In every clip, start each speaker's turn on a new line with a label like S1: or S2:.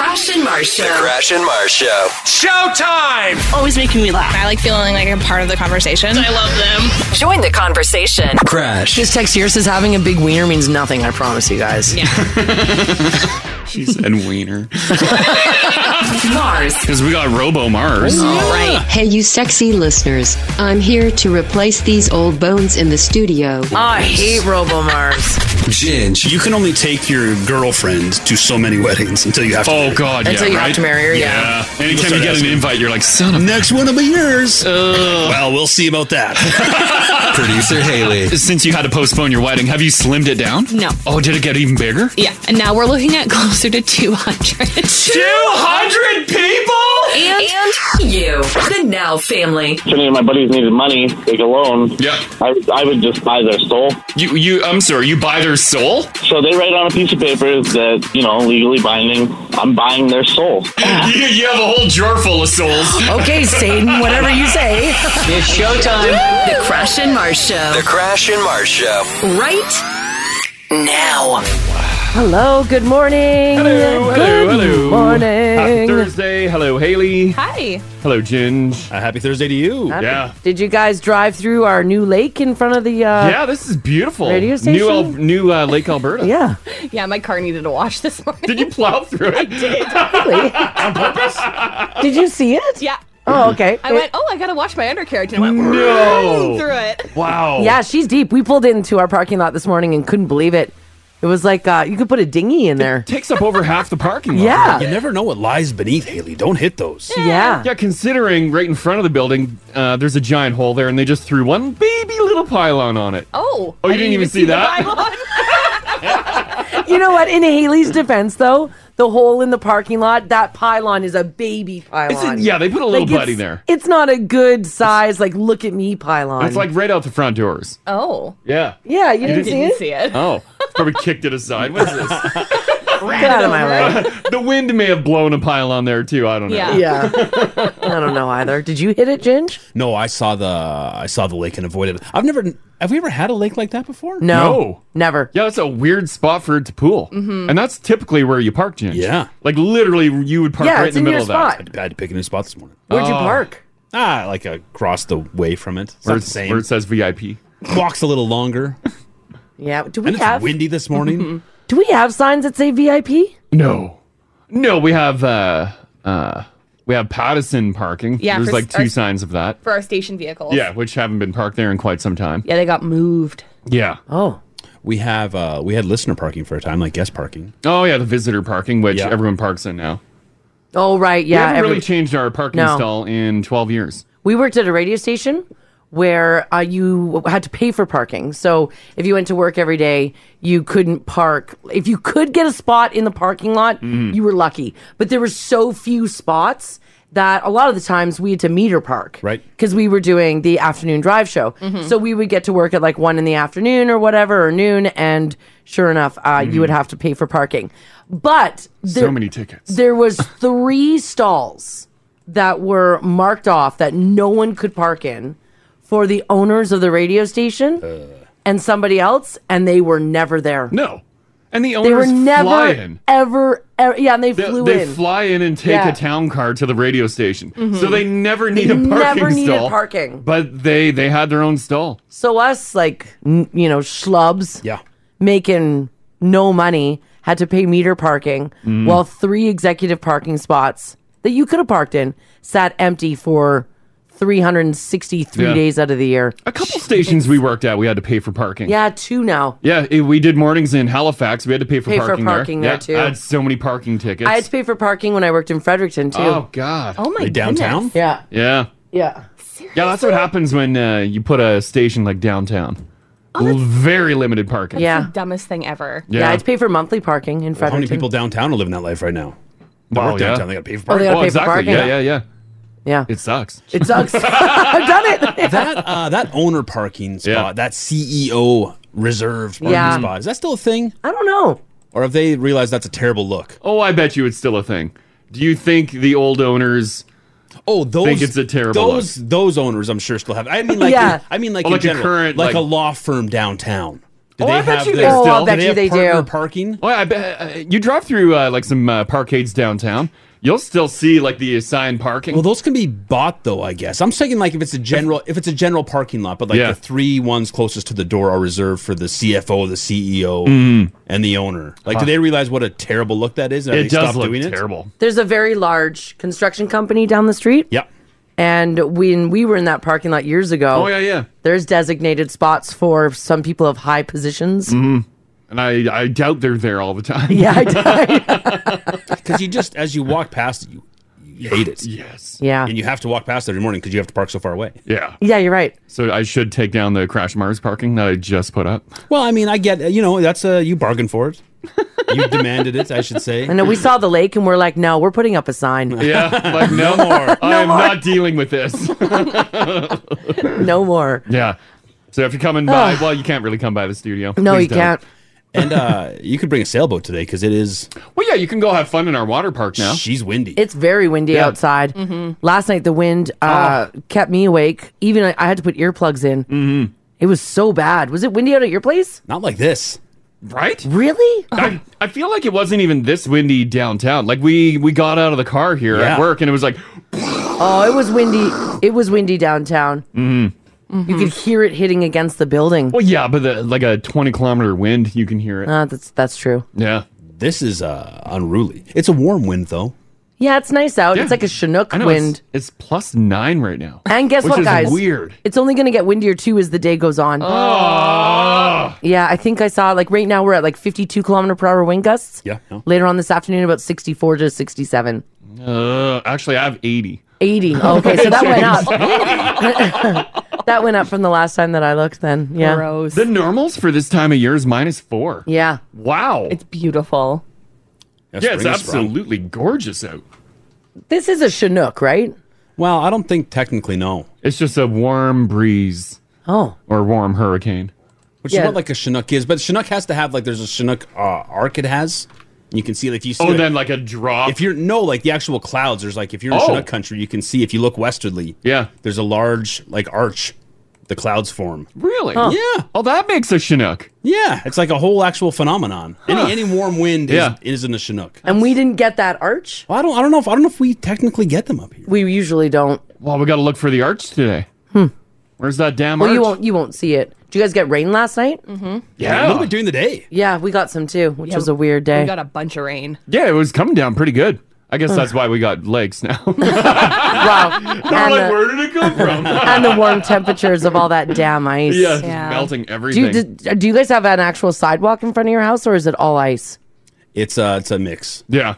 S1: Mars
S2: The
S1: Show.
S2: Crash and Mars Show.
S3: Showtime!
S1: Always making me laugh.
S4: I like feeling like I'm part of the conversation. I love them.
S5: Join the conversation.
S2: Crash.
S5: This text here says having a big wiener means nothing, I promise you guys.
S6: She said wiener.
S5: Mars.
S6: Because we got Robo Mars.
S7: Hey, you sexy listeners. I'm here to replace these old bones in the studio.
S5: I hate Robo Mars.
S2: Ginge.
S8: You can only take your girlfriend to so many weddings until you have to.
S6: Oh, God.
S5: Until
S6: yeah,
S5: you have
S6: right?
S5: to marry her, yeah.
S6: Anytime
S8: People
S6: you get
S8: start
S6: an
S8: asking.
S6: invite, you're like, son of.
S8: Next one will be yours. Well, we'll see about that.
S2: Producer Haley.
S6: Since you had to postpone your wedding, have you slimmed it down?
S9: No.
S6: Oh, did it get even bigger?
S9: Yeah, and now we're looking at closer to 200.
S3: 200 people?
S5: And, you, the Now family.
S10: If any of my buddies needed money, like a loan,
S6: Yeah.
S10: I, I would just buy their soul.
S6: You, you. I'm sorry. You buy their soul?
S10: So they write on a piece of paper that, you know, legally binding, I'm buying their soul.
S6: you, you have a whole drawer full of souls.
S5: Okay, Satan, whatever you say.
S3: It's showtime.
S5: The Crash and Mars Show.
S2: The Crash and Mars Show.
S5: Right now. Hello, good morning.
S6: Hello, hello, hello. Morning. Happy Thursday. Hello, Haley.
S4: Hi.
S6: Hello, Ginge.
S8: happy Thursday to you.
S6: Yeah.
S5: Did you guys drive through our new lake in front of the. Uh,
S6: Yeah, this is beautiful.
S5: Radio
S6: New,
S5: station?
S6: Al- new uh, Lake Alberta.
S5: yeah.
S4: Yeah, my car needed a wash this morning.
S6: Did you plow through it?
S5: Did you see it?
S4: Yeah.
S5: Oh, okay.
S4: I went, oh, I gotta wash my undercarriage. And I went
S6: No.
S4: through it.
S6: Wow.
S5: Yeah, she's deep. We pulled into our parking lot this morning and couldn't believe it. It was like uh, you could put a dinghy in there.
S6: Takes up over half the parking lot.
S5: Yeah.
S8: You never know what lies beneath, Haley. Don't hit those.
S5: Yeah.
S6: Yeah, considering right in front of the building, uh, there's a giant hole there, and they just threw one baby little pylon on it.
S4: Oh.
S6: Oh, you
S4: I
S6: didn't even see
S4: the
S6: that?
S4: pylon.
S5: You know what? In Haley's defense, though, the hole in the parking lot, that pylon is a baby
S6: It's a-
S5: pylon.
S6: yeah, they put a little
S5: it's-
S6: buddy there.
S5: It's not a good size, like, look at me pylon.
S6: It's like right out the front doors.
S4: oh.
S6: Yeah.
S5: yeah, you didn't,
S4: Didn't see
S5: see it?
S4: it.
S6: Oh, probably kicked it aside. What is this?
S5: Get out of my way.
S6: the wind may have blown a pylon there too. I don't know.
S4: Yeah.
S5: Yeah. I don't know either. Did you hit it, Ginge?
S8: No, I saw the I saw the lake and avoided it. I've never have we ever had a lake like that before?
S5: No.
S6: No.
S5: Never.
S6: Yeah, that's a weird spot for it to pool. Mm-hmm. And that's typically where you park, Ginge.
S8: Yeah.
S6: Like literally, you would park
S5: yeah,
S6: right
S5: it's
S6: in
S5: in,
S6: the
S5: your
S6: middle of
S5: spot.
S6: that.
S8: I had to pick a new spot this morning.
S5: Where'd you
S6: Oh.
S5: park?
S8: Ah, like across the way from it. It's
S6: Where,
S8: not the
S6: it's-
S8: same.
S6: where it says VIP.
S8: Walks a little longer.
S5: Yeah. Do we
S8: And it's
S5: have
S8: windy this morning.
S4: Mm-hmm.
S5: do we have signs that say VIP?
S6: No. No, we have uh uh we have Pattison parking.
S4: Yeah,
S6: There's
S4: for
S6: like
S4: s-
S6: two
S4: our-
S6: signs of that.
S4: For our station vehicles.
S6: Yeah, which haven't been parked there in quite some time.
S4: Yeah, they got moved.
S6: Yeah.
S5: Oh.
S8: We have uh we had listener parking for a time, like guest parking.
S6: Oh yeah, the visitor parking, which
S8: Yeah.
S6: everyone parks in now.
S5: Oh right,
S6: we
S5: yeah.
S6: haven't
S5: every-
S6: really changed our parking
S5: No.
S6: stall in 12 years.
S5: we worked at a radio station where uh, you had to pay for parking. So if you went to work every day, you couldn't park. If you could get a spot in the parking lot,
S6: Mm-hmm.
S5: you were lucky. But there were so few spots that a lot of the times we had to meter park.
S8: Right.
S5: Because we were doing the afternoon drive show. So we would get to work at like one in the afternoon or whatever, or noon. And sure enough, uh, you would have to pay for parking. But
S6: Mm-hmm. so
S5: there-
S6: many tickets.
S5: there was three stalls that were marked off that no one could park in for the owners of the radio station and somebody else and they were never there
S6: Uh. No. And the owners
S5: they were
S6: fly
S5: never
S6: in.
S5: ever, ever er, yeah and they
S6: They,
S5: flew
S6: they
S5: in
S6: fly in and take
S5: Yeah. Mm.
S6: a town car to the radio station. So they never need a parking
S5: never needed
S6: stall.
S5: parking.
S6: But they they had their own stall.
S5: so us like n- you know schlubs
S8: Yeah.
S5: making no money had to pay meter parking
S6: Mm.
S5: while three executive parking spots that you could have parked in sat empty for 363
S6: Yeah.
S5: days out of the year
S6: A couple stations we worked at, we had to pay for parking.
S5: yeah two now
S6: Yeah, it, we did mornings in Halifax. We had to pay for
S5: Pay for
S6: parking,
S5: parking there,
S6: yeah,
S5: too.
S6: I had so many parking tickets.
S5: I had to pay for parking when I worked in Fredericton too.
S6: oh God.
S4: Oh my
S8: Like downtown?
S4: goodness.
S5: Yeah,
S6: Yeah.
S5: yeah.
S6: Yeah, that's what happens when uh, you put a station like downtown. L- Very limited parking.
S5: Oh, Yeah.
S4: The dumbest thing ever.
S5: Yeah, I had to pay for monthly parking in
S8: How many
S5: Fredericton.
S8: people downtown are living that life right now? They
S6: Wow,
S8: work
S6: yeah.
S8: downtown, they gotta pay for
S5: Oh,
S8: parking.
S5: they gotta
S6: Oh,
S5: pay for
S6: exactly.
S5: parking.
S6: Yeah, yeah, yeah.
S5: Yeah.
S6: It sucks.
S5: It sucks. I've done it.
S8: that uh, that owner parking spot,
S6: Yeah.
S8: that CEO reserved parking
S5: Yeah.
S8: spot, is that still a thing?
S5: I don't know.
S8: Or have they realized that's a terrible look?
S6: Oh, I bet you it's still a thing. Do you think the old owners?
S8: Oh, those
S6: Think it's a terrible
S8: those those owners, I'm sure still have. I mean, like
S5: Yeah.
S8: I mean, like,
S6: Oh,
S8: in
S6: like a
S8: general,
S6: current,
S8: like, a
S6: like-
S8: law firm downtown. Do
S6: Oh,
S8: they
S6: I bet
S8: have
S6: you
S8: their-
S6: they- Oh, I'll
S8: do
S6: bet
S8: they
S6: you
S8: have
S6: they
S8: partner
S6: do.
S8: Parking.
S6: Well, I bet uh, you drive through uh, like some uh, parkades downtown. You'll still see like the assigned parking.
S8: Well, those can be bought though, I guess. I'm thinking like if it's a general if it's a general parking lot, but like
S6: Yeah.
S8: the three ones closest to the door are reserved for the CFO, the CEO, and the owner. Like, do they realize what a terrible look that is? And
S6: Mm-hmm. It
S8: they
S6: does
S8: stop
S6: look
S8: doing it?
S6: terrible.
S5: There's a very large construction company down the street.
S8: Yep.
S5: And when we were in that parking lot years ago,
S6: Oh, yeah, yeah.
S5: There's designated spots for some people of high positions.
S6: Mm. Mm-hmm. And I, I doubt they're there all the time.
S5: Yeah, I
S8: Because you just as you walk past it, you, you hate it.
S6: Yes.
S5: Yeah.
S8: And you have to walk past it every morning because you have to park so far away.
S6: Yeah.
S5: Yeah, you're right.
S6: So I should take down the Crash Mars parking that I just put up.
S8: Well, I mean, I get you know that's uh, you bargained for it. You demanded it, I should say.
S5: I know we saw the lake and we're like, no, we're putting up a sign.
S6: Yeah. Like, no more. I'm not dealing with this.
S5: No more. Ah.
S6: yeah. So if you're coming by, well, you can't really come by the studio.
S5: No,
S6: Please
S5: you
S6: don't.
S5: can't.
S8: And uh, you could bring a sailboat today because it is.
S6: Well, yeah, you can go have fun in our water park now.
S8: She's windy.
S5: It's very windy outside. Last night, the wind uh,
S6: Oh.
S5: kept me awake. Even I, I had to put earplugs in. Mm-hmm. It was so bad. Was it windy out at your place?
S8: Not like this.
S6: Right?
S5: Really?
S6: I, I feel like it wasn't even this windy downtown. Like we we got out of the car here
S8: Yeah.
S6: at work and it was like
S5: Oh, it was windy. It was windy downtown. Mm-hmm. You could hear it hitting against the building.
S6: Mm-hmm. well yeah, but the, like a twenty kilometer wind, you can hear it.
S5: Uh, that's that's true.
S6: yeah.
S8: This is uh, unruly. It's a warm wind though.
S5: Yeah, it's nice out.
S6: Yeah.
S5: It's like a Chinook
S6: I know
S5: wind.
S6: It's, it's plus nine right now.
S5: And guess
S6: which
S5: what,
S6: is
S5: guys?
S6: Weird.
S5: It's only going to get windier too as the day goes on. Ah.
S6: Oh,
S5: Yeah, I think I saw like right now we're at like 52 kilometer per hour wind gusts.
S8: Yeah, no.
S5: Later on this afternoon, about 64 to 67.
S6: uh, actually, I have eighty.
S5: 80. Okay, so that went up. that went up from the last time that I looked then. Yeah.
S4: Gross.
S6: The normals for this time of year is minus four.
S5: Yeah.
S6: Wow.
S4: It's beautiful.
S8: That's
S6: yeah, it's
S8: spring is strong.
S6: absolutely gorgeous out.
S5: This is a Chinook, right?
S8: Well, I don't think technically no.
S6: It's just a warm breeze
S5: Oh.
S6: or warm hurricane.
S8: Which
S5: Yeah.
S8: is what like a Chinook is, but Chinook has to have like there's a Chinook uh, arc it has. And you can see like, if you see
S6: Oh,
S8: like,
S6: then like a drop.
S8: if you're no like the actual clouds. There's like if you're in
S6: Oh.
S8: Chinook country, you can see if you look westerly.
S6: Yeah.
S8: there's a large like arch. The clouds form.
S6: really?
S8: Yeah,
S6: Oh, that makes a Chinook.
S8: yeah. It's like a whole actual phenomenon. Any any warm wind is,
S6: Yeah.
S8: isn't a Chinook.
S5: And we didn't get that arch?
S8: Well, I don't I don't know if I don't know if we technically get them up here.
S5: We usually don't.
S6: Well, we got to look for the arch today. Where's that damn
S5: Hmm. Well,
S6: arch?
S5: you won't you won't see it. Did you guys get rain last night?
S8: A
S6: Yeah.
S8: little bit during the day.
S5: Yeah, we got some too, which
S4: Mm-hmm. Yeah,
S5: was a weird
S4: We
S5: day.
S4: got a bunch of rain.
S6: yeah, it was coming down pretty good. I guess that's why we got legs now.
S5: wow. and, the,
S6: did it come from?
S5: and the warm temperatures of all that damn ice.
S6: yeah, just
S4: Yeah.
S6: melting
S5: Do
S6: everything.
S5: you, did, do you guys have an actual sidewalk in front of your house or is it all ice?
S8: It's uh it's a mix.
S6: yeah.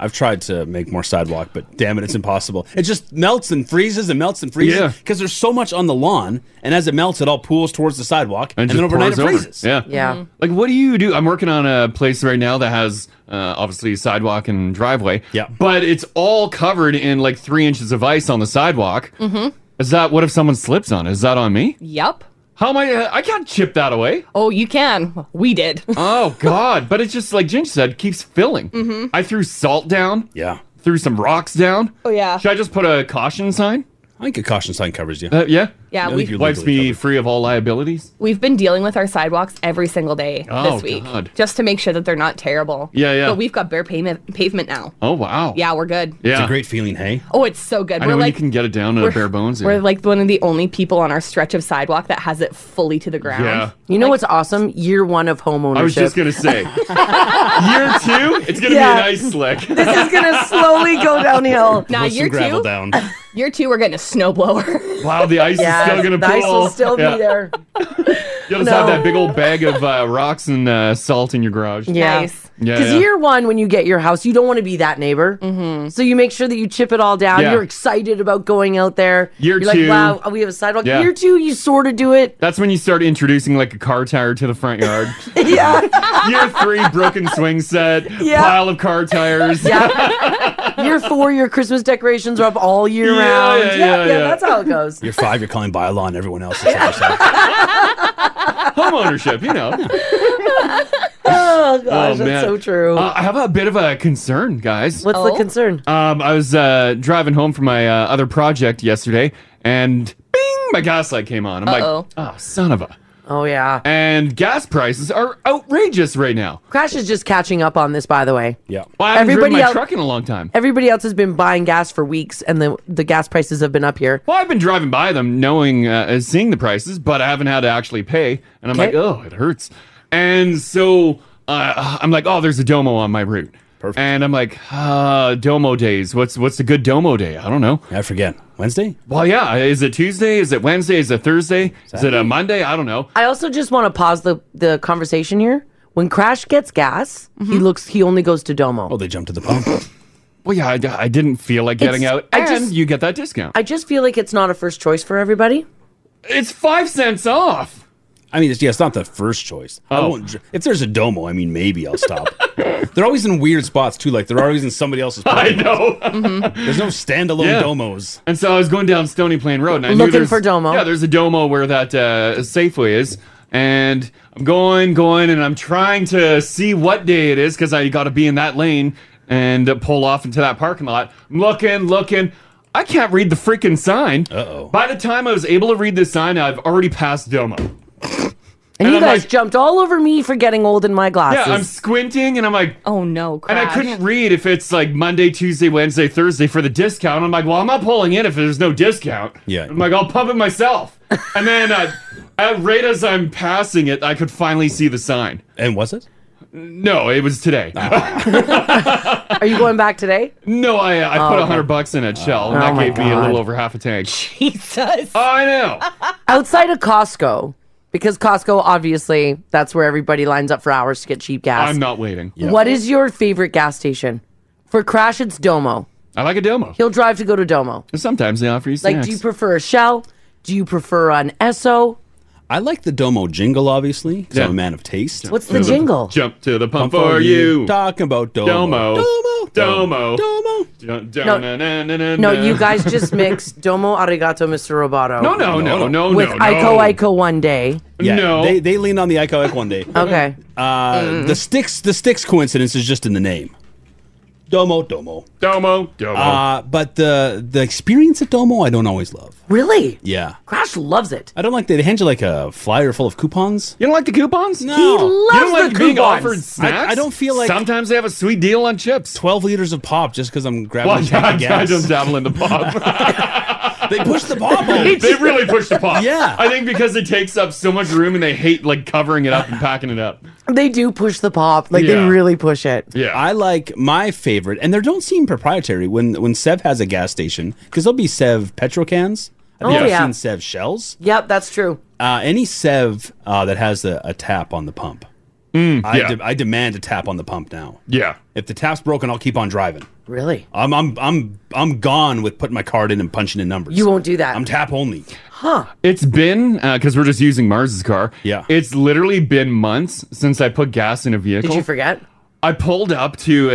S8: I've tried to make more sidewalk, but damn it, it's impossible. It just melts and freezes and melts and
S6: Yeah.
S8: freezes because there's so much on the lawn, and as it melts, it all pools towards the sidewalk, and,
S6: just
S8: then overnight
S6: pours
S8: it
S6: over.
S8: freezes.
S6: Yeah.
S5: Yeah. Mhm.
S6: Mm-hmm. Like, what do you do? I'm working on a place right now that has uh, obviously sidewalk and driveway.
S8: Yeah.
S6: But it's all covered in like three inches of ice on the sidewalk. Mm-hmm. Is that what if someone slips on? it? Is that on me?
S4: Yep.
S6: How am I? I can't chip that away.
S4: Oh, you can. We did.
S6: Oh God! but it's just like Ginger said, keeps filling. Mm-hmm. I threw salt down.
S8: Yeah.
S6: Threw some rocks down.
S4: Oh, yeah.
S6: Should I just put a caution sign?
S8: I think a caution sign covers you.
S6: Uh, yeah.
S4: Yeah,
S8: No,
S4: we've,
S8: you're
S6: Wipes
S8: legally
S6: me
S8: covered.
S6: free of all liabilities.
S4: we've been dealing with our sidewalks every single day
S6: Oh,
S4: this week
S6: God.
S4: just to make sure that they're not terrible.
S6: Yeah, yeah.
S4: But we've got bare pavement, pavement now.
S6: Oh wow.
S4: Yeah, we're good.
S6: Yeah.
S8: It's a great feeling, hey?
S4: Oh, it's so good.
S6: I
S4: we're
S6: know when
S4: like
S6: you can get it down to
S4: we're-
S6: bare bones.
S4: We're
S6: yeah.
S4: like one of the only people on our stretch of sidewalk that has it fully to the ground.
S6: Yeah.
S5: You know what's awesome? Year one of home ownership.
S6: I was just gonna say, year two, it's gonna
S5: Yeah.
S6: be an ice slick.
S5: this is gonna slowly go downhill.
S4: Now
S8: Put some
S4: year
S8: gravel
S4: two,
S8: down.
S4: year two, we're getting a snowblower.
S6: Wow, the ice
S5: Yeah,
S6: is still gonna
S5: the ice
S6: pull.
S5: will still
S6: Yeah.
S5: be there.
S6: You'll just have
S5: No.
S6: that big old bag of uh, rocks and uh, salt in your garage.
S5: Yeah.
S4: Nice.
S6: Yeah,
S5: Because
S6: yeah.
S5: year one, when you get your house, you don't want to be that neighbor. Mm-hmm. So you make sure that you chip it all down.
S6: Yeah.
S5: You're excited about going out there.
S6: Year
S5: You're
S6: two-
S5: like, wow, oh, we have a sidewalk.
S6: Yeah.
S5: Year two, you sort of do it.
S6: That's when you start introducing like a car tire to the front yard. yeah. Year three, broken swing set,
S5: Yeah.
S6: pile of car tires.
S5: Yeah. year four, your Christmas decorations are up all year
S6: Yeah,
S5: round.
S6: yeah, yeah, yeah.
S5: that's how it goes.
S8: You're five, you're calling bylaw and everyone else. Is outside.
S6: Home ownership, you know.
S5: Oh
S6: man.
S5: gosh, that's so true.
S6: Uh, I have a bit of a concern, guys.
S5: What's the
S4: Oh.
S5: concern?
S6: Um, I was uh, driving home from my uh, other project yesterday, and bing, my gaslight came on. I'm
S4: Uh-oh.
S6: like, oh, son of a.
S5: Oh yeah.
S6: And gas prices are outrageous right now.
S5: Crash is just catching up on this, by the way.
S8: Yeah.
S6: Well, I haven't driven
S5: Everybody
S6: my
S5: else-
S6: truck in a long time.
S5: Everybody else has been buying gas for weeks, and the the gas prices have been up here.
S6: Well, I've been driving by them, knowing, uh, seeing the prices, but I haven't had to actually pay, and I'm like,
S5: Okay.
S6: oh, it hurts. And so uh, I'm like, oh, there's a Domo on my route. Perfect. And I'm like, uh, Domo days. What's what's a good Domo day? I don't know.
S8: I forget. Wednesday?
S6: Well, yeah. Is it Tuesday? Is it Wednesday? Is it Thursday? Is it a Monday? I don't know.
S5: I also just want to pause the the conversation here. When Crash gets gas, he looks he only goes to Domo.
S8: Mm-hmm. Oh, they jumped to the pump.
S6: Well, yeah. I, I didn't feel like getting
S5: It's-
S6: out,
S5: I
S6: and
S5: just-
S6: you get that discount.
S5: I just feel like it's not a first choice for everybody.
S6: it's five cents off.
S8: I mean, it's, yeah, it's not the first choice. I
S6: Oh.
S8: won't, dr- if there's a domo, I mean, maybe I'll stop. they're always in weird spots too. Like they're always in somebody else's.
S6: I
S8: parking lot.
S6: know.
S5: Mm-hmm.
S8: There's no standalone
S6: Yeah.
S8: domos.
S6: And so I was going down Stony Plain Road and I knew
S5: Looking
S6: there's-
S5: for Domo.
S6: Yeah, there's a Domo where that uh, Safeway is. And I'm going, going, and I'm trying to see what day it is because I got to be in that lane and uh, pull off into that parking lot. I'm looking, looking. I can't read the freaking sign.
S8: Uh-oh.
S6: By the time I was able to read the sign, I've already passed Domo.
S5: And,
S6: And
S5: you
S6: I'm
S5: guys
S6: like-
S5: jumped all over me for getting old in my
S6: Yeah,
S5: glasses.
S6: I'm squinting and I'm like,
S4: Oh no,
S6: and
S4: Crash.
S6: I couldn't read if it's like Monday, Tuesday, Wednesday, Thursday for the discount. I'm like, well, I'm not pulling in if there's no discount.
S8: Yeah.
S6: I'm like, I'll pump it myself. and then uh, uh, right as I'm passing it, I could finally see the sign.
S8: And was it? Ah.
S6: No, it was today.
S5: Are you going back today?
S6: No, I, I put a hundred bucks in a shell, and
S5: Oh
S6: that
S5: my
S6: gave me a little
S5: God.
S6: over half a tank.
S4: Jesus.
S6: Oh, I know.
S5: Outside of Costco, because Costco obviously that's where everybody lines up for hours to get cheap gas.
S6: I'm not waiting.
S5: What is your favorite gas station? For Crash, it's Domo.
S6: I like a domo.
S5: He'll drive to go to Domo.
S6: Sometimes they offer you
S5: Like,
S6: snacks.
S5: do you prefer a Shell? Do you prefer an Esso?
S8: I like the domo jingle, obviously. 'cause
S6: Yeah.
S8: I'm a man of taste.
S5: What's the jingle?
S6: Jump to the pump,
S8: What
S6: for you.
S8: talking about domo?
S6: Domo. Domo.
S8: Domo. Domo.
S6: Dun- dun-
S5: No.
S6: dun- dun- dun- dun-
S5: No,
S6: dun.
S5: you guys just mixed Domo Arigato Mr. Roboto.
S6: No, no, no, no, no.
S5: With
S6: no.
S5: Ico Ico one day.
S8: Yeah,
S6: No.
S8: They they leaned on the iconic one day.
S5: Okay.
S8: Uh,
S5: Mm.
S8: The sticks the sticks coincidence is just in the name. Domo domo.
S6: Domo. Domo.
S8: Uh, but the the experience at domo I don't always love.
S5: Really?
S8: Yeah.
S5: Crash loves it.
S8: I don't like that. They hand you like a flyer full of coupons.
S6: you don't like the coupons?
S5: He
S8: No.
S6: You
S5: loves
S6: don't like
S5: the
S6: being
S5: coupons.
S6: offered snacks?
S8: I- I don't feel like-
S6: Sometimes they have a sweet deal on chips.
S8: 12 liters of pop just because I'm grabbing
S6: Well,
S8: a
S6: yeah,
S8: tank
S6: I,
S8: of
S6: I
S8: gas.
S6: don't dabble in the pop.
S8: they push the pop on.
S6: they really push the pop.
S8: Yeah.
S6: I think because it takes up so much room and they hate like covering it up and packing it up.
S5: They do push the pop. Like
S6: Yeah.
S5: they really push it.
S6: Yeah.
S8: I like my favorite, and they don't seem proprietary when when Sev has a gas station because there'll be Sev petrol cans. I think
S5: Oh,
S8: I've
S5: yeah.
S8: seen Sev shells.
S5: Yep, that's true.
S8: Uh, any Sev uh, that has a, a tap on the pump, I,
S6: Mm, yeah.
S8: de- I demand a tap on the pump now.
S6: yeah.
S8: If the tap's broken, I'll keep on driving.
S5: Really?
S8: I'm I'm I'm I'm gone with putting my card in and punching in numbers.
S5: You won't do that.
S8: I'm tap only.
S6: It's been because we're just using Mars's car.
S8: Yeah.
S6: It's literally been months since I put gas in a vehicle.
S5: Did you forget?
S6: I pulled up to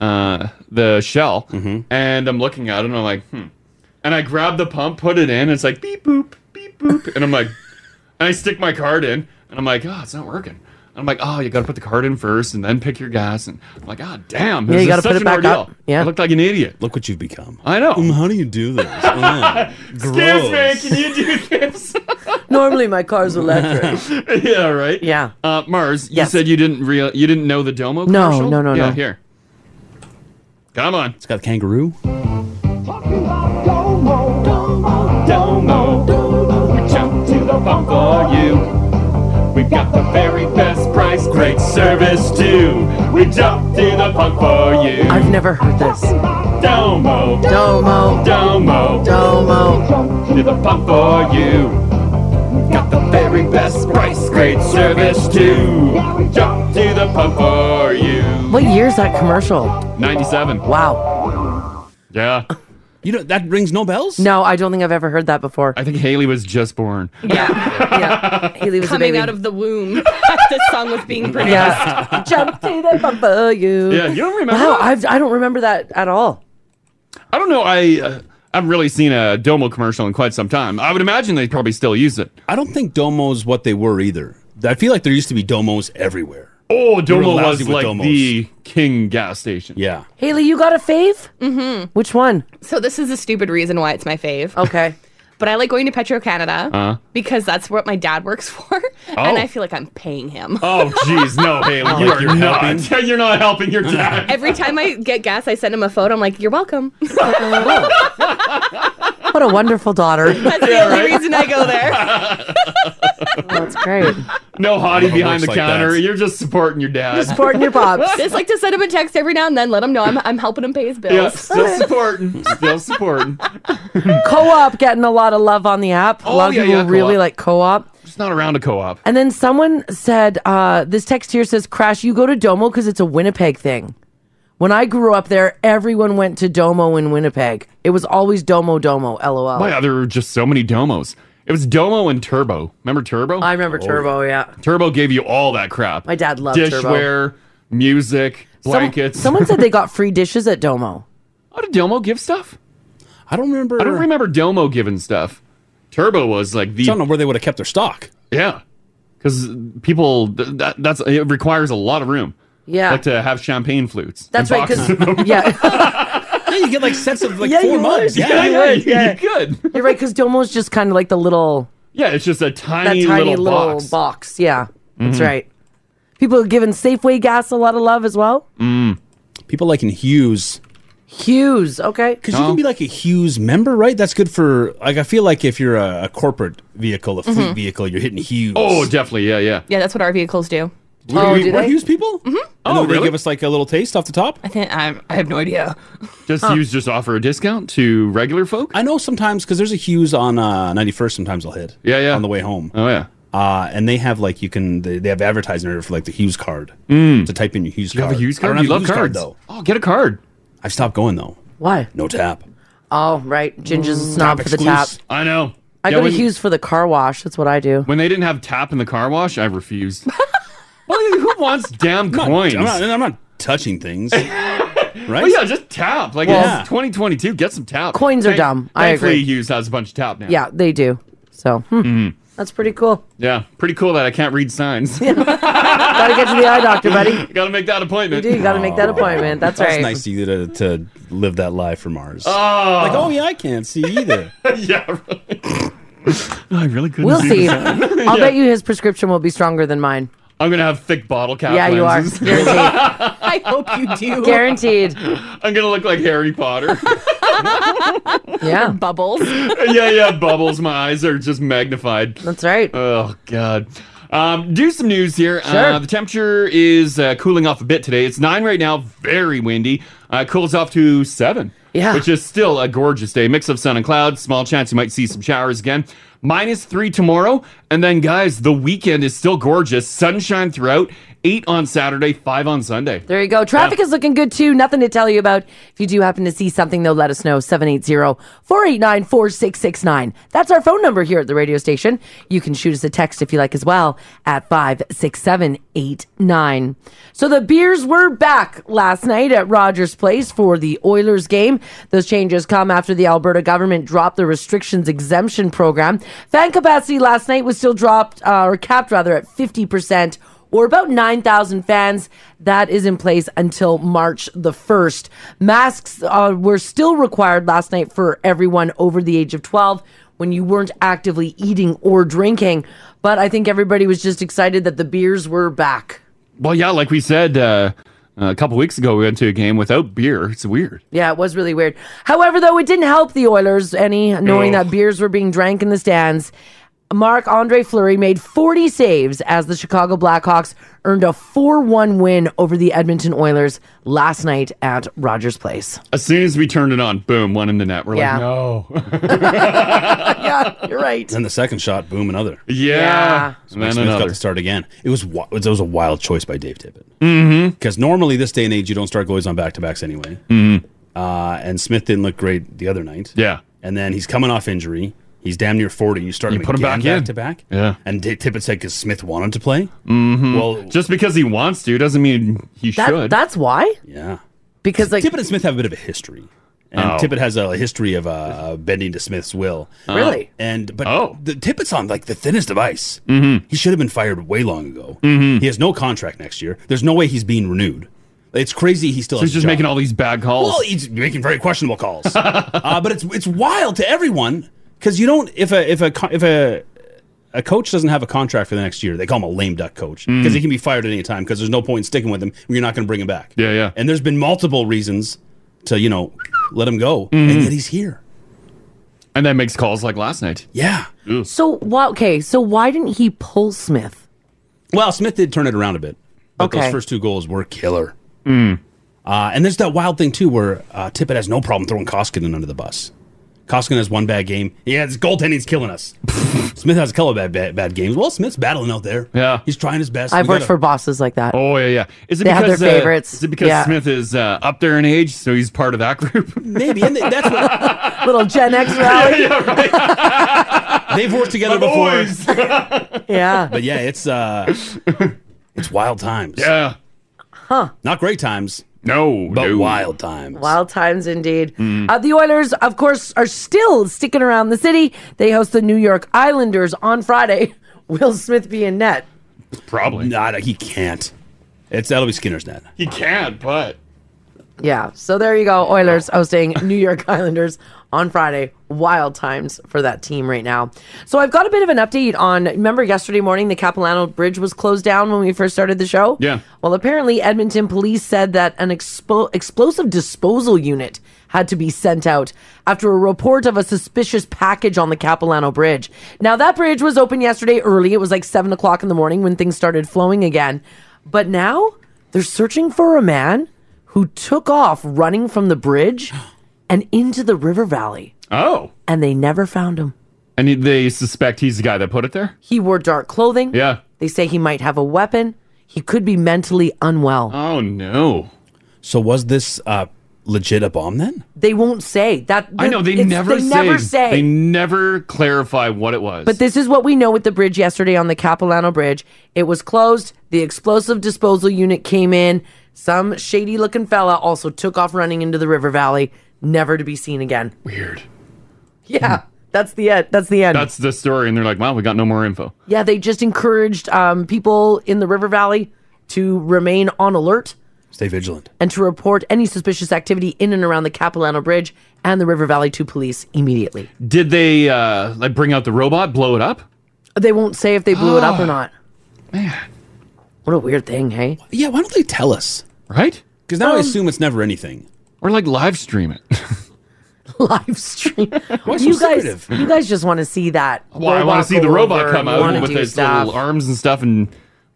S6: uh, uh, the shell
S5: Mm-hmm.
S6: and I'm looking at it and I'm like, hmm. And I grab the pump, put it in, and it's like beep boop, beep boop. And I'm like, and I stick my card in and I'm like, oh, it's not working. And I'm like, oh, you got to put the card in first and then pick your gas. And I'm like, ah, damn.
S5: Yeah, you
S6: got to
S5: gotta put it back up. Yeah.
S6: I looked like an idiot.
S8: Look what you've become.
S6: I know.
S8: Um, how do you do this?
S6: Mm.
S8: Uh,
S6: Excuse
S8: gross.
S6: me, can you do this?
S5: Normally my car's electric.
S6: yeah, right?
S5: Yeah.
S6: Uh, Mars,
S5: Yes.
S6: you said you didn't real you didn't know the Domo
S5: No,
S6: commercial?
S5: no, no,
S6: yeah,
S5: no.
S6: here. Come on.
S8: It's got kangaroo.
S6: Domo. We jump to the pump for you. We've got the very best price, great service too. We jump to the pump for you.
S5: I've never heard this.
S6: Domo,
S5: Domo,
S6: Domo,
S5: Domo.
S6: to the pump for you. Got the very best price, great service too. We jump to the pump for you.
S5: What year's that commercial?
S6: 97.
S5: Wow.
S6: Yeah.
S8: You know that rings no bells.
S5: No, I don't think I've ever heard that before.
S6: I think Haley was just born.
S9: Yeah.
S5: yeah. Haley was a
S9: Coming
S5: baby.
S9: out of the womb. the song was being produced.
S5: Yes. Jump to the bumper, you.
S6: Yeah, you don't remember?
S5: Wow,
S6: that?
S5: I've, I don't remember that at all.
S6: I don't know. I uh, I've really seen a Domo commercial in quite some time. I would imagine they probably still use it.
S8: I don't think Domo's what they were either. I feel like there used to be Domos everywhere.
S6: Oh, Domo
S8: lousy
S6: was
S8: with
S6: like
S8: Domos.
S6: the king gas station.
S8: Yeah.
S5: Haley, you got a fave? Mm-hmm. Which one?
S9: So this is a stupid reason why it's my fave.
S5: Okay.
S4: But I like going to Petro Canada
S6: Uh-huh.
S4: because that's what my dad works for, and I feel like I'm paying him.
S6: Oh, jeez, no, Haley,
S4: Oh,
S6: you
S4: like
S6: are
S4: you're
S6: not. You're not helping your dad.
S4: Every time I get gas, I send him a photo. I'm like, "You're welcome."
S5: What a wonderful daughter.
S4: That's the only reason I go there.
S5: That's great.
S6: No hottie
S5: Never
S6: behind the
S5: works like
S6: counter.
S5: that.
S6: You're just supporting your dad.
S4: Just like to send him a text every now and then, let him know I'm, I'm helping him pay his bills.
S6: yeah, still supporting. Still supporting.
S5: co-op getting a lot of love on the app. a
S6: Oh,
S5: lot of
S6: yeah,
S5: people
S6: yeah,
S5: really
S6: co-op.
S5: like co-op.
S6: Just not around a co-op.
S5: And then someone said, uh, this text here says, Crash, you go to Domo because it's a Winnipeg thing. When I grew up there, everyone went to Domo in Winnipeg. It was always Domo Domo, LOL.
S6: My other, were just so many domos. It was Domo and Turbo. Remember Turbo? I
S5: remember
S8: Oh.
S5: Turbo, yeah.
S6: Turbo gave you all that crap.
S5: My dad loved Turbo.
S6: Dishware, music, blankets.
S5: someone said they got free dishes at Domo.
S6: How did Domo give stuff?
S8: I don't remember.
S6: I don't remember Domo giving stuff. Turbo was like the. I don't know where they would have kept their stock. Yeah, because people th- that that's it requires a lot of room.
S5: Yeah.
S6: like to have champagne flutes.
S5: That's
S6: and
S5: right, 'cause-
S6: boxes of them.
S8: Yeah, you get like sets of like
S5: Yeah,
S8: four
S5: you
S8: mugs.
S5: would.
S8: Yeah,
S5: Yeah, you
S8: yeah,
S5: would, yeah.
S6: You're good.
S5: You're right, because Domo's just kind of like the little,
S6: yeah, it's just a tiny,
S5: that tiny
S6: little, box.
S5: Yeah,
S6: Mhm.
S5: that's
S8: Mm-hmm.
S5: right. People are giving Safeway gas a lot of love as well.
S8: Mm. People like in Hughes.
S5: Hughes, okay.
S8: Because you can be like a Hughes member, right? That's good for like I feel like if you're a, a corporate vehicle, a fleet
S4: Mhm.
S8: vehicle, you're hitting Hughes.
S6: Oh, definitely, yeah, yeah.
S4: Yeah, that's what our vehicles do.
S8: We- Oh, we- do we're they? Hughes people?
S4: Mm-hmm.
S8: Oh, they give us like a little taste off the top.
S4: I think I'm, I have no idea.
S6: Just
S8: Huh.
S6: use just offer a discount to regular folk.
S8: I know sometimes because there's a Hughes on uh, 91st. Sometimes I'll hit.
S6: Yeah, yeah.
S8: On the way home.
S6: Oh yeah.
S8: Uh, and they have like you can they, they have advertising there for like the Hughes card
S6: Mm.
S8: to type in your Hughes
S6: You have
S8: card.
S6: a Hughes card?
S8: I don't
S6: You
S8: have
S6: love
S8: a Hughes
S6: cards.
S8: card though.
S6: Oh, get a card.
S8: I've stopped going though.
S5: Why?
S8: No tap. Mm,
S5: Oh, right. Ginger's a snob for the tap.
S8: exclusive.
S6: I know.
S5: I
S6: Yeah,
S5: go to
S6: when-
S5: Hughes for the car wash. That's what I do.
S6: When they didn't have tap in the car wash, I refused. well, who wants damn
S8: not-
S6: coins?
S8: I'm not- I'm touching things. right?
S6: Well, yeah, just tap. Like
S5: Well-
S6: it's 2022, get some tap.
S5: Coins are
S6: Thank-
S5: dumb. I
S6: thankfully,
S5: agree.
S6: Hughes has a bunch of tap now.
S5: Yeah, they do. So hmm.
S8: Mm-hmm.
S5: that's pretty cool.
S6: Yeah, pretty cool that I can't read signs.
S5: Gotta get to the eye doctor, buddy.
S6: gotta make that appointment.
S5: You do. You gotta
S8: Oh.
S5: make that appointment. That's
S8: That's
S5: right.
S8: nice of you to, to live that lie for Mars.
S6: Oh.
S8: Like, oh yeah, I can't see either.
S6: yeah, I really couldn't.
S5: We'll see.
S6: that.
S5: I'll
S6: Yeah.
S5: bet you his prescription will be stronger than mine.
S6: I'm gonna have thick bottle cap.
S5: yeah, you are.
S6: lenses.
S5: Guaranteed.
S4: I hope you do.
S5: Guaranteed.
S6: I'm gonna look like Harry Potter.
S5: Yeah.
S4: Bubbles.
S6: yeah, yeah, bubbles. My eyes are just magnified.
S5: That's right.
S6: Oh god. Um, do some news here. Uh,
S5: Sure.
S6: the temperature is uh, cooling off a bit today. It's nine right now. Very windy. Uh, cools off to seven.
S5: Yeah.
S6: Which is still a gorgeous day. Mix of sun and cloud. Small chance you might see some showers again. Minus three tomorrow. And then, guys, the weekend is still gorgeous. Sunshine throughout. Eight on Saturday, five on Sunday.
S5: There you go. Traffic is looking good too. Nothing to tell you about. If you do happen to see something, though, let us know. 780-489-4669. That's our phone number here at the radio station. You can shoot us a text if you like as well at 56789. So the beers were back last night at Rogers Place for the Oilers game. Those changes come after the Alberta government dropped the restrictions exemption program. Fan capacity last night was still dropped, uh, or capped rather, at 50% or about 9,000 fans. That is in place until March the 1st. Masks uh, were still required last night for everyone over the age of 12 when you weren't actively eating or drinking. But I think everybody was just excited that the beers were back.
S6: Well, yeah, like we said uh, a couple weeks ago, we went to a game without beer. It's weird.
S5: Yeah, it was really weird. However, though, it didn't help the Oilers any knowing
S6: Ugh.
S5: that beers were being drank in the stands. Mark Andre Fleury made 40 saves as the Chicago Blackhawks earned a 4 1 win over the Edmonton Oilers last night at Rogers Place.
S6: As soon as we turned it on, boom, one in the net. We're
S5: Yeah.
S6: like, no.
S5: yeah, you're right.
S8: Then the second shot, boom, another.
S6: Yeah. Yeah.
S8: So Mike
S6: And
S8: Smith got
S6: another.
S8: to start again. It was wi- it was a wild choice by Dave Tippett
S6: Mm-hmm.
S8: because normally this day and age you don't start goalies on back to backs anyway.
S6: Mm-hmm.
S8: Uh, and Smith didn't look great the other night.
S6: Yeah.
S8: And then he's coming off injury. He's damn near forty. You start
S6: You
S8: him
S6: put him
S8: again
S6: back in.
S8: back to back.
S6: Yeah.
S8: And Dave Tippett said because Smith wanted to play.
S6: Mm-hmm.
S8: Well-
S6: Well, just because he wants to doesn't mean he
S5: That-
S6: should.
S5: That's why?
S8: Yeah.
S5: Because like
S8: Tippett and Smith have a bit of a history. And
S6: Oh.
S8: Tippett has a history of uh, uh, bending to Smith's will.
S5: Uh-huh.
S6: Oh. Really?
S8: And but
S6: Oh.
S8: the Tippett's on like the thinnest of ice.
S6: Mhm.
S8: He should have been fired way long ago.
S6: Mhm.
S8: He has no contract next year. There's no way he's being renewed. It's crazy. He still
S6: So
S8: has
S6: he's just making all these bad calls.
S8: Well, he's making very questionable calls. uh, but it's it's wild to everyone because you don't if a if a co- if a a coach doesn't have a contract for the next year, they call him a lame duck coach because
S6: Mm.
S8: he can be fired at any time because there's no point in sticking with him. when You're not going to bring him back.
S6: Yeah, yeah.
S8: And there's been multiple reasons to you know let him go,
S6: Mhm.
S8: and yet he's here.
S6: And that makes calls like last night.
S8: Yeah.
S5: So why? Okay, so why didn't he pull Smith?
S8: Well, Smith did turn it around a bit. But
S5: Okay.
S8: those first two goals were killer.
S6: Mm.
S8: Uh, and there's that wild thing too, where uh, Tippett has no problem throwing Koskinen under the bus. Koskinen has one bad game. Yeah, this goaltending's killing us. Smith has a couple of bad, bad bad games. Well, Smith's battling out there.
S6: Yeah,
S8: he's trying his best.
S5: I've
S8: We
S5: worked
S8: gotta-
S5: for bosses like that.
S6: Oh yeah, yeah. Is it
S5: They have
S6: because
S5: their
S6: uh,
S5: favorites.
S6: is it because
S5: Yeah.
S6: Smith is uh, up there in age, so he's part of that group?
S8: maybe and they- that's what
S5: little Gen X rally?
S8: they've worked together before.
S5: yeah.
S8: But yeah, it's uh, it's wild times.
S6: Yeah.
S5: Huh.
S8: Not great times.
S6: No, Mm,
S8: but wild times.
S5: Wild times indeed. Uh, the Oilers, of course, are still sticking around the city. They host the New York Islanders on Friday. Will Smith be in net?
S6: Probably
S8: not. He can't. It's that'll be Skinner's net.
S6: He can't, but
S5: Yeah. So there you go. Oilers hosting New York Islanders on Friday. Wild times for that team right now. So I've got a bit of an update on. Remember yesterday morning, the Capilano Bridge was closed down when we first started the show?
S6: Yeah.
S5: Well, apparently, Edmonton police said that an expo- explosive disposal unit had to be sent out after a report of a suspicious package on the Capilano Bridge. Now, that bridge was open yesterday early. It was like 7 o'clock in the morning when things started flowing again. But now they're searching for a man who took off running from the bridge and into the river valley.
S6: Oh.
S5: And they never found him.
S6: And he- they suspect he's the guy that put it there.
S5: He wore dark clothing.
S6: Yeah.
S5: They say he might have a weapon. He could be mentally unwell.
S6: Oh no!
S8: So was this uh, legit a bomb then?
S5: They won't say that.
S6: I know they
S5: it's-
S6: never
S5: They
S6: say,
S5: never say.
S6: They never clarify what it was.
S5: but this is what we know with the bridge yesterday on the Capilano Bridge. It was closed. The explosive disposal unit came in. Some shady looking fella also took off running into the river valley, never to be seen again.
S6: Weird.
S5: Yeah, that's the end. That's the end.
S6: That's the story, and they're like, "Wow, we got no more info."
S5: Yeah, they just encouraged um, people in the river valley to remain on alert
S8: Stay vigilant.
S5: and to report any suspicious activity in and around the Capilano Bridge and the River Valley to police immediately.
S6: Did they uh, like bring out the robot, blow it up?
S5: They won't say if they blew it up or
S6: Ah.
S5: not. What a weird thing, hey?
S8: Yeah, why don't they tell us?
S6: Right?
S8: Because now I
S5: Um,
S8: assume it's never anything.
S6: Or like live stream it.
S5: Live stream.
S6: Why so
S5: you guys,
S6: secretive?
S5: you guys just want to see that.
S6: Well, I want to see the robot come out with
S5: his
S6: its little arms and stuff and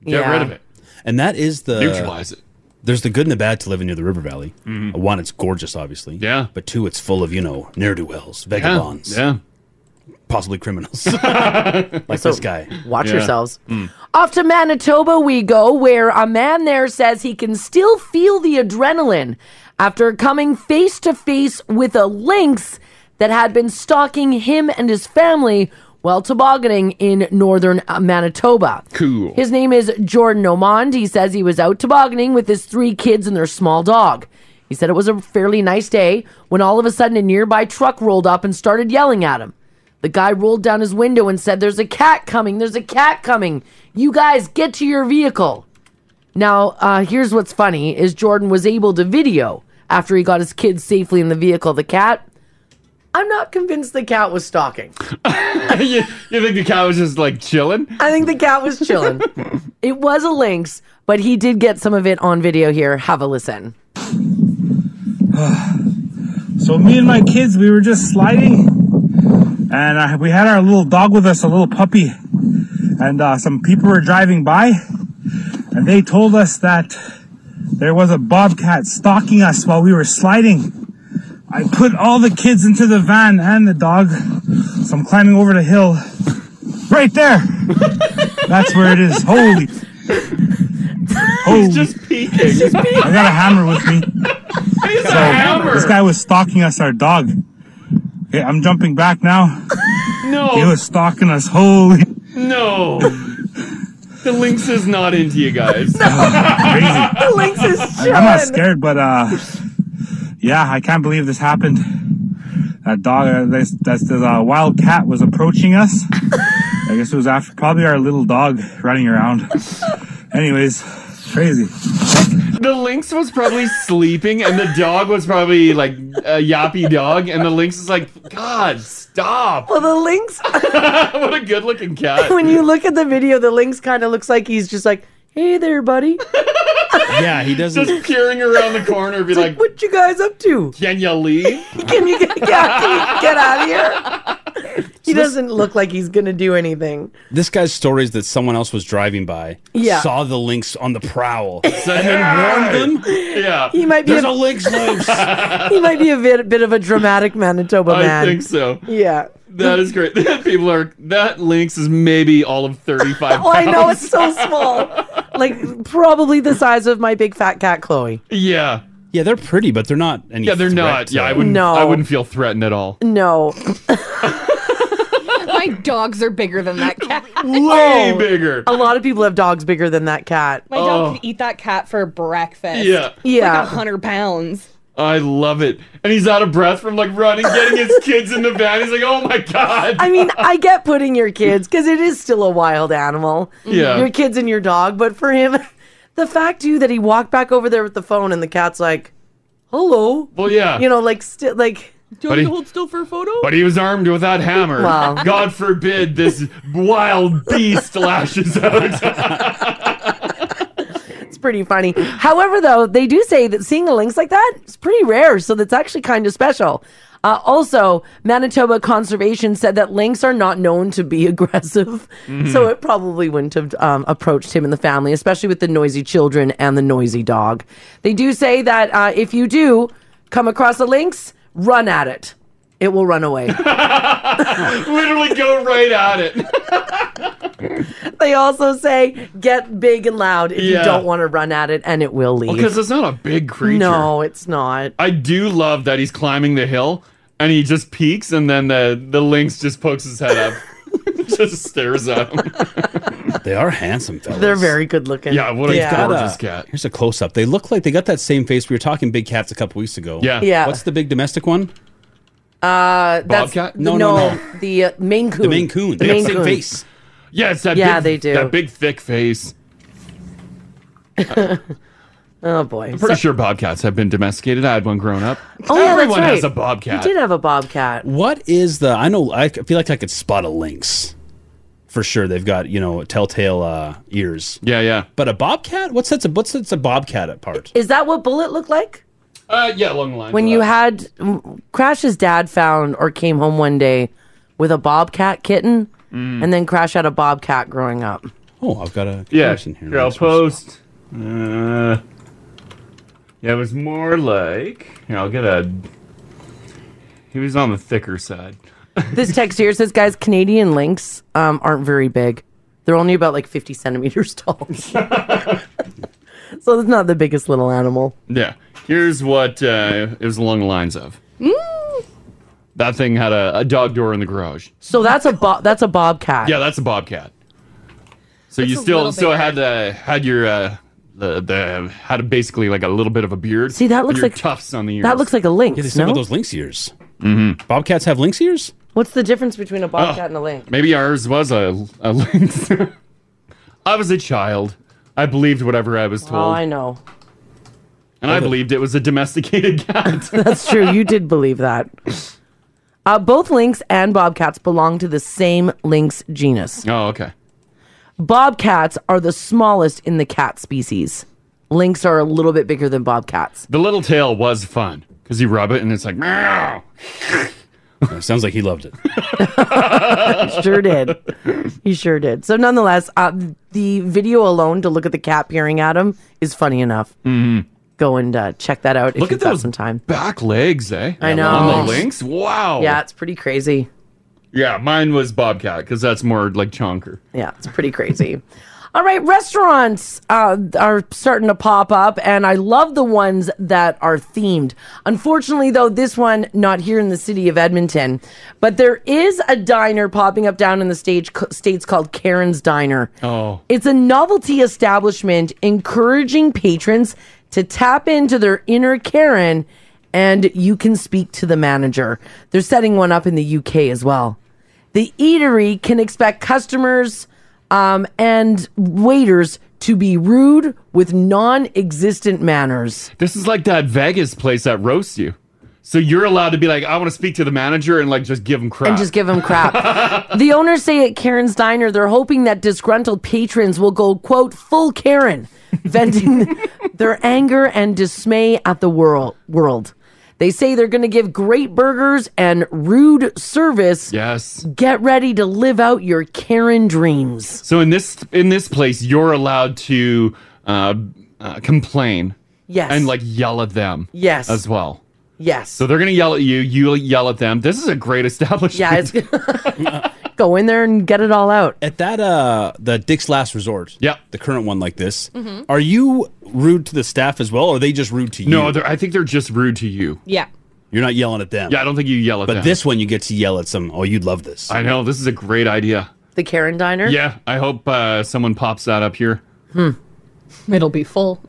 S6: get
S5: Yeah.
S6: rid of it.
S8: And that is the
S6: Neutralize it. Mm-hmm.
S8: There's the good and the bad to living near the river valley. Uh, One, it's gorgeous, obviously. Yeah. But two, it's full of you know ne'er do wells, vagabonds,
S6: Yeah.
S8: possibly criminals, like this guy.
S5: Watch yourselves.
S6: Mm.
S5: Off to Manitoba we go, where a man there says he can still feel the adrenaline after coming face to face with a lynx that had been stalking him and his family while tobogganing in northern uh, Manitoba.
S6: Cool.
S5: His name is Jordan Omond. He says he was out tobogganing with his three kids and their small dog. He said it was a fairly nice day when all of a sudden a nearby truck rolled up and started yelling at him. The guy rolled down his window and said, There's a cat coming, there's a cat coming. You guys get to your vehicle. Now, uh, here's what's funny is Jordan was able to video after he got his kids safely in the vehicle. The cat, I'm not convinced the cat was stalking.
S6: you, you think the cat was just like chilling?
S5: I think the cat was chilling. it was a lynx, but he did get some of it on video here. Have a listen.
S1: So me and my kids, we were just sliding, and uh, we had our little dog with us, a little puppy, and uh, some people were driving by, and they told us that there was a bobcat stalking us while we were sliding. I put all the kids into the van and the dog, so I'm climbing over the hill. Right there. That's where it is. Holy. Holy.
S6: just peeking.
S1: I got a hammer with me.
S6: It's
S1: So, This guy was stalking us, our dog. Okay, I'm jumping back now.
S6: No.
S1: He was stalking us. Holy.
S6: No. the lynx is not into you guys.
S5: the lynx is
S1: I- I'm not scared, but uh, yeah, I can't believe this happened. That dog, uh, this, that's this uh, wild cat was approaching us. I guess it was after probably our little dog running around. Anyways, Crazy.
S6: The lynx was probably sleeping, and the dog was probably like a yappy dog, and the lynx is like, God, stop.
S5: Well, the lynx.
S6: what a good looking cat.
S5: when you look at the video, the lynx kind of looks like he's just like, "Hey there, buddy."
S8: Yeah, he doesn't.
S6: Just peering around the corner, be like,
S5: "What you guys up to?
S6: Can you leave?"
S5: Can you get, yeah, can you get out of here? He doesn't look like he's gonna do anything.
S8: This guy's story is that someone else was driving by,
S5: Yeah.
S8: saw the lynx on the prowl,
S6: and
S8: then warned them.
S6: Yeah,
S5: He might be
S8: There's
S5: a-
S8: a lynx loose.
S5: He might be a bit, bit of a dramatic Manitoba
S6: I
S5: man.
S6: think so.
S5: Yeah.
S6: That is great. People are that lynx is maybe all of thirty-five.
S5: Oh, I know
S6: pounds.
S5: it's so small, like probably the size of my big fat cat Chloe.
S6: Yeah.
S8: Yeah, they're pretty, but they're not any.
S6: Yeah, they're
S8: threat
S6: not.
S8: to-
S6: Yeah, I wouldn't.
S5: No.
S6: I wouldn't feel threatened at all.
S5: No,
S4: My dogs are bigger than that cat.
S6: Way bigger.
S5: Oh, a lot of people have dogs bigger than that cat.
S4: My dog
S6: Oh.
S4: could eat that cat for breakfast.
S6: Yeah.
S5: Yeah.
S4: Like a hundred pounds.
S6: I love it. And he's out of breath from like running, getting his kids in the van. He's like, oh my God.
S5: I mean, I get putting your kids because it is still a wild animal.
S6: Yeah.
S5: Your kids and your dog. But for him, the fact, too, that he walked back over there with the phone and the cat's like, hello.
S6: Well, yeah.
S5: You know, like, sti- like,
S4: Do
S6: But
S4: you
S6: he-
S4: hold still for a photo?
S6: but he was armed with that hammer.
S5: Wow.
S6: God forbid this wild beast lashes out.
S5: it's pretty funny. However, though, they do say that seeing a lynx like that is pretty rare. So that's actually kind of special. Uh, also, Manitoba Conservation said that lynx are not known to be aggressive. So it probably wouldn't have um, approached him and the family, especially with the noisy children and the noisy dog. They do say that uh, if you do come across a lynx, run at it. It will run away.
S6: Literally go right at it.
S5: they also say get big and loud if
S6: Yeah.
S5: you don't want to run at it, and it will leave.
S6: Because Oh, it's not a big creature.
S5: no, it's not.
S6: I do love that he's climbing the hill and he just peeks and then the, the lynx just pokes his head up. just stares at him.
S8: They are handsome fellas.
S5: They're very good looking.
S6: Yeah, what a
S5: yeah.
S6: gorgeous cat.
S8: Here's a close up. They look like they got that same face. We were talking big cats a couple weeks ago.
S6: Yeah.
S5: Yeah.
S8: What's the big domestic one?
S5: Uh, that's
S6: Bobcat?
S5: No,
S8: No,
S5: no,
S8: no,
S5: the uh, Maine Coon.
S8: The Maine Coon.
S5: The
S8: They got
S5: Maine
S8: the same
S5: Coon.
S8: face.
S6: Yeah, it's that
S5: Yeah,
S6: big,
S5: they do.
S6: That big thick face.
S5: Oh boy.
S6: Pretty sure bobcats have been domesticated. I had one grown up.
S5: Oh, yeah, that's
S6: Everyone has
S5: right.
S6: a bobcat.
S5: You did have a bobcat.
S8: What is the? I know. I feel like I could spot a lynx, for sure. They've got you know telltale uh, ears.
S6: Yeah, yeah.
S8: But a bobcat? What's that's a what's that's a bobcat at part?
S5: Is that what Bullet looked like
S6: Uh, yeah, along the line.
S5: when you had mm, Crash's dad found or came home one day with a bobcat kitten,
S6: Mm.
S5: and then Crash had a bobcat growing up.
S8: Oh, I've got a
S6: yeah,
S8: comparison here.
S6: here I'll
S8: Nice one.
S6: post. Uh, yeah, it was more like here. I'll get a. He was on the thicker side.
S5: This text here says, "Guys, Canadian lynx um, aren't very big. They're only about like 50 centimeters tall, so it's not the biggest little animal."
S6: Yeah, here's what uh, it was along the lines of.
S5: Mm.
S6: That thing had a, a dog door in the garage.
S5: So that's a bo- that's a bobcat.
S6: Yeah, that's a bobcat. So you
S4: a
S6: still
S4: little
S6: still
S4: bigger.
S6: had uh, had your uh, the, the had a, basically like a little bit of a beard.
S5: See, that
S6: and
S5: looks
S6: your
S5: like-
S6: tufts on the ears. Mm-hmm.
S5: That looks like a
S8: Yeah, they
S5: lynx.
S8: still
S5: no?
S8: got those lynx ears. Bobcats have lynx ears.
S5: What's the difference between
S6: Oh.
S5: a bobcat and a lynx?
S6: Maybe ours was a, a lynx. I was a child. I believed whatever I was told.
S5: Oh, I know.
S6: and I believed it was a domesticated cat.
S5: That's true. You did believe that. Uh, both lynx and bobcats belong to the same lynx genus.
S6: oh, okay.
S5: Bobcats are the smallest in the cat species. Lynx are a little bit bigger than bobcats.
S6: The little tail was fun because you rub it and it's like meow.
S8: Yeah, sounds like he loved it.
S5: Sure did. You sure did. So, nonetheless, uh, the video alone to look at the cat peering at him is funny enough. Mm-hmm. Go and uh, check that out if
S6: Look
S5: you've
S6: at
S5: got
S6: those
S5: some time.
S6: back legs, eh?
S5: I know.
S6: On the lynx. Wow.
S5: Yeah, it's pretty crazy.
S6: Yeah. Mine was bobcat because that's more like chonker.
S5: Yeah, it's pretty crazy. All right, restaurants uh, are starting to pop up, and I love the ones that are themed. Unfortunately, though, this one not here in the city of Edmonton, but there is a diner popping up down in the stage states called Karen's Diner.
S6: Oh.
S5: It's a novelty establishment encouraging patrons to tap into their inner Karen, and you can speak to the manager. They're setting one up in the UK as well. The eatery can expect customers um, and waiters to be rude with non-existent manners.
S6: This is like that Vegas place that roasts you. So you're allowed to be like, I want to speak to the manager and like just give him crap.
S5: And just give him crap. the owners say at Karen's Diner, they're hoping that disgruntled patrons will go, quote, full Karen, venting their anger and dismay at the world. world. They say they're going to give great burgers and rude service.
S6: Yes.
S5: Get ready to live out your Karen dreams.
S6: So in this in this place, you're allowed to uh, uh, complain.
S5: Yes.
S6: And like yell at them.
S5: Yes.
S6: As well.
S5: Yes.
S6: So they're gonna yell at you. You yell at them. This is a great establishment.
S5: Yeah, it's go in there and get it all out.
S8: At that, uh, the Dick's Last Resort, yeah, the current one like this,
S5: Mm-hmm.
S4: Mhm.
S8: are you rude to the staff as well, or are they just rude to you?
S6: No, they're- I think they're just rude to you.
S4: Yeah.
S8: You're not yelling at them.
S6: Yeah, I don't think you yell at
S8: But
S6: them.
S8: this one, you get to yell at some. Oh, you'd love this.
S6: I know this is a great idea.
S5: The Karen Diner?
S6: Yeah, I hope uh, someone pops that up here.
S4: It'll be full.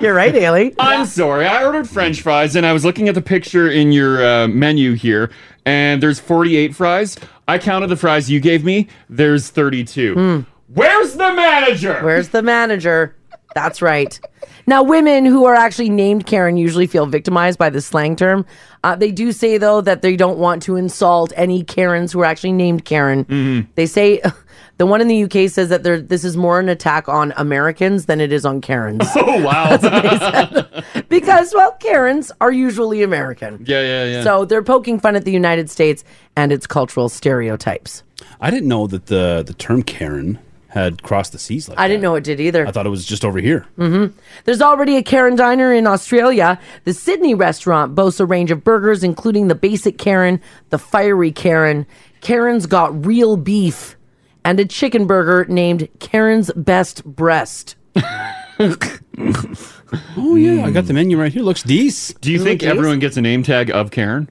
S5: You're right, Haley.
S6: I'm sorry. I ordered French fries, and I was looking at the picture in your uh, menu here, and there's 48 fries. I counted the fries you gave me. There's 32. Where's the manager?
S5: Where's the manager? That's right. Now, women who are actually named Karen usually feel victimized by this slang term. Uh, they do say, though, that they don't want to insult any Karens who are actually named Karen.
S6: Mm-hmm.
S5: They say the one in the UK says that they're- this is more an attack on Americans than it is on Karens.
S6: Oh, wow.
S5: because, well, Karens are usually American.
S6: yeah, yeah, yeah.
S5: So they're poking fun at the United States and its cultural stereotypes.
S8: I didn't know that the the term Karen had crossed the seas like.
S5: I didn't know it did either.
S8: I thought it was just over here.
S5: hmm There's already a Karen Diner in Australia. The Sydney restaurant boasts a range of burgers, including the basic Karen, the fiery Karen. Karen's got real beef, and a chicken burger named Karen's Best Breast.
S8: Oh yeah, I got the menu right here. Looks decent.
S6: Do you think everyone gets a name tag of Karen?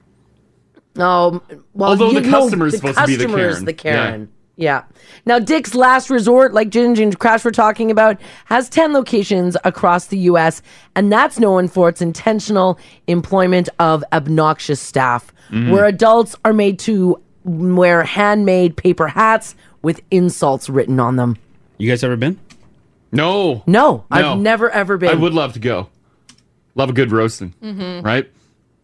S5: Um, well,
S6: Although
S5: you
S6: the
S5: know,
S6: customer's supposed to be the
S5: customer's
S6: Karen.
S5: the
S6: Yeah.
S5: Karen. Yeah. Now, Dick's Last Resort, like Ginge and Crash were talking about, has 10 locations across the U.S., and that's known for its intentional employment of obnoxious staff,
S6: Mm-hmm.
S11: Mhm.
S5: where adults are made to wear handmade paper hats with insults written on them.
S8: You guys ever been?
S6: No.
S5: No, I've never, ever been.
S6: I would love to go. Love a good roasting,
S5: Mhm.
S6: right?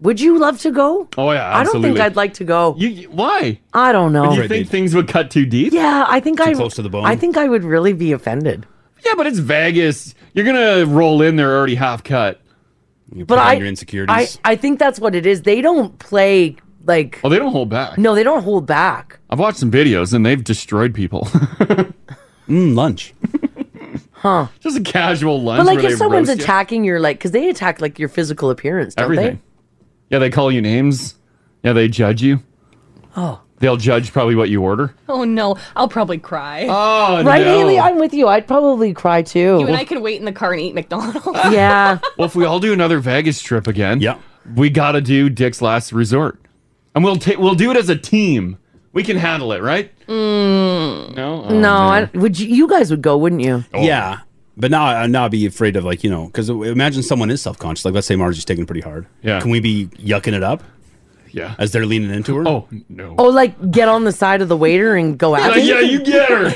S5: Would you love to go?
S6: Oh yeah,
S5: I don't
S6: absolutely.
S5: think I'd like to go.
S6: You, why?
S5: I don't know.
S6: You think things would cut too deep?
S5: Yeah, I think I I
S6: think.
S5: think I would really be offended.
S6: Yeah, but it's Vegas. You're gonna roll in there already half cut.
S8: You
S5: But I,
S6: your
S5: I
S6: insecurities.
S5: I think that's what it is. They don't play like.
S6: oh, they don't hold back.
S5: No, they don't hold back.
S6: I've watched some videos and they've destroyed people.
S8: mm, lunch.
S5: Huh.
S6: Just a casual lunch.
S5: but like,
S6: where
S5: if
S6: they
S5: someone's
S6: roast you.
S5: attacking your like, because they attack like your physical appearance, don't
S6: everything. Yeah, they call you names. Yeah, they judge you.
S5: Oh.
S6: They'll judge probably what you order.
S4: Oh no, I'll probably cry.
S6: Oh
S5: they? Right, Haley, I'm with you. I'd probably cry too.
S4: You and I can wait in the car and eat McDonald's.
S5: yeah.
S6: Well, if we all do another Vegas trip again, yeah, we gotta do Dick's Last Resort, and we'll ta- we'll do it as a team. We can handle it, right?
S5: Mm.
S6: No.
S5: no, I, would you? You guys would go, wouldn't you?
S6: Oh.
S8: Yeah, but now I now I'd be afraid of like you know because imagine someone is self conscious. Like let's say Margie's taking it pretty hard. Yeah, can we be yucking it up?
S6: Yeah,
S8: as they're leaning into her.
S6: Oh no.
S5: Oh, like get on the side of the waiter and go out.
S6: get her.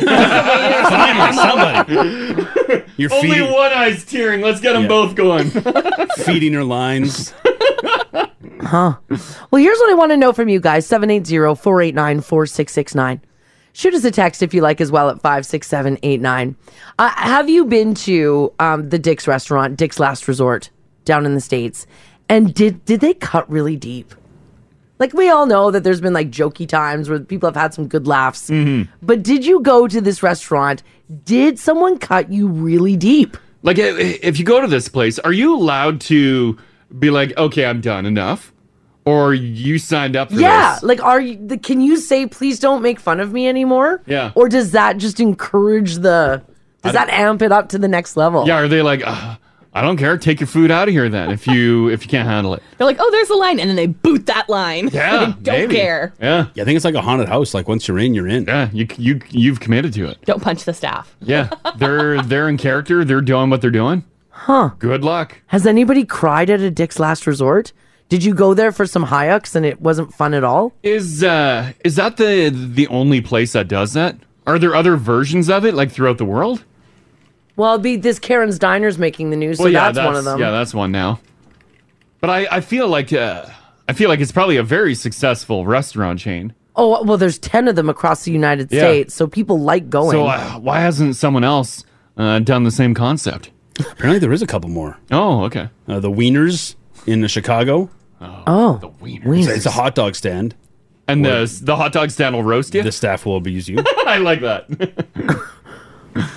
S8: You're
S6: Only
S8: feeding,
S6: one eye's tearing. Let's get them
S8: Yeah.
S6: both going.
S8: feeding her lines.
S5: Huh. Well, here's what I want to know from you guys 780 489 4669. Shoot us a text if you like as well at 56789. Uh, have you been to um, the Dick's restaurant, Dick's Last Resort, down in the States? And did, did they cut really deep? Like, we all know that there's been like jokey times where people have had some good laughs.
S6: Mm-hmm.
S5: But did you go to this restaurant? Did someone cut you really deep?
S6: Like, i- i- if you go to this place, are you allowed to be like, okay, I'm done enough? Or you signed up for
S5: Yeah,
S6: this?
S5: like are you the, can you say please don't make fun of me anymore?
S6: Yeah.
S5: Or does that just encourage the
S6: I
S5: does that amp it up to the next level?
S6: Yeah, are they like, "Ugh, I don't care. Take your food out of here then if you if you can't handle it.
S4: They're like, oh, there's a line, and then they boot that line.
S6: Yeah,
S4: Like, don't
S6: maybe.
S4: care.
S6: Yeah.
S8: I think it's like a haunted house. Like once you're in, you're in.
S6: Yeah, you you you've committed to it.
S4: Don't punch the staff.
S6: Yeah, they're they're in character. They're doing what they're doing.
S5: Huh.
S6: Good luck.
S5: Has anybody cried at a Dick's last resort? Did you go there for some Hayeks and it wasn't fun at all?
S6: Is uh is that the the only place that does that? Are there other versions of it like throughout the world?
S5: Well, be this Karen's Diner's making the news, so that's, one of them.
S6: Yeah, that's one now. But I, I feel like uh, I feel like it's probably a very successful restaurant chain.
S5: oh, well, there's 10 of them across the United
S6: Yeah.
S5: States, so people like going.
S6: So uh, why hasn't someone else uh, done the same concept?
S8: Apparently, there is a couple more.
S6: Oh, okay.
S8: Uh, the Wieners in uh, Chicago.
S6: Oh,
S5: the
S6: Wieners.
S8: It's, it's a hot dog stand.
S6: And the, the hot dog stand will roast you?
S8: The staff will abuse you.
S6: I like that.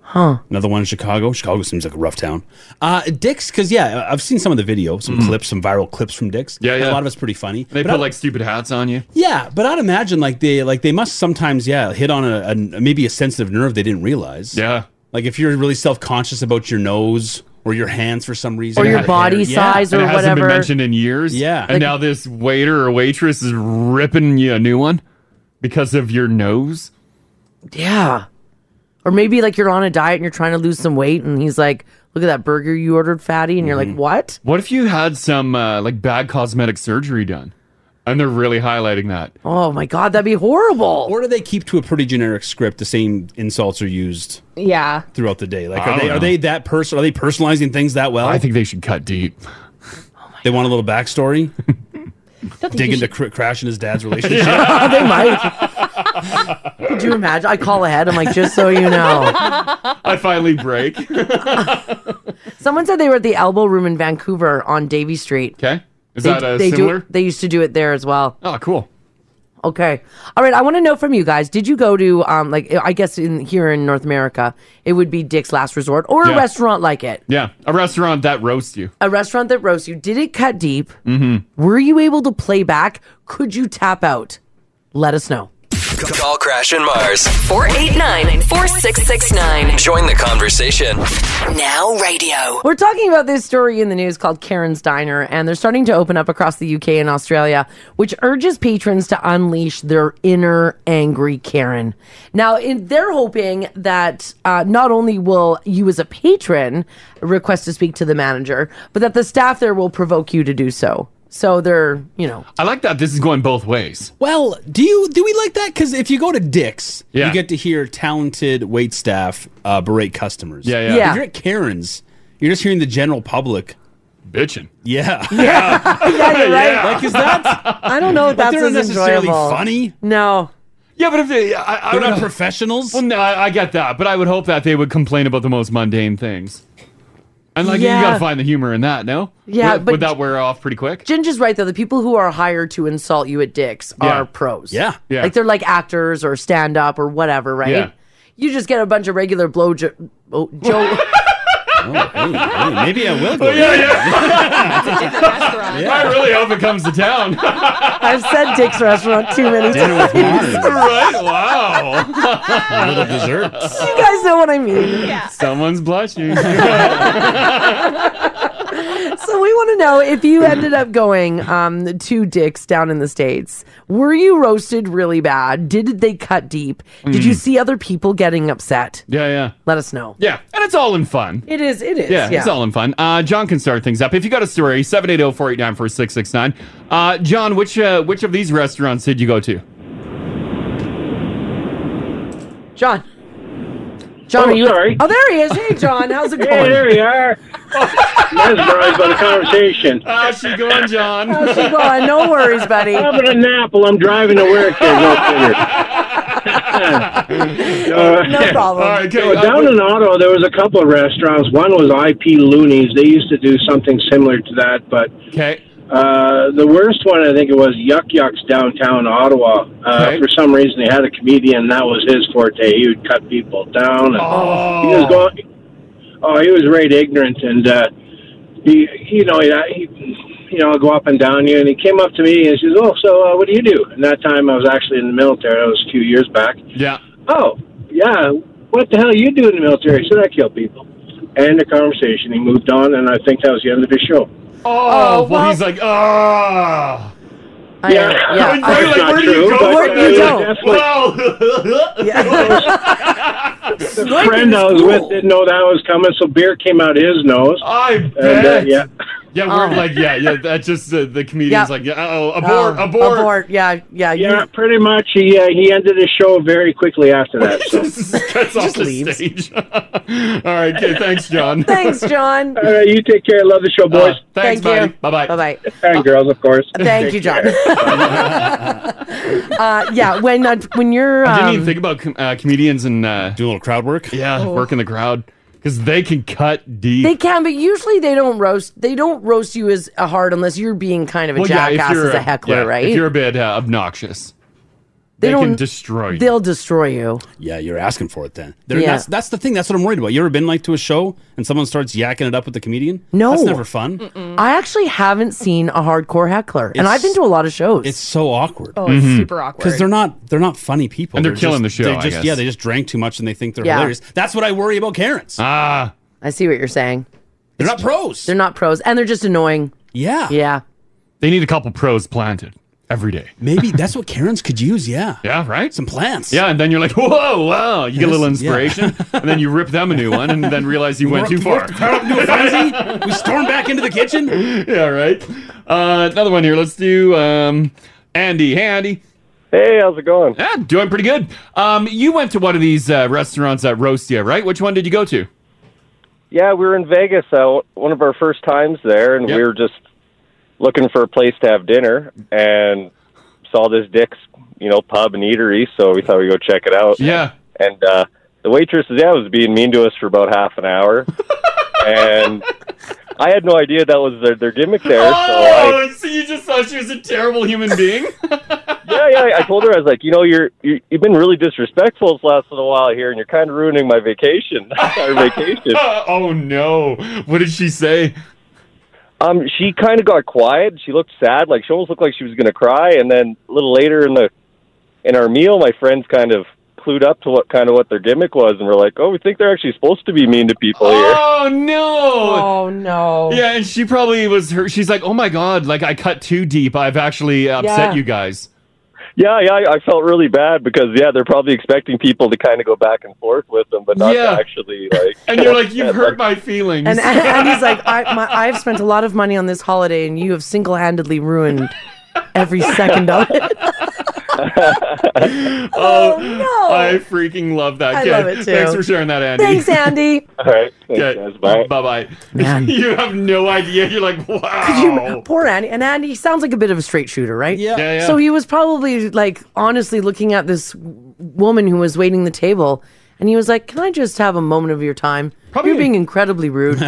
S5: Huh.
S8: Another one in Chicago. Chicago seems like a rough town. Uh, Dick's, because, yeah, I- I've seen some of the video, some clips, some viral clips from Dick's.
S6: Mm. Yeah,
S8: And
S6: yeah.
S8: A lot of it's pretty funny.
S6: They
S8: But
S6: put
S8: I-
S6: like stupid hats on you.
S8: Yeah, but I'd imagine like they like they must sometimes yeah hit on a, a maybe a sensitive nerve they didn't realize.
S6: Yeah,
S8: like if you're really self conscious about your nose or your hands for some reason,
S5: Or your body size
S6: And
S5: or
S6: it hasn't
S5: whatever.
S6: been mentioned in years.
S8: Yeah.
S6: And
S8: Like-
S6: now this waiter or waitress is ripping you a new one because of your nose.
S5: Yeah. Or maybe like you're on a diet and you're trying to lose some weight, and he's like, look at that burger you ordered, fatty. And you're
S6: Mm-hmm.
S5: like, what?
S6: What if you had some uh, like bad cosmetic surgery done? And they're really highlighting that.
S5: Oh my god, that'd be horrible.
S8: Or do they keep to a pretty generic script? The same insults are used
S4: Yeah.
S8: throughout the day. Like
S6: I
S8: are
S6: don't
S8: they
S6: know.
S8: are they that person? Are they personalizing things that well? I
S6: think they should cut deep.
S8: they want a little backstory.
S4: Don't
S8: Dig
S5: you
S8: into cr- Crash and his dad's relationship.
S5: they might. Could you imagine? I call ahead. I'm like, just so you know.
S6: I finally break.
S5: Someone said they were at the Elbow Room in Vancouver on Davy Street.
S6: Okay. Is
S5: they,
S6: that uh,
S5: they do-
S6: similar?
S5: they used to do it there as well.
S6: Oh, cool.
S5: Okay. All right. I want to know from you guys. Did you go to um like I guess in here in North America it would be Dick's Last Resort or a
S6: Yeah.
S5: restaurant like it,
S6: Yeah. A restaurant that roasts you.
S5: a restaurant that roasts you. Did it cut deep?
S6: Mm-hmm.
S5: Were you able to play back? Could you tap out? Let us know.
S2: Call Crash and Mars.
S11: 489 4669.
S2: Join the conversation.
S11: Now radio.
S5: We're talking about this story in the news called Karen's Diner, and they're starting to open up across the UK and Australia, which urges patrons to unleash their inner angry Karen. Now, in, they're hoping that uh, not only will you, as a patron, request to speak to the manager, but that the staff there will provoke you to do so. So they're, you know,
S6: I like that this is going both ways.
S8: Well, do you do we like that? Because if you go to Dick's,
S6: Yeah.
S8: you get to hear talented wait staff uh, berate customers.
S6: Yeah, yeah. Yeah.
S8: If you're at Karen's, you're just hearing the general public
S6: bitching.
S8: Yeah,
S5: yeah, you're right.
S8: Like is that?
S5: I don't know if
S8: Like,
S5: that's
S8: they're
S5: as
S8: not necessarily
S5: enjoyable.
S8: funny.
S5: No.
S6: Yeah, but if they, I, I
S8: They're
S6: would-
S8: not professionals.
S6: Well, no, I, I get that, but I would hope that they would complain about the most mundane things. And like,
S5: Yeah.
S6: you gotta find the humor in that. No.
S5: Yeah,
S6: Would,
S5: but-
S6: would that wear off pretty quick?
S5: Ginger's right though. The people who are hired to insult you at Dick's
S6: Yeah.
S5: are pros.
S6: Yeah. Yeah.
S5: Like they're like actors or stand up or whatever, right?
S6: Yeah.
S5: You just get a bunch of regular blow jo- oh, Joe.
S8: maybe I will
S6: go. Oh, yeah, yeah. I really hope it comes to town.
S5: I've said Dick's restaurant too many
S6: Dinner
S5: times.
S6: with right? Wow. little desserts.
S5: You guys know what I mean.
S6: Someone's blushing.
S5: So we want to know if you ended up going um, to Dick's down in the states. Were you roasted really bad? Did they cut deep? Did you
S6: Mm.
S5: see other people getting upset?
S6: Yeah, yeah.
S5: Let us know.
S6: Yeah, and it's all in fun.
S5: It is. It is.
S6: yeah, it's all in fun. Uh, John can start things up. If you got a story, 780-489-4669. Uh, John, which uh, which of these restaurants did you go to?
S5: John. John,
S6: Oh,
S5: are you?
S6: sorry.
S5: Oh, there he is. Hey, John, how's it
S6: Hey,
S5: going?
S6: there
S12: you are. Mesmerized by the conversation.
S6: How's she going, John?
S5: How's she going? No worries, buddy.
S12: Having a nap while I'm driving to work. There's no figure.
S5: no problem.
S12: So Uh, down in Ottawa, there was a couple of restaurants. One was IP Looney's. They used to do something similar to that, but
S6: okay.
S12: uh, the worst one I think it was Yuck Yucks downtown Ottawa. Uh, For some reason, they had a comedian. That was his forte. He would cut people down. And
S13: Oh,
S12: He was going. Oh, he was right ignorant, and uh, he, you know, he, he, you know, I'll go up and down here, and he came up to me and he says, "Oh, so uh, what do you do?" And that time, I was actually in the military. That was a few years back.
S6: Yeah.
S12: Oh, yeah. What the hell you do in the military? He said, I kill people. And the conversation. He moved on, and I think that was the end of his show.
S6: Oh, well, he's like, ah.
S12: Yeah.
S6: yeah.
S12: That's
S6: You're like,
S12: not
S6: where do you go?
S12: true, but
S6: from
S12: it was
S6: there?
S12: definitely-
S6: Well,
S12: The friend I was with didn't know that was coming, so beer came out his nose.
S6: I
S12: And, uh,
S6: bet.
S12: yeah.
S6: Yeah, we're
S5: Oh.
S6: like, yeah, yeah. That's just the, the comedian's
S5: Yeah.
S6: like, yeah, oh,
S12: Um,
S6: abort,
S5: Oh,
S6: abort.
S5: abort. Yeah, yeah.
S6: Yeah,
S12: pretty much. He uh, he ended his show very quickly after that. So.
S6: Cuts off the stage. All right, okay, thanks, John.
S5: Thanks, John.
S12: All right, you take care. Love the show,
S6: Uh,
S12: boys.
S6: thanks, Thank buddy. you. Bye-bye.
S5: Bye-bye.
S12: And girls, of course.
S5: Thank you, John. uh, yeah, when uh, when you're
S6: I didn't
S5: um,
S6: even think about com- uh, comedians and uh, do a little crowd work. Yeah,
S5: Oh.
S6: work in the crowd because they can cut deep.
S5: they can, but usually they don't roast. They don't roast you as a hard unless you're being kind of a jackass as a heckler,
S6: yeah,
S5: right?
S6: If you're a bit uh, obnoxious,
S5: They
S6: they, can
S5: don't-
S6: destroy. you.
S5: They'll destroy you.
S8: Yeah, you're asking for it then. There-
S5: Yeah.
S8: That's that's the thing. That's what I'm worried about. You ever been like to a show and someone starts yakking it up with the comedian?
S5: No,
S8: that's never fun.
S5: I actually haven't seen a hardcore heckler, and I've been to a lot of shows. It's
S8: so awkward.
S5: Oh,
S8: it's Mhm.
S5: super awkward.
S8: Because they're not they're not funny people,
S6: And they're killing
S8: just-
S6: the show,
S8: They
S6: I
S8: just
S6: guess.
S8: yeah, they just drank too much and they think they're
S5: Yeah.
S8: hilarious. That's what I worry about Karens.
S6: Ah,
S5: Uh, I see what you're saying.
S8: They're not pros.
S5: They're not pros, and they're just annoying.
S8: Yeah,
S5: yeah.
S6: They need a couple pros planted every day.
S8: Maybe that's what Karens could use. Yeah,
S6: Yeah, right.
S8: Some plants.
S6: Yeah, and then you're like, whoa, wow. You get a little
S8: Yes, yeah.
S6: inspiration, and then you rip them a new one, and then realize you went
S8: Worked-
S6: too far.
S8: worked the crowd up into a frenzy. we storm back into the kitchen.
S6: yeah, right. Uh, another one here. Let's do um, Andy. Hey, Andy.
S14: Hey, how's it going?
S6: Yeah, doing pretty good. Um, you went to one of these uh, restaurants at Roastia, right? Which one did you go to?
S14: Yeah, we were in Vegas uh, one of our first times there, and we were just looking for a place to have dinner and saw this Dick's, you know, pub and eatery, so we thought we'd go check it out.
S6: Yeah.
S14: And uh, the waitress, yeah, was being mean to us for about half an hour. and I had no idea that was their, their gimmick there, so I
S6: Oh, so you just thought she was a terrible human being? Oh!
S14: yeah, yeah. I told her I was like, you know, you're, you're you've been really disrespectful this last little while here, and you're kind of ruining my vacation, our vacation.
S6: oh no! What did she say?
S14: Um, she kind of got quiet. She looked sad, like she almost looked like she was going to cry. And then a little later in the in our meal, my friends kind of clued up to what kind of what their gimmick was, and we're like, oh, we think they're actually supposed to be mean to people here.
S6: Oh no!
S5: Oh no!
S6: Yeah, and she probably was. Her, she's like, "Oh my god! Like I cut too deep. I've actually upset
S14: Yeah.
S6: you guys."
S14: Yeah, yeah. I- I felt really bad because yeah, they're probably expecting people to kind of go back and forth with them, but not
S6: Yeah.
S14: to actually like.
S6: And you're like, "You've hurt my feelings."
S5: And, and he's like, I, my, I've spent a lot of money on this holiday, and you have single-handedly ruined every second of it.
S6: oh, no! I freaking love that.
S5: I
S6: kid.
S5: love it, too.
S6: Thanks for sharing that, Andy.
S5: Thanks, Andy.
S14: All right.
S6: Bye. Bye. Bye.
S5: Man.
S6: you have no idea. You're like, wow.
S5: Poor Andy. And Andy sounds like a bit of a straight shooter, right?
S6: Oh. Yeah. Yeah, yeah.
S5: So he was probably like honestly looking at this w- woman who was waiting the table, and he was like, "Can I just have a moment of your time? You're being incredibly rude."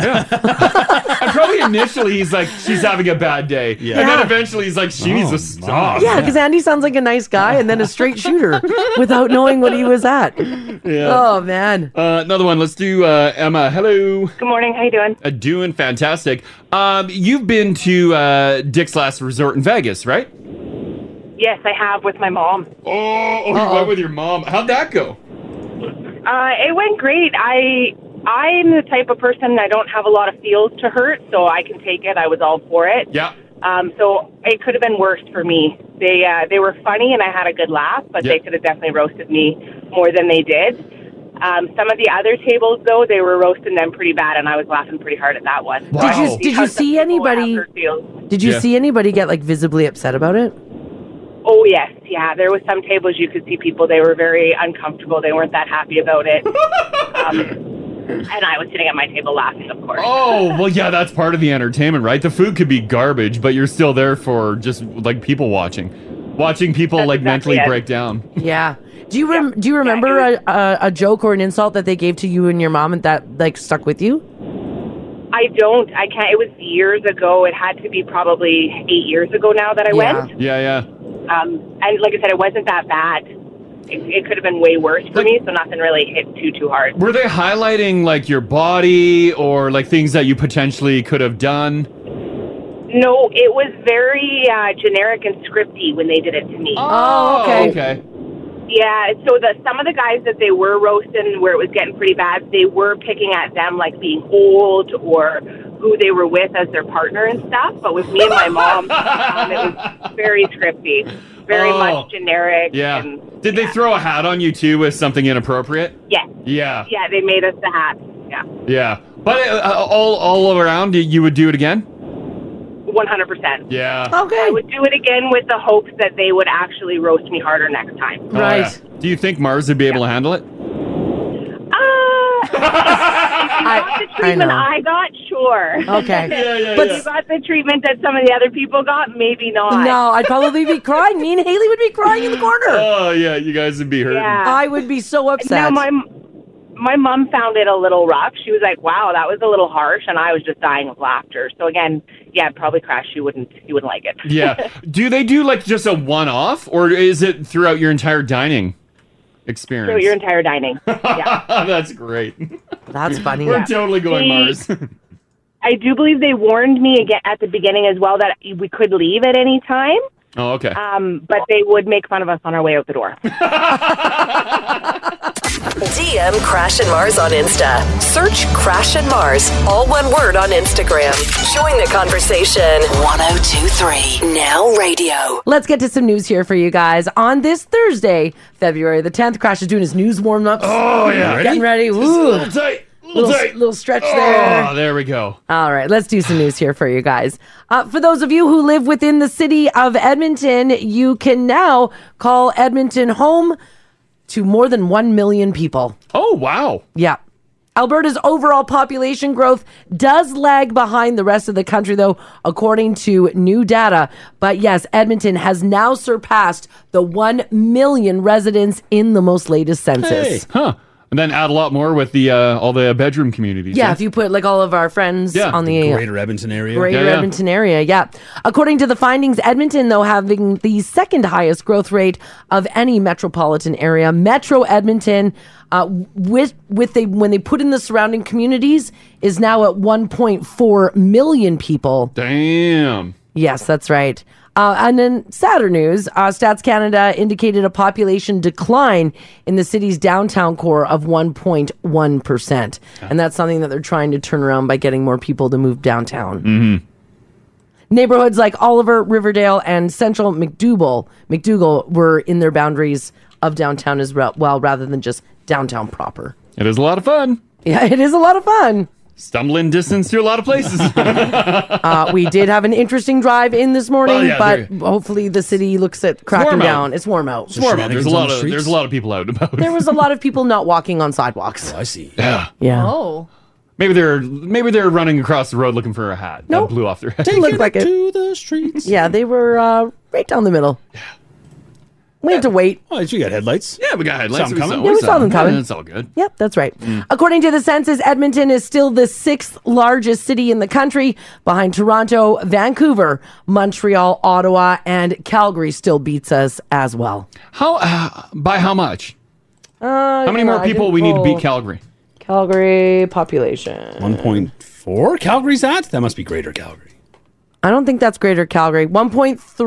S6: and probably initially he's like, she's having a bad day. And
S5: Yeah.
S6: then eventually he's like, she needs to stop.
S5: Yeah, because Andy sounds like a nice guy and then a straight shooter without knowing what he was at. Oh man.
S6: Uh, another one. Let's do uh, Emma. Hello.
S15: Good morning. How you doing?
S6: Uh, doing fantastic. Um, you've been to uh, Dick's Last Resort in Vegas, right?
S15: Yes, I have with my mom.
S6: Oh, Oh, you went with your mom. How'd that go?
S15: Uh, it went great. I I'm the type of person I don't have a lot of feels to hurt, so I can take it. I was all for it.
S6: Yeah.
S15: Um, so it could have been worse for me. They uh, they were funny and I had a good laugh, but
S6: Yeah.
S15: they could have definitely roasted me more than they did. Um, some of the other tables, though, they were roasting them pretty bad, and I was laughing pretty hard at that one.
S5: Did you did you see anybody? Did you
S15: Yeah.
S5: see anybody get like visibly upset about it?
S15: Oh yes, yeah. There was some tables you could see people. They were very uncomfortable. They weren't that happy about it. um, and I was sitting at my table laughing, of course.
S6: Oh, well, yeah, that's part of the entertainment, right? The food could be garbage, but you're still there for just like people watching, watching people like mentally
S5: it.
S6: break down.
S5: Yeah. Do you rem- do you remember a, a, a joke or an insult that they gave to you and your mom and that like stuck with you?
S15: I don't. I can't. It was years ago. It had to be probably eight years ago now that I went.
S6: Yeah, yeah.
S15: Um, and like I said, it wasn't that bad. It, it could have been way worse for me. So nothing really hit too too hard.
S6: Were they highlighting like your body or like things that you potentially could have done?
S15: No, it was very uh, generic and scripty when they did it to me.
S6: Oh,
S16: Oh,
S6: okay.
S15: Yeah, so the some of the guys that they were roasting where it was getting pretty bad, they were picking at them like being old or who they were with as their partner and stuff. But with me and my mom, um, it was very scripty, very
S6: Oh.
S15: much generic.
S6: Yeah. Did they throw a hat on you too with something inappropriate?
S15: Yeah,
S6: Yeah.
S15: yeah, they made us the hats. Yeah.
S6: uh, Yeah. But uh, all all around, you would do it again?
S15: 100%.
S6: Yeah.
S5: Okay. I
S15: would do it again with the hopes that they would actually roast me harder next time.
S6: Oh, yeah. Do you think Mars would be able to handle it?
S15: Not Ah! the treatment
S6: know.
S15: I, got, sure.
S5: Okay. Yeah, yeah,
S15: but
S5: yeah.
S15: you got the treatment that some of the other people got, maybe not.
S5: No, I'd probably be crying. Me and Haley would be crying in the corner.
S6: Oh yeah, you guys would be hurting.
S15: Yeah.
S5: I would be so upset.
S15: Now my my mom found it a little rough. She was like, "Wow, that was a little harsh," and I was just dying of laughter. So again, yeah, probably crash. You wouldn't you wouldn't like it.
S6: Yeah. Do they do like just a one off or is it throughout your entire dining experience?
S15: so your entire dining. Yeah.
S6: That's great.
S5: That's funny.
S6: We're
S15: Yeah.
S6: totally going Mars.
S15: See? I do believe they warned me again at the beginning as well that we could leave at any time.
S6: oh, okay.
S15: Um, but they would make fun of us on our way out the door.
S11: DM Crash and Mars on Insta. Search Crash and Mars, all one word on Instagram. Join the conversation. 1023 Now Radio.
S5: Let's get to some news here for you guys. On this Thursday, February the 10th, Crash is doing his news warm ups.
S6: Oh, yeah. Ready?
S5: Getting ready.
S6: Just a
S5: Woo.
S6: little tight, little tight.
S5: little stretch there.
S6: Oh, there we go.
S5: All right, let's do some news here for you guys. Uh, for those of you who live within the city of Edmonton, you can now call Edmonton home to more than 1 million people.
S6: Oh, wow.
S5: Yeah. Alberta's overall population growth does lag behind the rest of the country, though, according to new data. But yes, Edmonton has now surpassed the 1 million residents in the most latest census.
S6: Hey. Huh. And then add a lot more with the uh, all the bedroom communities.
S5: Yeah, if you put like all of our friends on the, uh,
S6: Edmonton area.
S5: Greater Edmonton area, yeah. According to the findings, Edmonton, though, having the second highest growth rate of any metropolitan area, Metro Edmonton, uh, with with they when they put in the surrounding communities, is now at 1.4 million people.
S6: Damn.
S5: Yes, that's right. Uh, and then sadder news, uh, Stats Canada indicated a population decline in the city's downtown core of 1.1%. And that's something that they're trying to turn around by getting more people to move downtown.
S6: Mm-hmm.
S5: Neighborhoods like Oliver, Riverdale, and Central McDougal, McDougal were in their boundaries of downtown as re- well, rather than just downtown proper.
S6: It is a lot of fun.
S5: Yeah, it is a lot of fun.
S6: Stumbling distance to a lot of places.
S5: Uh, we did have an interesting drive in this morning,
S6: Well, yeah,
S5: but hopefully the city looks at cracking
S6: warm out.
S5: down. It's warm out.
S6: It's warm up. There's a lot of there's a lot of people out and about.
S5: there was a lot of people not walking on sidewalks.
S6: Oh, I see. Yeah.
S5: Yeah.
S4: Oh.
S6: Maybe they're maybe they're running across the road looking for a hat that blew off their head.
S5: Didn't look like it. To
S8: the streets.
S5: Yeah, they were uh, right down the middle. We had to wait.
S8: Oh, you got headlights?
S6: Yeah, we got headlights.
S8: Saw 'em coming.
S5: Yeah, we saw them coming. Uh,
S6: It's all good. Mm.
S5: Yep, that's right. According to the census, Edmonton is still the sixth largest city in the country, behind Toronto, Vancouver, Montreal, Ottawa, and Calgary. Still beats us as well.
S6: How uh, by how much?
S5: Uh,
S6: How many more people we need to beat Calgary?
S5: Calgary population.
S8: 1.4 Calgary's at? That must be greater Calgary.
S5: I don't think that's Greater Calgary.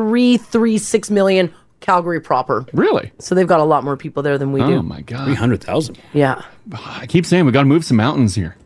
S5: 1.336 million Calgary proper.
S6: Really?
S5: So they've got a lot more people there than we do.
S6: oh my god, three hundred thousand.
S5: Yeah.
S6: I keep saying we got to move some mountains here.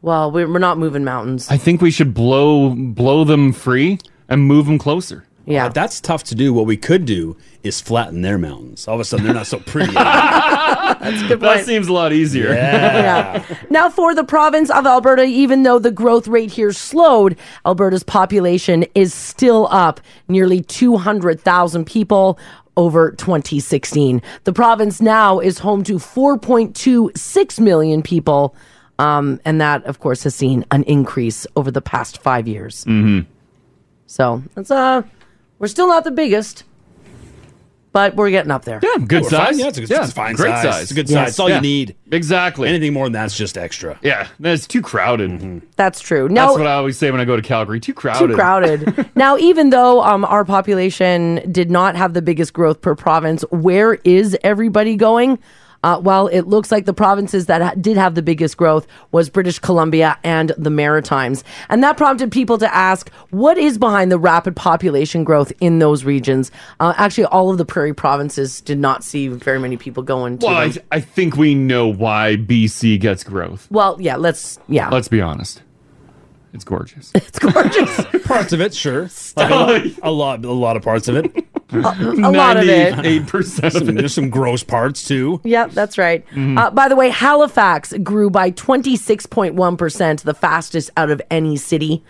S5: Well, we're, we're not moving mountains.
S6: I think we should blow blow them free and move them closer.
S5: Yeah.
S8: that's tough to do. What we could do is flatten their mountains. All of a sudden, they're not so pretty.
S6: That seems a lot easier.
S8: Yeah.
S5: Now, for the province of Alberta, even though the growth rate here slowed, Alberta's population is still up nearly 200,000 people over 2016. The province now is home to 4.26 million people. Um, and that, of course, has seen an increase over the past five years.
S6: Mm-hmm.
S5: So that's uh, we're still not the biggest, but we're getting up there.
S6: Yeah, good size. great size.
S8: It's a good size. It's all you need.
S6: Exactly.
S8: Anything more than that's just extra. Mm-hmm.
S6: Yeah, that's too crowded.
S5: That's true.
S6: That's
S5: Now,
S6: what I always say when I go to Calgary. Too crowded.
S5: too crowded. now, even though um, our population did not have the biggest growth per province, where is everybody going? Uh, well, it looks like the provinces that ha- did have the biggest growth was British Columbia and the Maritimes. And that prompted people to ask, what is behind the rapid population growth in those regions? Uh, actually, all of the prairie provinces did not see very many people going to
S6: Well, I,
S5: them.
S6: I think we know why BC gets growth.
S5: Well, yeah, let's, yeah.
S6: Let's be honest. It's gorgeous.
S8: Parts of it, sure. Like a, lo- a lot, a lot of parts of it. A,
S5: lot of it.
S6: percent
S8: of it. There's some gross parts too.
S5: Yep, that's right.
S6: Mm-hmm.
S8: Mhm.
S5: Uh, by the way, Halifax grew by 26.1%, the fastest out of any city.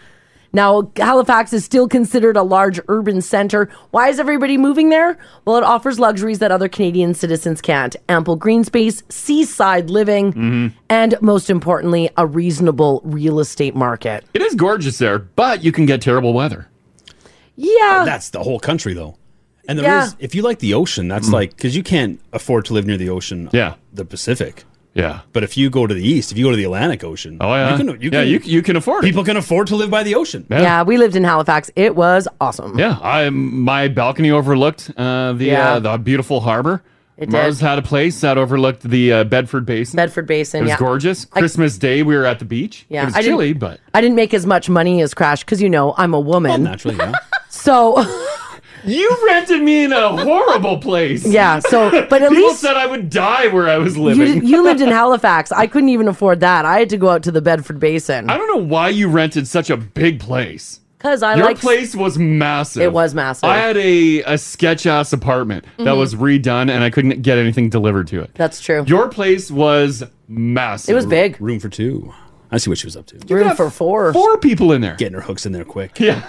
S5: Now, Halifax is still considered a large urban center. Why is everybody moving there? Well, it offers luxuries that other Canadian citizens can't ample green space, seaside living,
S6: Mm-hmm.
S5: and most importantly, a reasonable real estate market.
S6: It is gorgeous there, but you can get terrible weather.
S5: Yeah.
S8: That's the whole country though. And there is,
S5: Yeah.
S8: if you like the ocean, that's like because you can't afford to live near the ocean. Yeah, the Pacific.
S6: Yeah,
S8: but if you go to the east, if you go to the Atlantic Ocean, oh
S6: yeah.
S8: you can, you
S6: Yeah,
S8: can,
S6: you- can afford.
S8: People can afford to live by the ocean.
S5: Yeah. we lived in Halifax. It was awesome.
S6: Yeah, I my balcony overlooked uh, the uh, the beautiful harbor.
S5: It did.
S6: Mars had a place that overlooked the uh, Bedford Basin.
S5: Bedford Basin,
S6: It was
S5: yeah.
S6: gorgeous.
S5: I-
S6: Christmas Day, we were at the beach.
S5: Yeah,
S6: it was
S5: I didn't-
S6: chilly, but
S5: I didn't make as much money as Crash because you know I'm a woman.
S8: naturally, yeah.
S5: so
S6: you rented me in a horrible place.
S5: Yeah, so- but at
S6: people
S5: least-
S6: said I would die where I was
S5: you,
S6: living.
S5: you lived in Halifax. I couldn't even afford that. I had to go out to the Bedford Basin
S6: I don't know why you rented such a big place.
S5: because I
S6: Your
S5: like
S6: place was massive.
S5: It was massive.
S6: I had a, a sketch ass apartment that
S5: Mhm.
S6: was redone and I couldn't get anything delivered to it.
S5: That's true.
S6: Your place was massive.
S5: It was big.
S8: Room for two. I see what she was up to.
S5: room for four.
S6: Four people in there.
S8: Getting her hooks in there quick.
S6: Yeah.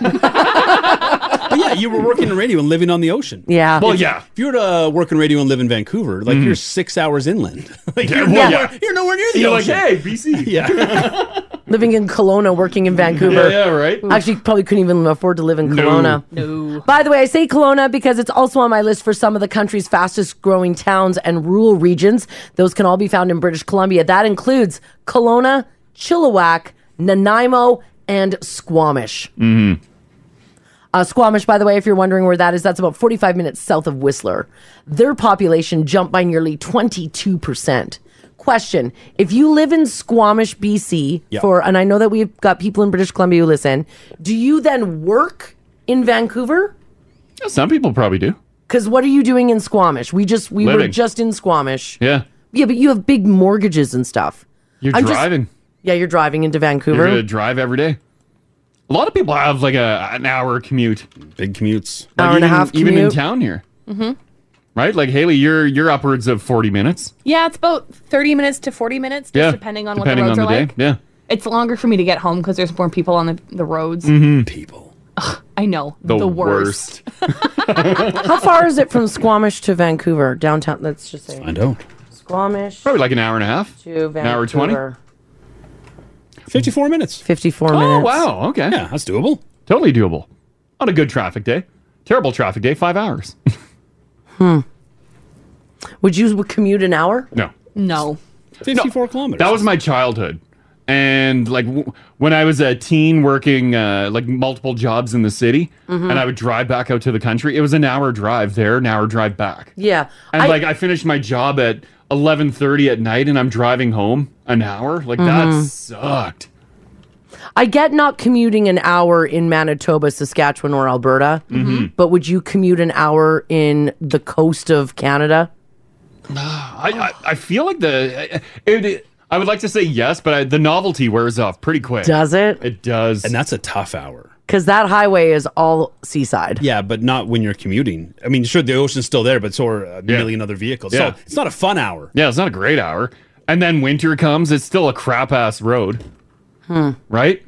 S8: but yeah, you were working in radio and living on the ocean.
S5: Yeah.
S6: Well, yeah.
S8: If you were to uh, work in radio and live in Vancouver, like you're six hours inland. like
S6: Yeah,
S8: you're,
S6: well,
S8: nowhere,
S6: Oh, yeah.
S8: you're nowhere near the
S6: You're like,
S8: ocean.
S6: hey, BC.
S8: yeah.
S5: living in Kelowna, working in Vancouver.
S6: Yeah, yeah, right.
S5: Actually, probably couldn't even afford to live in
S6: No.
S5: Kelowna. No. By the way, I say Kelowna because it's also on my list for some of the country's fastest growing towns and rural regions. Those can all be found in British Columbia. That includes Kelowna, Chilliwack, Nanaimo, and Squamish.
S6: Mm-hmm.
S5: Uh, Squamish, by the way, if you're wondering where that is, that's about 45 minutes south of Whistler. Their population jumped by nearly 22%. Question If you live in Squamish, BC,
S16: Yeah.
S5: for, and I know that we've got people in British Columbia who listen, do you then work in Vancouver?
S6: Some people probably do.
S5: Because what are you doing in Squamish? We just, we were
S6: Living.
S5: just in Squamish.
S6: Yeah.
S5: Yeah, but you have big mortgages and stuff.
S6: You're
S5: I'm just-
S6: driving.
S5: yeah, you're driving into Vancouver.
S6: You're gonna drive every day. A lot of people have like a an hour commute.
S8: Big commutes.
S5: Hour and a half
S6: Even in
S5: commute.
S6: town here,
S4: hmm
S6: right? Like Haley, you're you're upwards of forty minutes.
S4: Yeah, it's about 30 minutes to 40 minutes, just
S6: yeah,
S4: depending on
S6: depending
S4: what the roads
S6: on the
S4: are
S6: day.
S4: like.
S6: Yeah.
S4: It's longer for me to get home because there's more people on the, the roads.
S6: Mm-hmm.
S8: People.
S4: I know.
S6: The,
S4: The, worst.
S6: worst.
S5: How far is it from Squamish to Vancouver downtown? Let's just say
S6: I don't.
S5: Squamish.
S6: Probably like an hour and a half.
S5: To
S6: An hour twenty.
S5: Vancouver.
S8: 54 minutes.
S5: 54
S6: Oh
S5: minutes.
S6: wow. Okay. Yeah,
S8: that's doable.
S6: Totally doable. On a good traffic day. Terrible traffic day. Five hours.
S5: Hmm. Would you commute an hour?
S6: no.
S4: No.
S8: 54 kilometers.
S6: That was my childhood. And like w- when I was a teen working uh, like multiple jobs in the city
S5: Mhm.
S6: and I would drive back out to the country, it was an hour drive there, an hour drive back.
S5: Yeah.
S6: And
S5: I-
S6: like I finished my job at 11:30 at night and I'm driving home an hour. Like that
S5: Mhm.
S6: sucked.
S5: I get not commuting an hour in Manitoba, Saskatchewan, or Alberta,
S6: Mhm.
S5: but would you commute an hour in the coast of Canada?
S6: I, I I feel like the it, I would like to say yes, but I, the novelty wears off pretty quick.
S5: Does it?
S6: It does. And
S8: that's a tough hour.
S5: Because that highway is all seaside.
S8: Yeah, but not when you're commuting. I mean, sure, the ocean's still there, but so are uh, a million other vehicles.
S6: Yeah.
S8: So it's not a fun hour.
S6: Yeah, it's not a great hour. And then winter comes, it's still a crap ass road,
S5: Hmm.
S6: right?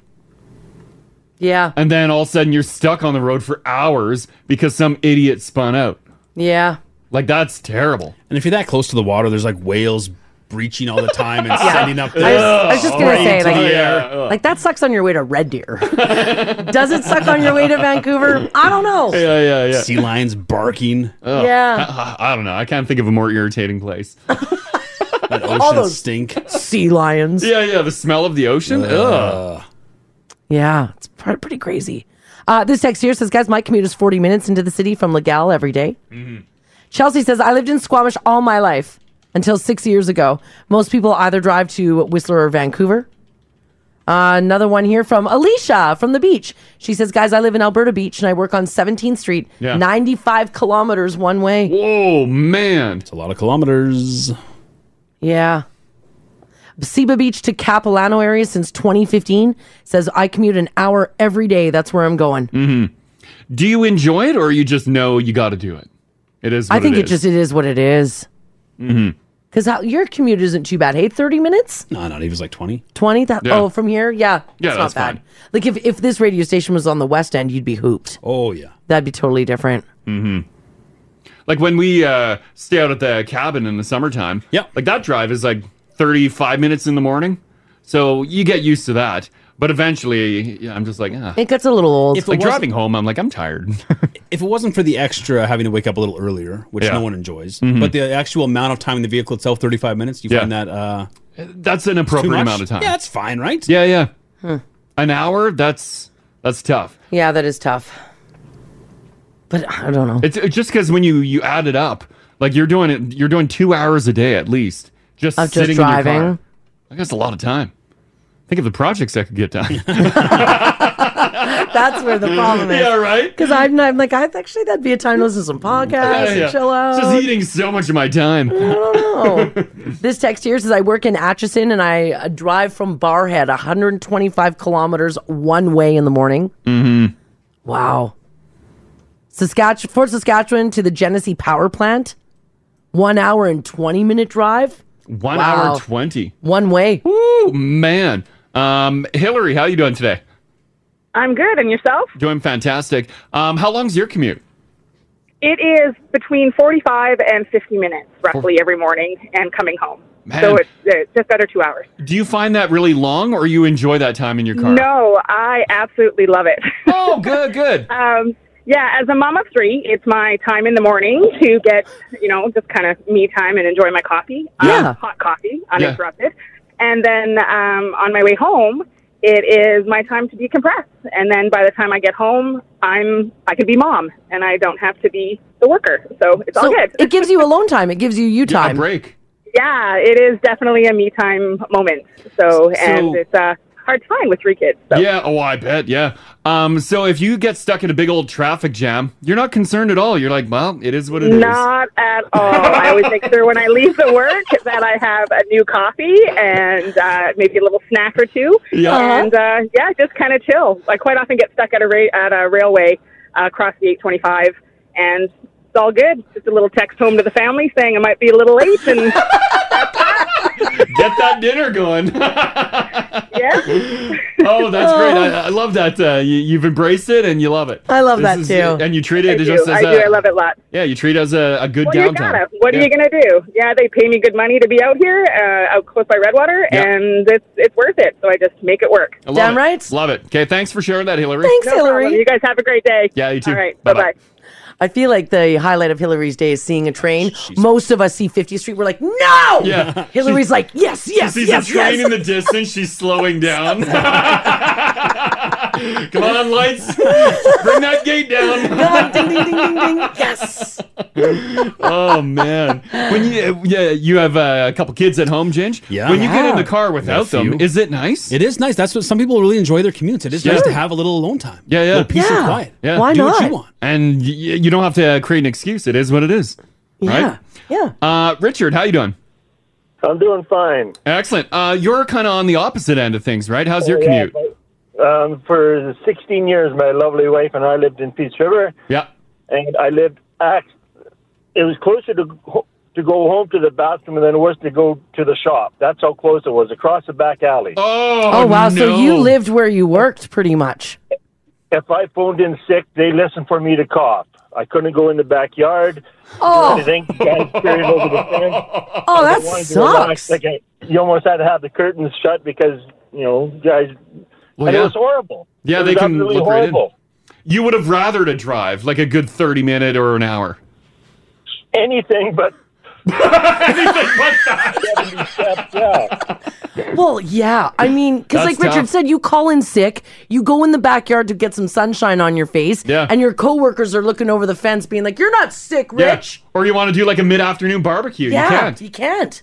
S5: Yeah.
S6: And then all of a sudden you're stuck on the road for hours because some idiot spun out.
S5: Yeah.
S6: Like that's terrible.
S8: And if you're that close to the water, there's like whales breaching all the time and
S5: Yeah.
S8: sending up.
S5: I was, I was just gonna
S8: spray
S5: say,
S8: into
S5: like,
S8: the air.
S5: like that sucks on your way to Red Deer. Does it suck on your way to Vancouver? I don't know.
S6: yeah, yeah.
S8: Sea lions barking.
S6: Ugh.
S5: Yeah.
S6: I, I- I don't know. I can't think of a more irritating place.
S8: that
S5: All those sea lions.
S6: Yeah, yeah. The smell of the ocean. Ugh.
S5: Yeah, it's pr- pretty crazy. Uh, this text here says, guys, my commute is 40 minutes into the city from Legal every day.
S17: Mm-hmm.
S5: Chelsea says, I lived in Squamish all my life until six years ago. Most people either drive to Whistler or Vancouver. Uh, another one here from Alicia from the beach. She says, Guys, I live in Alberta Beach and I work on 17th Street,
S6: Yeah.
S5: 95 kilometers one way.
S6: Whoa, Oh, man. It's
S8: a lot of kilometers.
S5: Yeah. Seba Beach to Capilano area since 2015 says, I commute an hour every day. That's where I'm going.
S6: hmm Do you enjoy it, or you just know you got to do it? It is. What
S5: I think it,
S6: is.
S5: just it is what it is.
S6: Mhm.
S5: Because how your commute isn't too bad. Hey, 30 minutes?
S8: No, no, he was like twenty.
S5: 20? That,
S8: Yeah.
S5: Oh, from here? Yeah.
S8: Yeah,
S5: it's
S8: that's
S5: not bad.
S8: fine.
S5: Like if, if this radio station was on the West End, you'd be hooped.
S8: Oh, yeah.
S5: That'd be totally different.
S6: Mm-hmm. Like when we uh, stay out at the cabin in the summertime. Yeah. Like that drive is like 35 minutes in the morning. So you get used to that. But eventually, yeah, I'm just like, ah.
S5: It gets a little old.
S6: If like driving home, I'm like, I'm tired.
S8: if it wasn't for the extra having to wake up a little earlier, which
S6: Yeah.
S8: no one enjoys,
S6: Mhm.
S8: but the actual amount of time in the vehicle itself, 35 minutes, you
S6: Yeah.
S8: find that uh,
S6: that's an appropriate amount of time.
S8: Yeah, that's fine, right?
S6: yeah, yeah. An hour, that's that's tough.
S5: Yeah, that is tough. But I don't know.
S6: It's, it's just because when you you add it up, like you're doing it, you're doing two hours a day at least, just
S5: Of just
S6: sitting In your
S5: driving.
S6: car. Like, that's a lot of time. Think of the projects that could get done.
S5: That's where the problem is.
S6: Yeah, right?
S5: Because I'm, not- I'm like, I actually that'd be a time to listen to some podcasts and chill out.
S6: Just eating so much of my time.
S5: Oh. this text here says I work in Atchison and I uh, drive from Barhead 125 kilometers one way in the morning.
S6: Mm-hmm.
S5: Wow. Saskatchewan, Fort Saskatchewan to the Genesee Power Plant, one hour and 20 minute drive.
S6: One
S5: Wow.
S6: hour twenty.
S5: One way.
S6: Woo, man. Um, Hillary, how you doing today?
S16: I'm good. And yourself?
S6: Doing fantastic. Um, how long's your commute?
S16: It is between 45 and 50 minutes, roughly, every morning and coming home.
S6: Man.
S16: So it's, it's just under two hours.
S6: Do you find that really long, or you enjoy that time in your car?
S16: No, I absolutely love it.
S6: Oh, good, good.
S16: um, yeah, as a mom of three, it's my time in the morning to get, you know, just kind of me time and enjoy my coffee.
S5: Yeah.
S16: Um, hot coffee, uninterrupted. And then um, on my way home, it is my time to decompress. And then by the time I get home, I'm I can be mom and I don't have to be the worker. So it's all
S5: So
S16: good.
S5: it gives you alone time. It gives you you time.
S6: break.
S16: Yeah, it is definitely a me time moment. So, and it's a hard time with three kids.
S6: Yeah. Oh, I bet. Yeah. Um, so if you get stuck in a big old traffic jam, you're not concerned at all. You're like, well, it is what it is.
S16: Not at all. I always make sure when I leave the work that I have a new coffee and uh, maybe a little snack or two.
S6: Yeah. Uh-huh.
S16: And uh, yeah, just kind of chill. I quite often get stuck at a ra- at a railway uh, across the 825, and it's all good. Just a little text home to the family saying I might be a little late, and
S6: Get that dinner going.
S16: yeah.
S6: Oh, that's great. I, I love that. Uh, you, you've embraced it and you love it.
S16: I love that
S6: is-
S16: too.
S6: And you treat
S16: I
S6: it
S16: do.
S6: just as
S16: I
S6: a
S16: do. I love it a lot.
S6: Yeah, you treat it as a, a good
S16: Well, you
S6: downtime.
S16: gotta. What
S6: yeah.
S16: are you gonna do? Yeah, they pay me good money to be out here, uh, out close by Redwater,
S6: Yeah.
S16: and it's it's worth it. So I just make it work.
S6: I love it. Love it. Okay, thanks for sharing that, Hillary.
S16: No problem. You guys have a great day.
S6: Yeah, you too.
S16: All right.
S6: Bye-bye.
S16: bye.
S5: I feel like the highlight of Hillary's day is seeing a train. Most of us see 50th Street. We're like, no.
S6: Yeah.
S5: Hillary's like, yes, yes,
S6: she sees
S5: yes,
S6: a train
S5: yes.
S6: in the distance. She's slowing down. Come on, lights. Bring that gate down.
S5: ding, ding, ding, ding, ding. Yes.
S6: oh man, when you yeah you have uh, a couple kids at home, Ginge.
S8: Yeah.
S6: When you get in
S8: Yeah.
S6: the car
S8: Got a
S6: without them,
S8: few.
S6: is it nice?
S8: It is nice. That's what some people really enjoy their commutes. It is
S6: Yeah.
S8: nice to have a little alone time.
S6: Yeah, yeah.
S8: Little peace and Yeah. quiet.
S6: Yeah.
S8: Why Do what you not? want.
S6: And y- y- you don't have to create an excuse. It is what it is.
S5: Yeah.
S6: Right?
S5: Yeah.
S6: Uh, Richard, how you doing?
S13: I'm doing fine.
S6: Excellent. Uh, you're kind of on the opposite end of things, right? How's your
S13: Oh, yeah,
S6: commute?
S13: but, um, for 16 years, my lovely wife and I lived in Peace River,
S6: Yeah.
S13: and I lived at. It was closer to ho- to go home to the bathroom than it was to go to the shop. That's how close it was, across the back alley.
S6: Oh,
S5: Oh, wow. So you lived where you worked pretty much.
S13: If I phoned in sick, they listened for me to cough. I couldn't go in the backyard.
S5: Oh.
S13: I think guys carried over the fence. I
S5: Oh, that
S13: wanted to relax,
S5: sucks.
S13: Like I, you almost had to have the curtains shut because you know guys.
S6: Well,
S13: and
S6: yeah.
S13: it was horrible.
S6: Yeah,
S13: It
S6: they
S13: was
S6: can
S13: absolutely
S6: look right in.
S13: horrible.
S6: You would have rather to drive like a good 30 minute or an hour.
S13: Anything but
S5: Well, yeah. I mean, because
S6: That's
S5: like Richard
S6: tough.
S5: said, you call in sick, you go in the backyard to get some sunshine on your face,
S6: Yeah.
S5: and your coworkers are looking over the fence, being like, "You're not sick,
S6: Yeah.
S5: Rich."
S6: Or you want to do like a mid afternoon barbecue.
S5: Yeah,
S6: You can't.
S5: You can't.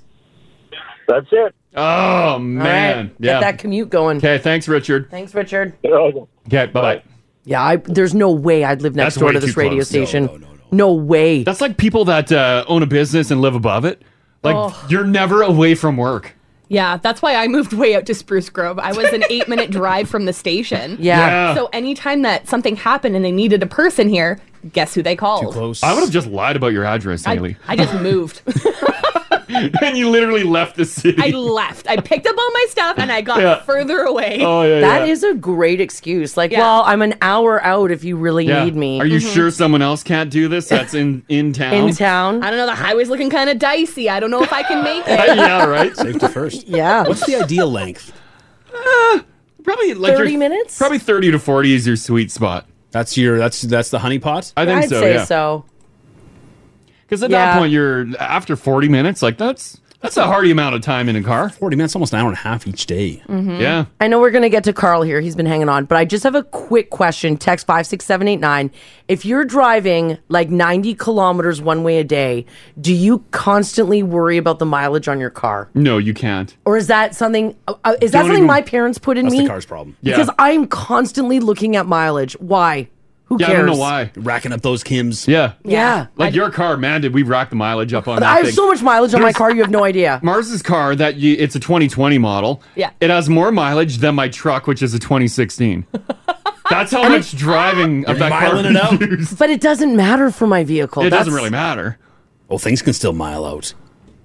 S13: That's it.
S6: Oh, man.
S5: right, get
S6: Yeah.
S5: that commute going.
S6: Okay, thanks, Richard.
S5: Thanks, Richard.
S6: Okay, bye bye.
S5: Yeah, I, there's no way I'd live next
S6: That's
S5: door
S6: way
S5: to this
S6: too
S5: radio
S6: close. No,
S5: station.
S6: no,
S5: No way.
S6: That's like people that uh, own a business and live above it. Like,
S4: Oh.
S6: you're never away from work.
S4: Yeah, that's why I moved way out to Spruce Grove. I was an eight minute drive from the station.
S6: Yeah. Yeah.
S4: So anytime that something happened and they needed a person
S5: Oh.
S4: here, guess who they called?
S6: I would have just lied about your address,
S4: I-
S6: Haley.
S4: I just moved.
S6: and you literally left the city.
S4: I left. I picked up all my stuff and I got
S6: Yeah. Oh,
S4: further away.
S5: That is a great excuse. Like, well, I'm an hour out if you really
S6: Yeah.
S5: need me. Mm-hmm.
S6: Are you
S4: Mm-hmm.
S6: sure someone else can't do this? That's in in town.
S5: town.
S4: I don't know. The highway's looking kind of dicey. I don't know if I can make it.
S6: yeah, right.
S8: Safety first.
S5: Yeah.
S8: What's the ideal length?
S6: probably
S4: like 30
S6: your-
S4: minutes?
S6: Probably thirty to forty is your sweet spot.
S8: That's your that's that's the honeypot.
S6: I think
S5: would
S6: so.
S5: say
S6: yeah.
S5: so.
S6: Because at
S5: Yeah.
S6: that point, you're after 40 minutes. Like that's that's a hearty amount of time in a car.
S8: 40 minutes, almost an hour and a half each day.
S5: Mhm.
S6: Yeah.
S5: I know we're going to get to Carl here. He's been hanging on, but I just have a quick question. Text 56789. If you're driving like 90 kilometers one way a day, do you constantly worry about the mileage on your car?
S6: No, you can't.
S5: Or is that something? Uh, uh, is that
S6: Don't
S5: something
S6: even-
S5: my parents put in
S6: That's
S5: me?
S6: the car's problem. Yeah.
S5: Because I'm constantly looking at mileage. Why? Who
S6: yeah,
S5: cares?
S6: I don't know why.
S8: Racking up those Kims.
S6: Yeah.
S5: Yeah.
S6: Like your car, man, did we rack the mileage up on that
S5: I have
S6: thing.
S5: so much mileage on my
S6: There's-
S5: car. You have no idea.
S6: Mars's car that you, it's a 2020 model.
S5: Yeah.
S6: It has more mileage than my truck, which is a 2016. That's how much driving of that car.
S8: miling it out.
S5: But it doesn't matter for my vehicle.
S6: It doesn't
S5: That's-
S6: really matter.
S8: Well, things can still mile out.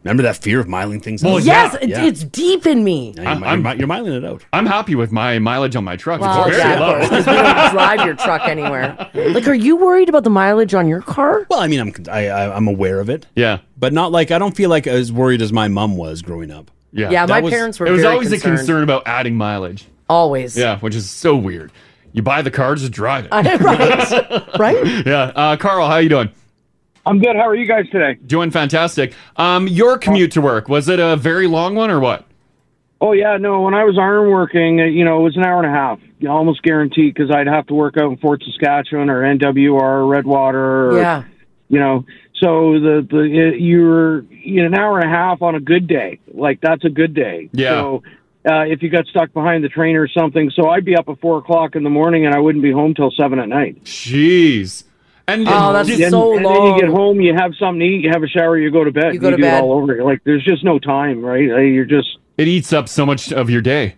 S8: Remember that fear of miling things out?
S5: yes, it- it's deep in me.
S8: Yeah, you're, mi- you're miling it out.
S6: I'm happy with my mileage on my truck.
S5: Well,
S6: it's
S5: yeah,
S6: very
S5: of
S6: low.
S5: course, 'cause we don't drive your truck anywhere. Like, are you worried about the mileage on your car?
S8: Well, I mean, I'm I, I, I'm aware of it.
S6: Yeah,
S8: but not like I don't feel like as worried as my mom was growing up.
S5: Yeah, my parents were
S6: It was
S5: very
S6: always
S5: concerned.
S6: a concern about adding mileage.
S5: Always.
S6: Yeah, which is so weird. You buy the car, just drive it.
S5: right. Right.
S6: yeah. Uh, Carl, how you doing?
S17: I'm good. How are you guys today?
S6: Doing fantastic. Um, your commute to work was it a very long one or what?
S17: Oh yeah, no. When I was iron working, uh, you know, it was an hour and a half, you know, almost guaranteed, because I'd have to work out in Fort Saskatchewan or NWR, or Redwater, or,
S5: Yeah.
S17: you know. So the the it, you're you know, an hour and a half on a good day, like that's a good day.
S6: Yeah.
S17: So uh, if you got stuck behind the train or something, so I'd be up at four o'clock in the morning and I wouldn't be home till seven at night.
S6: Jeez. And
S5: Oh, that's
S17: and,
S5: so
S17: and then
S5: long.
S17: you get home, you have something to eat, you have a shower, you go to bed.
S5: You go
S17: and
S5: to
S17: do
S5: bed.
S17: it all over. again. Like there's just no time, right? Uh, You're just
S6: It eats up so much of your day.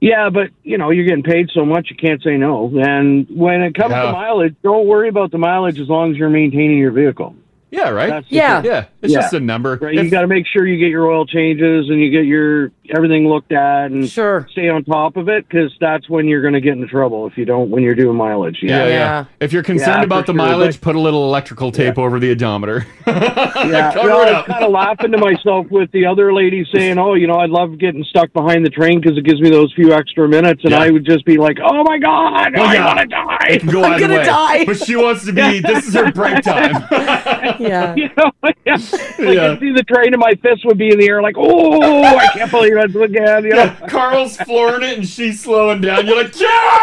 S17: Yeah, but you know, you're getting paid so much, you can't say no. And when it comes
S6: Yeah.
S17: to mileage, don't worry about the mileage as long as you're maintaining your vehicle.
S6: Yeah, right.
S17: That's the
S6: yeah,
S17: thing.
S6: yeah. It's
S17: Yeah.
S6: just a number.
S17: Right? You got to make sure you get your oil changes and you get your everything looked at and
S5: sure.
S17: stay on top of it because that's when you're going to get into trouble if you don't when you're doing mileage.
S6: yeah, yeah, If you're concerned
S17: Yeah,
S6: about
S17: for
S6: the
S17: sure.
S6: mileage, put a little electrical tape over the odometer.
S17: yeah,
S6: Cover
S17: no,
S6: it
S17: I
S6: up.
S17: was kind of laughing to myself with the other lady saying, "Oh, you know, I love getting stuck behind the train because it gives me those few extra minutes," and
S6: Yeah.
S17: I would just be like, "Oh my god,
S6: Well,
S17: I
S6: yeah.
S17: want to die!
S6: It can go either way. But she wants to be. This is her break time.
S5: yeah.
S17: You know, yeah. Like
S6: Yeah.
S17: I'd see the train and my fist would be in the air like, oh, I can't believe that's again. You know?
S6: Carl's flooring it and she's slowing down. You're like, get out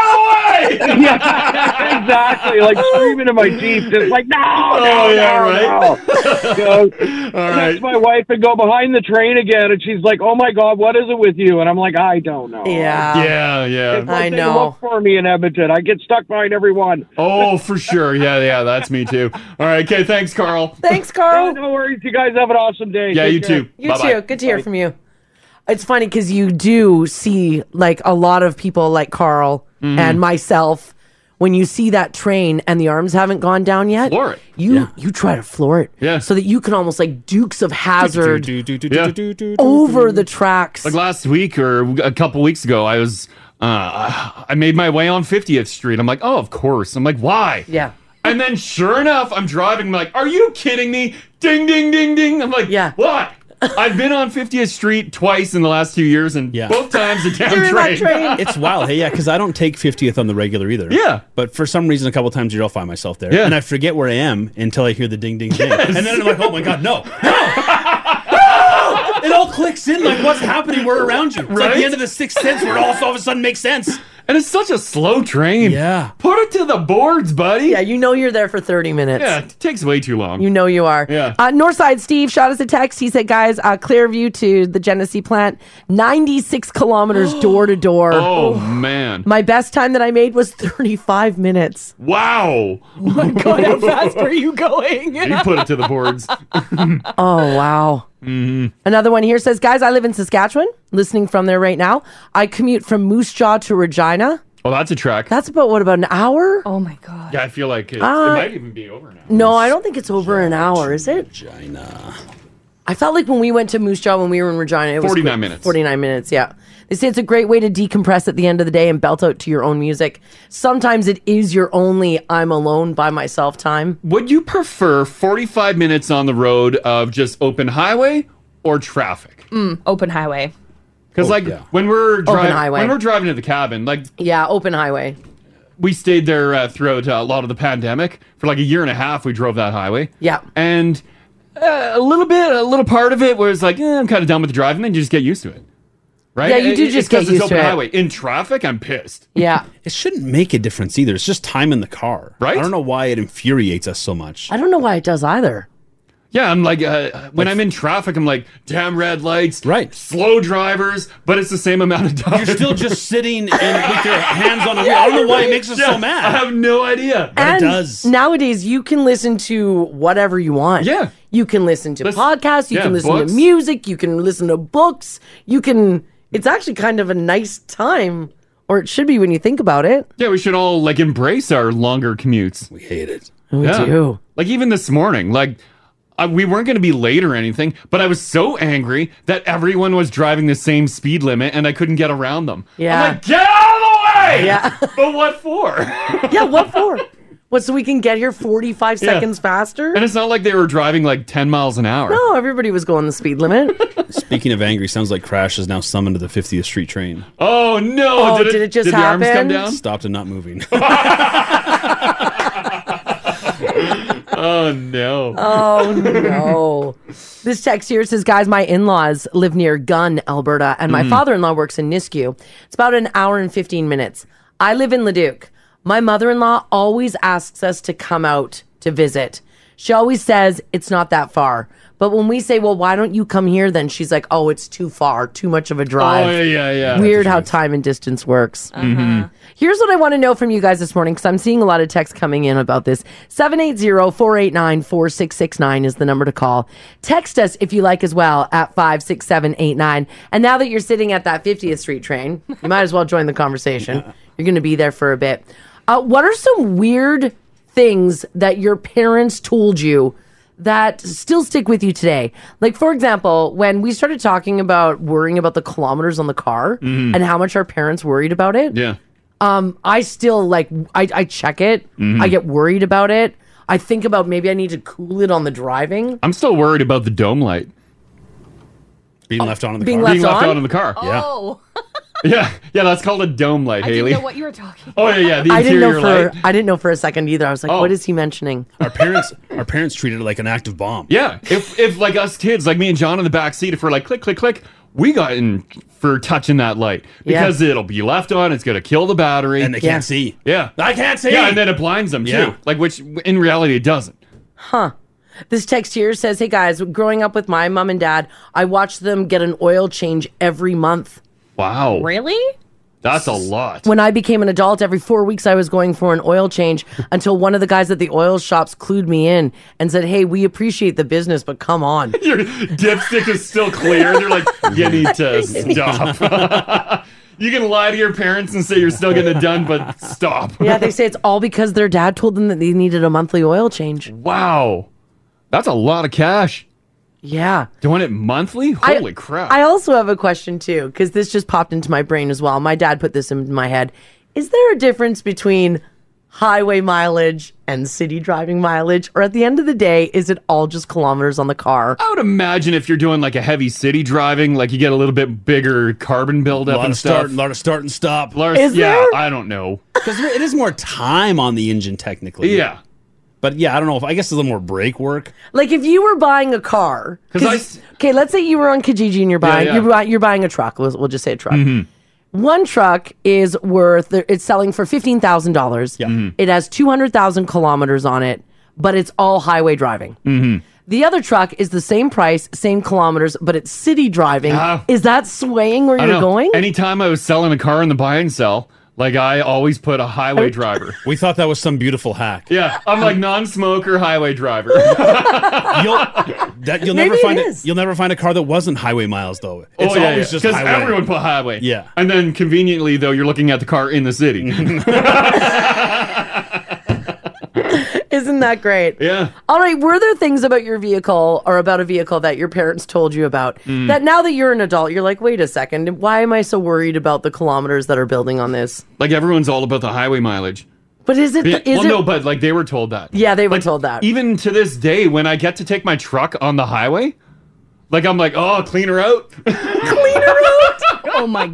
S6: of the way!
S17: yeah, exactly. Like screaming in my Jeep, just like, no, no,
S6: Oh, yeah,
S17: no,
S6: right.
S17: no. You know,
S6: right.
S17: My wife would go behind the train again and she's like, oh my God, what is it with you? And I'm like, I don't know.
S6: Yeah, yeah.
S17: It's like they Look for me in Edmonton. I get stuck behind everyone.
S6: Oh, for sure. Yeah, yeah, that's me too. All right, okay, thanks, Carl.
S5: Thanks, Carl.
S17: No worries. You guys have an awesome day.
S6: Yeah,
S17: Take
S6: you
S17: care.
S6: too.
S5: You too. Good to hear from you. It's funny because you do see like a lot of people like Carl
S6: Mhm.
S5: and myself. When you see that train and the arms haven't gone down yet, floor it. you you try to floor it, yeah, so that you can almost like Dukes of Hazard
S6: Yeah.
S5: over the tracks.
S6: Like last week or a couple weeks ago, I was, uh, I made my way on 50th Street. I'm like, oh, of course. I'm like, why?
S5: Yeah.
S6: And then sure enough, I'm driving. I'm like, are you kidding me? Ding, ding, ding, ding. I'm like, yeah. what? I've been on 50th Street twice in the last two years, and both times the damn train.
S8: it's wild. Hey, yeah, because I don't take 50th on the regular either.
S6: Yeah.
S8: But for some reason, a couple times a year, I'll find myself there.
S6: Yeah.
S8: And I forget where I am until I hear the ding, ding, ding. And then I'm like, oh my God, no. No! It all clicks in like what's happening. We're around you. It's like
S6: Right?
S8: the end of the sixth sense where it all, all of a sudden makes sense.
S6: And it's such a slow train.
S8: Yeah.
S6: Put it to the boards, buddy.
S5: Yeah, you know you're there for 30 minutes.
S6: Yeah, it takes way too long.
S5: You know you are.
S6: Yeah.
S5: Uh, Northside Steve shot us a text. He said, "Guys, uh, Clearview to the Genesee plant, 96 kilometers door to door.
S6: Oh, man.
S5: My best time that I made was 35 minutes.
S6: Wow.
S5: Oh My God, how fast are you going?
S6: you put it to the boards.
S5: oh wow.
S6: Mm-hmm.
S5: Another one here says, "Guys, I live in Saskatchewan. Listening from there right now. I commute from Moose Jaw to Regina.
S6: Oh, that's a track.
S5: That's about what about an hour? Oh my God.
S6: Yeah, I feel like it,
S5: Uh,
S6: it might even be over now.
S5: No, I don't think it's over an hour, is it?
S8: Regina.
S5: I felt like when we went to Moose Jaw when we were in Regina, it was
S6: 49
S5: quick-
S6: minutes.
S5: 49 minutes, yeah. They say it's a great way to decompress at the end of the day and belt out to your own music. Sometimes it is your only I'm alone by myself time.
S6: Would you prefer 45 minutes on the road of just open highway or traffic?
S4: Mm, open highway.
S8: Oh,
S6: Because like when we're driving,
S4: highway.
S6: when we're driving to the cabin, like
S5: yeah, open highway.
S6: We stayed there uh, throughout uh, a lot of the pandemic for like a year and a half. We drove that highway.
S5: Yeah.
S6: and uh, a little bit, a little part of it was like eh, I'm kind of done with the driving. Then you just get used to it, right?
S5: Yeah, you
S6: It-
S5: do
S6: it's
S5: just
S6: 'cause it's
S5: get used to
S6: open
S5: it.
S6: highway. In traffic, I'm pissed.
S5: Yeah.
S8: It shouldn't make a difference either. It's just time in the car. Right? I don't know why it infuriates us so much.
S5: I don't know why it does either.
S6: Yeah, I'm like uh, when I'm in traffic, I'm like damn red lights, right? Slow drivers, but it's the same amount of time. You're
S8: still just sitting in, with your hands on the wheel. I don't know why it makes us so mad.
S6: I have no idea.
S5: and nowadays you can listen to whatever you want. Yeah. You can listen to
S6: Listen-
S5: podcasts, you
S6: yeah,
S5: can listen
S6: books.
S5: to music, you can listen to books, you can it's actually kind of a nice time or it should be when you think about it.
S6: Yeah, we should all like embrace our longer commutes. We
S8: hate it.
S5: We do.
S6: Like even this morning, like I, we weren't going to be late or anything, but I was so angry that everyone was driving the same speed limit and I couldn't get around them.
S5: Yeah.
S6: I'm like, get out of the way!
S5: Yeah.
S6: But what for?
S5: yeah, what for? What so we can get here 45
S6: Yeah.
S5: seconds faster?
S6: And it's not like they were driving like 10 miles an hour.
S5: No, everybody was going the speed limit.
S8: Speaking of angry, sounds like Crash is now summoned to the 50th Street train.
S6: Oh no!
S5: Oh, did it just
S6: did The arms
S5: happen?
S6: come down?
S8: Stopped and not moving.
S6: oh no!
S5: Oh no. this text here says, guys, my in-laws live near Gun, Alberta, and my
S18: Mm.
S5: father-in-law works in Nisku. It's about an hour and 15 minutes. I live in Leduc. My mother-in-law always asks us to come out to visit. She always says it's not that far. But when we say, well, why don't you come here then? She's like, oh, it's too far, too much of a
S10: Oh,
S5: drive.
S6: Oh, yeah, yeah, yeah.
S5: Weird how time and distance works.
S6: Mhm.
S5: Mm-hmm. Here's what I want to know from you guys this morning because I'm seeing a lot of texts coming in about this. 780 489 4669 is the number to call. Text us if you like as well at 56789. And now that you're sitting at that 50th Street train, you might as well join the conversation. You're going to be there for a bit. Uh, what are some weird things that your parents told you that still stick with you today? Like, for example, when we started talking about worrying about the kilometers on the car
S6: Mhm.
S5: and how much our parents worried about it.
S6: Yeah.
S5: Um, I still like I, I check it.
S6: Mhm.
S5: I get worried about it. I think about maybe I need to cool it on the driving.
S6: I'm still worried about the dome light
S8: being left on in
S5: the being car. left
S6: being left
S5: on?
S6: on in the car.
S4: Oh,
S6: Yeah, yeah, yeah. That's called a dome light,
S4: I
S6: Haley.
S4: didn't know what you were talking.
S6: Oh yeah, yeah. The
S5: I didn't know
S6: interior
S5: for
S6: light. Oh.
S5: I didn't know for a second either. I was like, what is he mentioning?
S8: our parents our parents treated it like an active bomb.
S6: Yeah. If if like us kids, like me and John in the back seat, if we're like click click click, we got in for touching that light
S8: Yeah.
S6: because it'll be left on. It's gonna kill the battery, and
S8: they can't Yeah. see.
S6: Yeah,
S8: I can't see!
S6: Yeah, and then it blinds them
S8: Yeah.
S6: too. Like which in reality it doesn't.
S5: Huh. This text here says, Hey guys, growing up with my mom and dad, I watched them get an oil change every month.
S6: Wow.
S5: Really?
S6: That's a lot.
S5: When I became an adult, every four weeks I was going for an oil change until one of the guys at the oil shops clued me in and said, Hey, we appreciate the business, but come on.
S6: Your dipstick is still clear. and They're like, you need to stop. you can lie to your parents and say you're still getting it done, but stop.
S5: yeah, they say it's all because their dad told them that they needed a monthly oil change.
S6: Wow. That's a lot of cash.
S5: Yeah.
S6: Doing it monthly?
S5: I-
S6: Holy crap.
S5: I also have a question too, because this just popped into my brain as well. My dad put this in my head. Is there a difference between highway mileage and city driving mileage? Or at the end of the day, is it all just kilometers on the car?
S8: Oh,
S6: I would imagine if you're doing like a heavy city driving, like you get a little bit bigger carbon buildup
S8: A lot
S6: and
S8: of
S6: stuff.
S8: start, lot of start and stop.
S6: Lars, Is yeah, there? I don't know.
S8: Because it is more time on the engine technically.
S6: Yeah.
S8: But yeah, I don't know if I guess it's a little more brake work.
S5: Like if you were buying a car,
S8: 'Cause I
S5: okay, let's say you were on Kijiji and you're
S8: Yeah,
S5: buying
S8: yeah.
S5: You're, buy, you're buying a truck. We'll, we'll just say a truck.
S6: Mm-hmm.
S5: One truck is worth it's selling for fifteen thousand dollars.
S6: Mm-hmm.
S5: It has two hundred thousand kilometers on it, but it's all highway driving.
S6: Mm-hmm.
S5: The other truck is the same price, same kilometers, but it's city driving.
S6: Ah.
S5: is that swaying where
S6: I
S5: you're
S6: know.
S5: going?
S6: Anytime I was selling a car in the buy and sell, like I always put a highway driver.
S8: We thought that was some beautiful hack.
S6: Yeah, I'm like non-smoker highway driver.
S8: That you'll
S6: Maybe
S8: never
S6: it
S8: find
S6: is.
S8: You'll never find a car that wasn't highway miles though. It's
S6: oh yeah,
S8: always
S6: yeah.
S8: just highway.
S6: everyone put highway.
S8: Yeah.
S6: and then conveniently though,
S8: Mm-hmm.
S6: you're looking at the car in the city.
S5: Isn't that great?
S6: Yeah.
S5: All right. Were there things about your vehicle or about a vehicle that your parents told you about
S6: Mm.
S5: that now that you're an adult, you're like, wait a second, why am I so worried about the kilometers that are building on this?
S6: Like everyone's all about the highway mileage.
S5: But is it?
S6: Be-
S5: the- is
S6: well,
S5: it?
S6: no, but like they were told that.
S5: yeah, they were told that.
S6: Even to this day, when I get to take my truck on the highway, like I'm like, oh, clean her out.
S4: oh my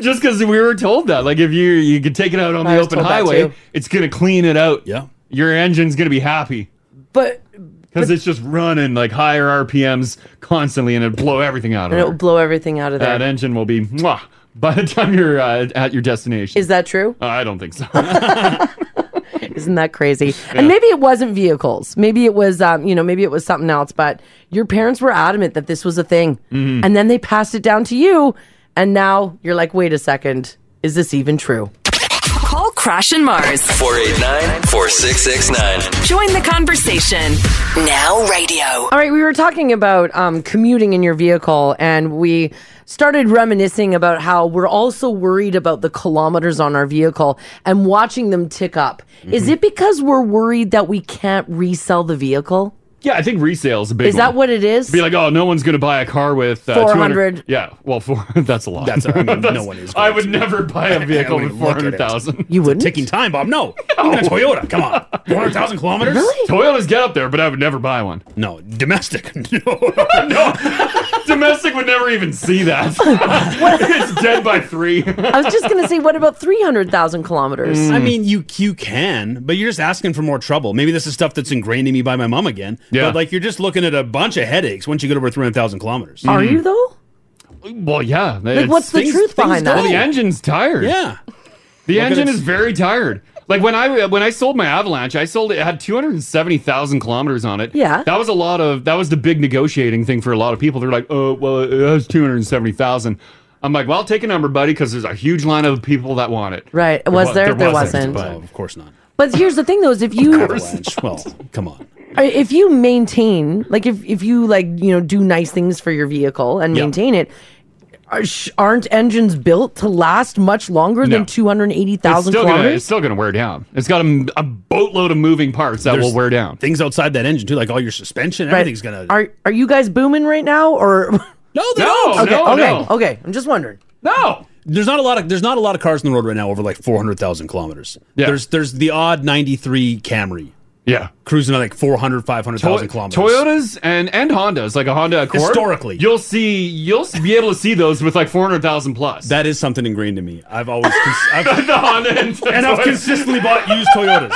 S6: Just because we were told that, like if you you could take it out on
S5: I
S6: the
S5: was
S6: open
S5: told that
S6: highway,
S5: too.
S6: it's gonna clean it out. Yeah, your engine's gonna be happy.
S5: But
S6: because it's just running like higher RPMs constantly, and it'll blow everything out.
S5: And it will
S6: Of
S5: blow everything out
S6: her.
S5: of
S6: That
S5: there.
S6: engine will be mwah, by the time you're uh, at your destination.
S5: Is that true?
S6: I don't think so.
S5: Isn't that crazy? And maybe it wasn't vehicles. Maybe it was, um, you know, maybe it was something else. But your parents were adamant that this was a thing,
S6: Mhm.
S5: and then they passed it down to you, and now you're like, wait a second, is this even true?
S11: Call Crash and Mars.
S2: 489 4669.
S11: Join the conversation. Now
S8: Oh.
S11: radio.
S5: All right, we were talking about um, commuting in your vehicle, and we started reminiscing about how we're also worried about the kilometers on our vehicle and watching them tick up. Is
S6: Mhm.
S5: it because we're worried that we can't resell the vehicle?
S6: Yeah, I think resale's a big.
S5: Is that
S6: one.
S5: what it is?
S6: Be like, oh, no one's gonna buy a car with uh,
S5: 400.
S6: 200 Yeah, well, four. That's a lot. That's,
S8: I mean, no one is.
S6: I would never buy a vehicle with four hundred thousand.
S5: You wouldn't.
S8: ticking time bomb. No, I'm gonna Toyota. Come on, four hundred thousand kilometers.
S6: Toyotas get up there, but I would never buy one.
S8: No, domestic.
S6: Domestic would never even see that. it's dead by three.
S5: I was just going to say, what about 300,000 kilometers?
S8: I mean, you you can, but you're just asking for more trouble. Maybe this is stuff that's ingrained in me by my mom again.
S6: Yeah.
S8: But like, you're just looking at a bunch of headaches once you get over three hundred thousand kilometers.
S5: are
S4: Mm.
S5: you though?
S6: Mm. Well, yeah.
S5: Like, what's the truth behind that?
S6: Well, the engine's tired.
S8: Yeah.
S6: The
S8: Look at
S6: engine
S8: its-
S6: is very tired. Like when I when I sold my Avalanche, I sold it, it had 270,000 kilometers on it.
S5: Yeah.
S6: That was a lot of that was the big negotiating thing for a lot of people. They're like, "Oh, well, it has 270,000." I'm like, "Well, take a number, buddy, cuz there's a huge line of people that want it."
S5: Right. Was
S6: wa-
S5: there? There wasn't.
S6: but-
S8: of course not.
S5: But here's the thing, though: is if you
S8: well, come on.
S5: I- if you maintain like if if you like you know do nice things for your vehicle and maintain it are- sh- aren't engines built to last much longer
S6: No.
S5: than 280,000
S6: it's still Gonna, it's
S5: kilometers
S6: still going to wear down. It's got a, a boatload of moving parts that
S8: There's
S6: will wear down.
S8: Things outside that engine too, like all your suspension,
S5: Right.
S8: everything's gonna.
S5: are are you guys booming right now or no
S8: they No, don't.
S5: okay
S8: no,
S5: okay
S8: no.
S5: okay i'm just wondering
S6: no
S8: There's not a lot of there's not a lot of cars on the road right now over like four hundred thousand kilometers.
S6: Yeah.
S8: There's there's the odd ninety three Camry.
S6: Yeah.
S8: Cruising at like 400, 500,000 kilometers.
S6: Toyotas and and Hondas, like a Honda Accord.
S8: Historically.
S6: you'll see you'll s- be able to see those with like four hundred thousand plus.
S8: That is something ingrained in me. I've always cons- I've,
S6: The Honda and,
S8: and I've consistently bought used Toyotas.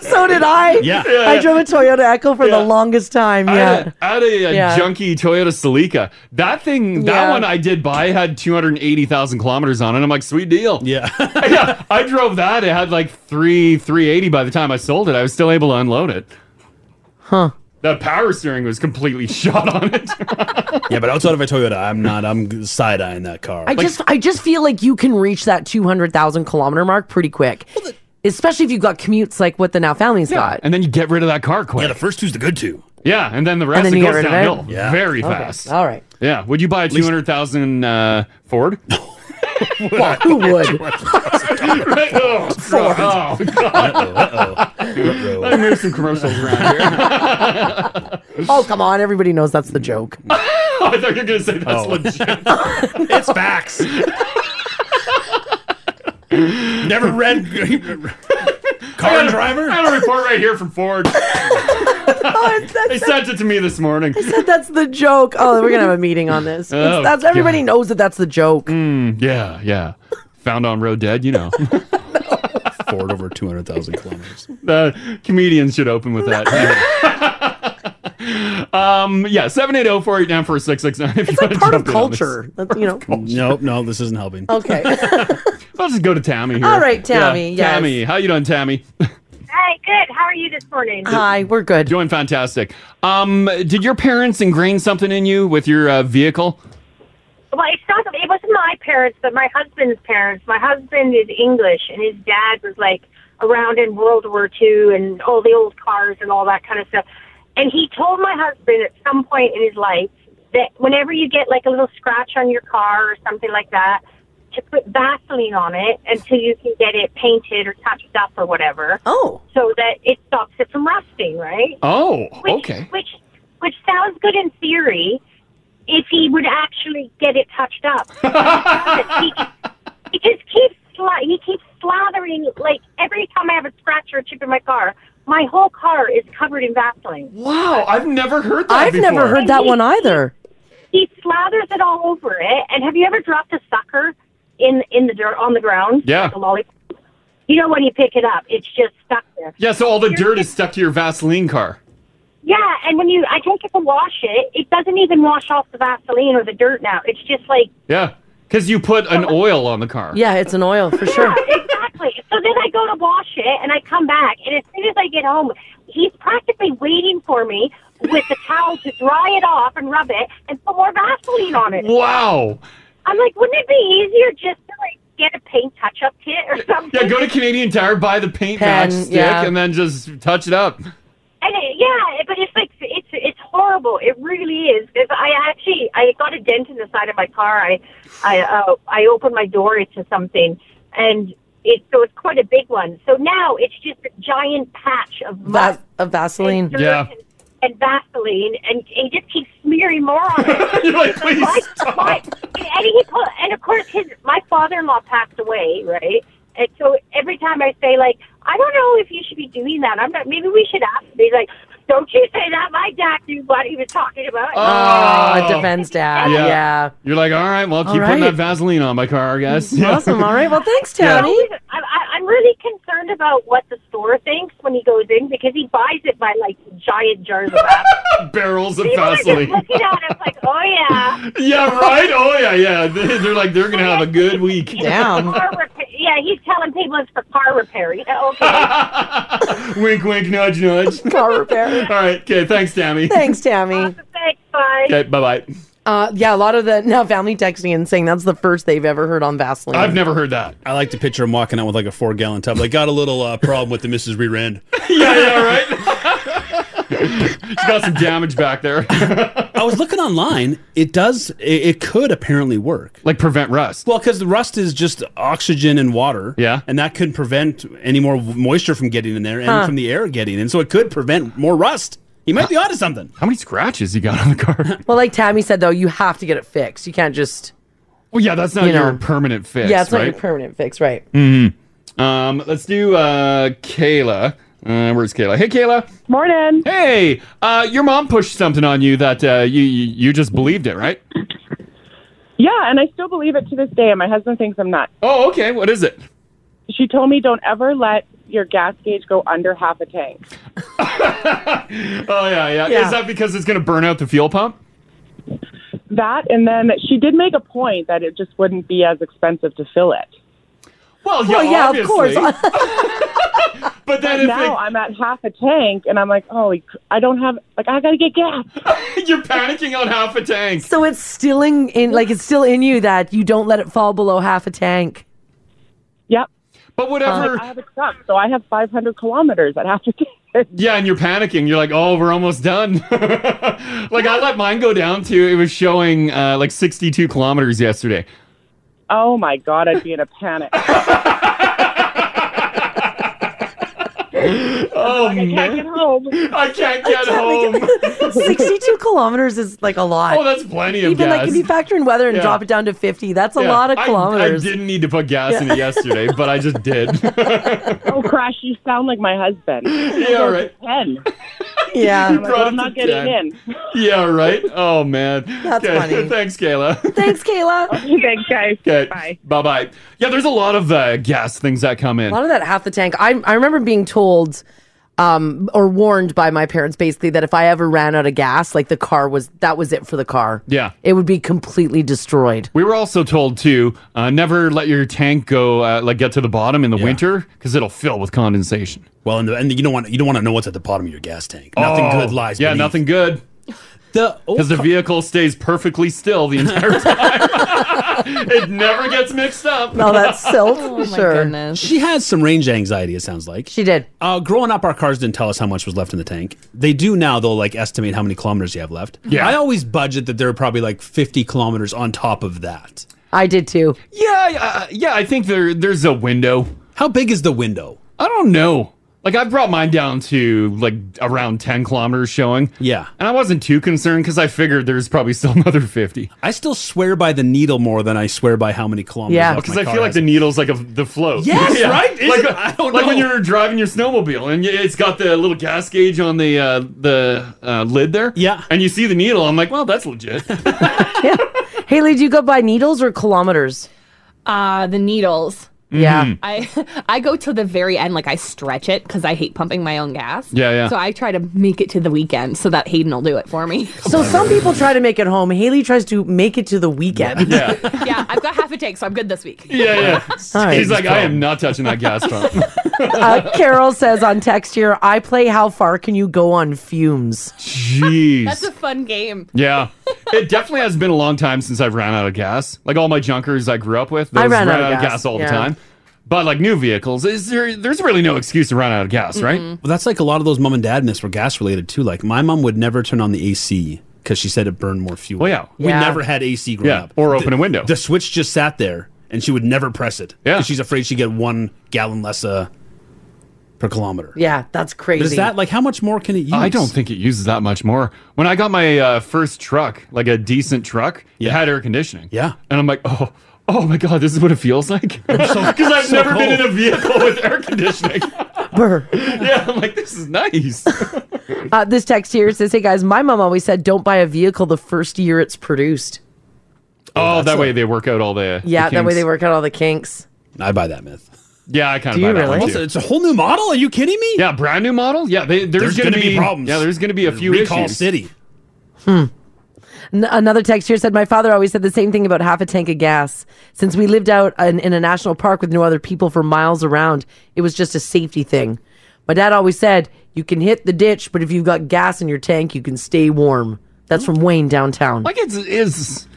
S5: so did i
S6: Yeah.
S5: i drove a toyota echo for the longest time
S6: I
S5: yeah
S6: had, I had a, a
S5: Yeah.
S6: junky Toyota Celica. That thing, that
S5: Yeah.
S6: one I did buy had 280,000 kilometers on it. I'm like, sweet deal.
S8: Yeah.
S6: yeah. I drove that. It had like three, 380 by the time I sold it. I was still able to unload it.
S5: Huh.
S6: The power steering was completely shot on it.
S8: yeah, but outside of a Toyota, I'm not. I'm side eyeing that car.
S5: I just I just feel like you can reach that 200,000 kilometer mark pretty quick. Especially if you've got commutes like what the now family's got.
S6: and then you get rid of that car quick.
S8: Yeah, the first two's the good two.
S6: Yeah, and then the rest
S5: then
S6: it
S5: you get
S6: goes
S5: rid of it?
S6: downhill
S5: Yeah.
S6: very
S5: Okay,
S6: fast.
S5: all right.
S6: Yeah. Would you buy a 200,000 uh, Ford?
S5: Well, who would?
S6: Right? Oh,
S5: Ford.
S6: God. Oh, God. I move some commercials around here.
S5: oh, come on. Everybody knows that's the joke.
S6: I thought you were going to say that's legit.
S8: Oh. it's facts. Never read
S6: I
S8: car
S6: got a-
S8: driver.
S6: I got a report right here from Ford.
S5: Oh,
S6: they sent it to me this morning.
S5: that's the joke. Oh, we're going to have a meeting on this.
S6: Oh, Mm,
S5: It's- that's, everybody knows that that's the joke.
S6: yeah, yeah. Found on road dead, you know.
S8: Ford over 200,000 kilometers.
S6: The comedians should open with that. um, yeah, 780 489 4669. It's like part
S5: of culture. That's, you know.
S8: Nope, no, this isn't helping.
S5: Okay.
S6: I'll just go to Tammy here.
S5: All right, Tammy,
S6: Yeah,
S5: yes.
S6: Tammy, how you doing, Tammy?
S18: Hi, good. How are you this morning?
S5: Hi, we're good.
S6: Doing fantastic. Um, did your parents ingrain something in you with your uh, vehicle?
S18: Well, it's not. It wasn't my parents, but my husband's parents. My husband is English, and his dad was like around in World War II and all the old cars and all that kind of stuff. And he told my husband at some point in his life that whenever you get like a little scratch on your car or something like that, to put Vaseline on it until you can get it painted or touched up or whatever.
S5: Oh.
S18: So that it stops it from rusting, right?
S6: Oh,
S18: Which-
S6: okay.
S18: Which which sounds good in theory if he would actually get it touched up. he, he just keeps sla- he keeps slathering like every time I have a scratch or a chip in my car, my whole car is covered in Vaseline.
S6: Wow, I've never heard that
S5: I've
S6: before.
S5: never heard that one either.
S18: He slathers it all over it. And have you ever dropped a sucker in in the dirt on the ground?
S6: Yeah.
S18: Like a lollipop. You know when you pick it up, it's just stuck there.
S6: Yeah, so all the dirt is stuck to your Vaseline car.
S18: Yeah, and when you I take it to wash it, it doesn't even wash off the Vaseline or the dirt now. It's just like
S6: Yeah, because you put an oil on the car.
S5: Oh. Yeah, it's an oil for sure.
S18: exactly. So then I go to wash it and I come back and as soon as I get home, he's practically waiting for me with the towel to dry it off and rub it and put more Vaseline on it.
S6: Wow.
S18: I'm like, wouldn't it be easier just to like get a paint touch up kit or something?
S6: Yeah, go to Canadian Tire, buy the paint
S18: Pen,
S6: match stick,
S18: yeah.
S6: and then just touch it up.
S18: And it, yeah, but it's like it's it's horrible. It really is. 'Cause I actually I got a dent in the side of my car. I I uh, I opened my door to something, and it so it's quite a big one. So now it's just a giant patch of mud
S5: Va- of Vaseline.
S18: Yeah. and Vaseline, and he just keeps smearing more on it.
S6: You're like,
S18: please stop. And he put, and of course, his my father-in-law passed away, right? And so every time I say like, I don't know if you should be doing that. I'm not. Maybe we should ask. him." He's like, Don't you say that. My dad knew what he was talking about.
S5: Oh, it defends dad. Yeah.
S6: You're like, all right, well, keep
S5: All
S6: putting
S5: right.
S6: that Vaseline on my car, I guess.
S5: Awesome. All right. Well, thanks,
S6: Yeah.
S5: Tony.
S18: I, I, I'm really concerned about what the store thinks when he goes in because he buys it by like giant jars of Vaseline.
S6: Barrels of
S18: People are just
S6: Vaseline.
S18: looking at him like, oh yeah.
S6: yeah, right? Oh, yeah, yeah. They- They're like, they're going to have a good week.
S18: Car repair. Yeah, he's telling people it's for car repair. Yeah, okay.
S6: wink, wink, nudge, nudge.
S5: Car repair.
S6: All right. Okay. Thanks, Tammy.
S5: Thanks, Tammy.
S18: Thanks, bye.
S6: Okay. Bye bye.
S5: Uh, yeah, a lot of the now family texting and saying that's the first they've ever heard on Vaseline.
S6: never heard that.
S8: I like to picture him walking out with like a four gallon tub. Like, got a little uh, problem with the Mrs. Rear End.
S6: She's got some damage back there.
S8: I was looking online. It does. It, it could apparently work,
S6: like prevent rust.
S8: Well, because the rust is just oxygen and water. Yeah, and that could prevent any more moisture from getting in there and
S5: Huh.
S8: from the air getting in. So it could prevent more rust. You might be onto something.
S6: How many scratches you got on the car?
S5: Well, like Tammy said though, you have to get it fixed. You can't just.
S6: Well, yeah, that's not
S5: You know.
S6: your permanent fix.
S5: yeah, it's
S6: right?
S5: not your permanent fix, right?
S6: Mm-hmm. Um, let's do uh, Kayla. Uh, where's Kayla? Hey, Kayla.
S19: Morning.
S6: Hey, uh, your mom pushed something on you that uh, you, you you just believed it, right?
S19: Yeah, and I still believe it to this day, and my husband thinks I'm nuts.
S6: Oh, okay. What is it?
S19: She told me don't ever let your gas gauge go under half a tank.
S6: Oh yeah, yeah.
S19: Yeah.
S6: Is that because it's gonna burn out the fuel pump?
S19: That, and then she did make a point that it just wouldn't be as expensive to fill it.
S6: Well,
S5: yeah, Well, yeah, of course. obviously.
S6: but
S19: then
S6: if
S19: now
S6: it-
S19: I'm at half a tank, and I'm like, holy, cr- I don't have, like, I gotta get gas.
S6: You're panicking on half a tank.
S5: So it's stilling in, like it's still in you that you don't let it fall below half a tank.
S19: Yep.
S6: But
S5: Uh,
S19: Like, I have a truck, so I have 500 kilometers at half a tank.
S6: Yeah, and you're panicking. You're like, "Oh, we're almost done." like I let mine go down to it was showing uh, like 62 kilometers yesterday.
S19: Oh my god, I'd be in a panic.
S6: Oh
S19: I can't get home.
S6: I can't get
S5: home. Sixty-two kilometers is like a lot.
S6: Oh, that's plenty of
S5: Even like
S6: gas.
S5: if you factor in weather and
S6: Yeah.
S5: drop it down to fifty, that's a
S6: Yeah,
S5: lot of
S6: I-
S5: kilometers.
S6: I, didn't need to put gas in it
S5: Yeah.
S6: yesterday, but I just did.
S19: Oh, Crash, you sound like my husband.
S6: Yeah, all right.
S19: Ten.
S5: Yeah.
S19: I'm, like,
S6: Brought
S19: well,
S6: it
S19: I'm not
S6: to
S19: getting
S6: 10.
S19: in.
S6: yeah, right. Oh man,
S19: That's
S6: Okay,
S19: funny.
S6: Thanks, Kayla.
S5: Thanks, Kayla.
S19: thanks, guys.
S6: Okay.
S19: Bye.
S6: Bye bye. Yeah, there's a lot of uh, gas things that come in.
S5: A lot of that half the tank. I I remember being told um or warned by my parents basically that if I ever ran out of gas, like the car was that was it for the car.
S6: yeah.
S5: It would be completely destroyed.
S6: We were also told to uh, never let your tank go uh, like get to the bottom in the winter winter because it'll fill with condensation.
S8: Well, and, the, and you don't want you don't want to know what's at the bottom of your gas tank. Nothing
S6: Oh,
S8: good lies.
S6: Yeah,
S8: beneath.
S6: nothing good.
S8: The oh,
S6: because the vehicle stays perfectly still the entire time. it never gets mixed up. Oh,
S8: Oh, She has some range anxiety. It sounds like she
S5: did.
S8: Uh, growing up, our cars didn't tell us how much was left in the tank. They do now. They'll like estimate how many kilometers you have left. Yeah. I always budget that there are probably like fifty kilometers on top of that.
S5: I did too.
S6: Yeah, uh, yeah. I think there there's a window.
S8: How big is the window?
S6: I don't know. Like I brought mine down to like around ten kilometers showing.
S8: Yeah,
S6: and I wasn't too concerned because I figured there's probably still another fifty.
S8: I still swear by the needle more than I swear by how many kilometers.
S6: Yeah,
S8: off
S6: because
S8: my
S6: Oh, I
S8: car
S6: feel like
S8: has.
S6: the needle's like a, the float.
S8: Yes, right? Is
S6: Like,
S8: it?
S6: a-
S8: I don't
S6: like when
S8: know.
S6: you're driving your snowmobile and y- it's got the little gas gauge on the uh, the uh, lid there. Yeah, and you see the needle. I'm like, well, that's legit.
S5: Haley, do you go by needles or kilometers?
S4: Uh, the needles.
S5: Yeah.
S4: I I go to the very end, like I stretch it because I hate pumping my own gas.
S5: Yeah, yeah.
S4: So I try to make it to the weekend so that Hayden will do it for me.
S5: So some people try to make it home. Haley tries to make it to the weekend.
S6: Yeah.
S4: yeah, I've got half a tank, so I'm good this week.
S6: yeah, yeah.
S5: right.
S6: He's like, I am not touching that gas pump.
S5: uh, Carol says on text here, I play how far can you go on fumes?
S6: Jeez.
S4: That's a fun game.
S6: Yeah. It definitely has been a long time since I've ran out of gas. Like all my junkers I grew up with, those
S5: I
S6: ran, out, of gas, all
S5: yeah.
S6: the time. But like new vehicles, is there, there's really no excuse to run out of gas, right?
S8: Well, that's like a lot of those mom and dad myths were gas related too. Like my mom would never turn on the AC because she said it burned more fuel. Well,
S6: yeah.
S8: we
S6: Yeah.
S8: never had AC growing
S6: Yeah,
S8: up,
S6: or open a window.
S8: The switch just sat there, and she would never press it. Yeah, she's afraid she'd get one gallon less uh, per kilometer.
S5: Yeah, that's crazy.
S8: But is that like how much more can it use?
S6: I don't think it uses that much more. When I got my uh, first truck, like a decent truck, it had air conditioning. Yeah. And I'm like, oh, oh my God, this is what it feels like. Because I've
S3: so
S6: never been in
S3: cold.
S6: a vehicle with air conditioning. yeah, I'm like, this is nice.
S5: Uh, this text here says, Hey guys, my mom always said don't buy a vehicle the first year it's produced.
S6: Oh, that way they work out all the. the
S5: Yeah, that way
S6: kinks.
S5: they work out all the kinks.
S8: I buy that myth.
S6: Yeah, I kind of
S5: Do
S6: buy
S5: you
S6: that one
S5: really?
S6: too.
S5: Also, it's
S8: a whole new model. Are you kidding me?
S6: Yeah, brand new model. Yeah, they, there's,
S8: There's
S6: going to
S8: gonna be problems.
S6: Yeah, there's going to be a few
S8: Recall
S6: issues.
S8: city.
S5: N- another text here said, My father always said the same thing about half a tank of gas. Since we lived out in, in a national park with no other people for miles around, it was just a safety thing. My dad always said, You can hit the ditch, but if you've got gas in your tank, you can stay warm. That's from Wayne downtown.
S6: Like it's is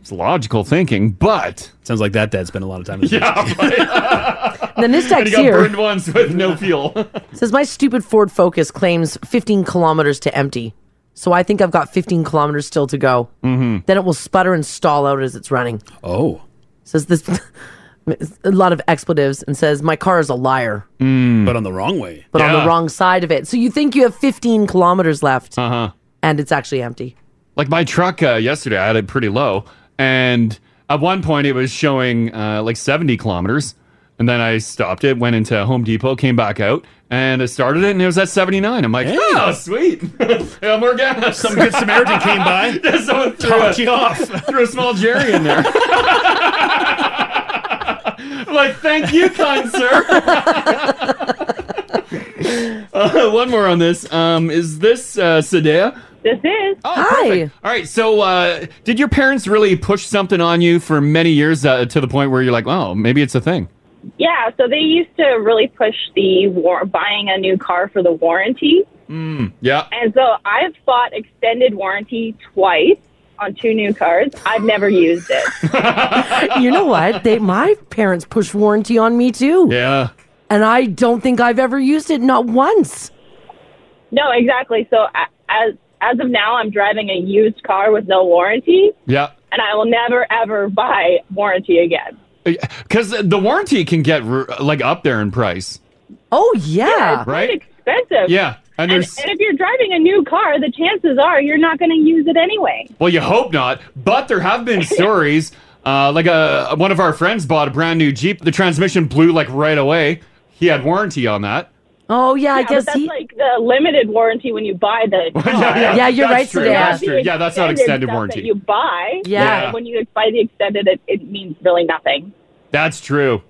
S6: it's logical thinking, but
S8: sounds like that dad spent a lot of time.
S6: yeah,
S5: then this
S6: and he
S5: text
S6: got
S5: here
S6: burned once with no fuel.
S5: says, My stupid Ford Focus claims 15 kilometers to empty. So I think I've got 15 kilometers still to go. Mm-hmm. Then it will sputter and stall out as it's running.
S8: Oh.
S5: Says this a lot of expletives and says, My car is a liar.
S8: Mm. Hmm. But um, on the wrong way.
S5: but on the wrong side of it. So you think you have 15 kilometers left,
S6: uh-huh.
S5: and it's actually empty.
S6: Like my truck uh, yesterday, I had it pretty low, and at one point it was showing uh, like 70 kilometers, and then I stopped it, went into Home Depot, came back out, and I started it, and it was at 79. I'm like, oh, sweet. yeah, more gas.
S3: Some good Samaritan came by.
S6: yeah, someone threw
S3: Topped
S6: a-
S3: you off.
S6: threw a small Jerry in there. I'm like, thank you, kind sir. Uh, one more on this. Um, is this uh, Sadea?
S20: This is.
S6: Oh, Hi. All right. So, uh, did your parents really push something on you for many years uh, to the point where you're like, "Wow, maybe it's a thing"?
S20: Yeah, so they used to really push the war- buying a new car for the warranty.
S6: Mm, yeah.
S20: And so I've bought extended warranty twice on two new cars. I've never used it.
S5: you know what? They my parents pushed warranty on me too.
S6: Yeah.
S5: And I don't think I've ever used it, not once.
S20: No, exactly. So a- as as of now, I'm driving a used car with no warranty,
S6: Yeah.
S20: and I will never ever buy warranty again.
S6: Because the warranty can get r- like up there in price.
S5: Oh yeah.
S20: it's
S6: Right?
S20: expensive.
S6: Yeah. And
S20: And,
S6: there's
S20: and if you're driving a new car, the chances are you're not going to use it anyway.
S6: well, you hope not, but there have been stories. Uh, like uh one of our friends bought a brand new Jeep. The transmission blew like right away. He had warranty on that.
S5: Oh yeah,
S20: I guess but that's like the limited warranty when you buy the car.
S6: yeah, Yeah, you're that's right, true, Sadea. that's true. Yeah, that's not
S20: The
S6: extended
S20: stuff
S6: warranty.
S20: That you buy.
S6: Yeah.
S20: and When you buy the extended, it, it means really nothing.
S6: That's true.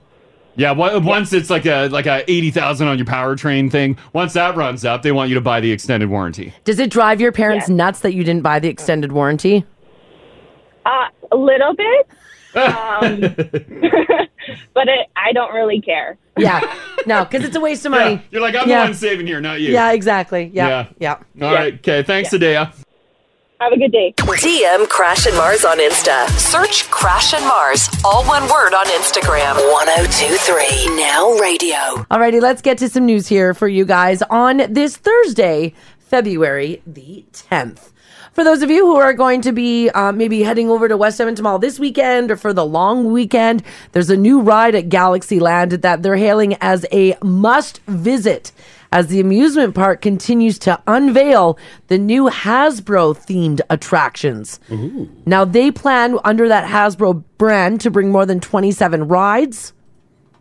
S6: Yeah, wa- once it's like a like a eighty thousand on your powertrain thing. Once that runs up, they want you to buy the extended warranty.
S5: Does it drive your parents nuts that you didn't buy the extended warranty?
S20: Uh, a little bit. um, but it, I don't really care.
S5: Yeah. No, because it's a waste of
S6: Yeah,
S5: money.
S6: you're like, I'm
S5: Yeah.
S6: the one saving here, not you.
S5: Yeah, exactly. Yeah. Yeah.
S6: All right. Okay. Thanks, Adea.
S20: Have a good day.
S11: DM Crash and Mars on Insta. Search Crash and Mars, all one word on Instagram. 1023 Now Radio.
S5: Alrighty, let's get to some news here for you guys on this Thursday, February the 10th. for those of you who are going to be uh, maybe heading over to West Edmonton Mall this weekend or for the long weekend, there's a new ride at Galaxy Land that they're hailing as a must visit as the amusement park continues to unveil the new Hasbro themed attractions. Now, they plan under that Hasbro brand to bring more than 27 rides.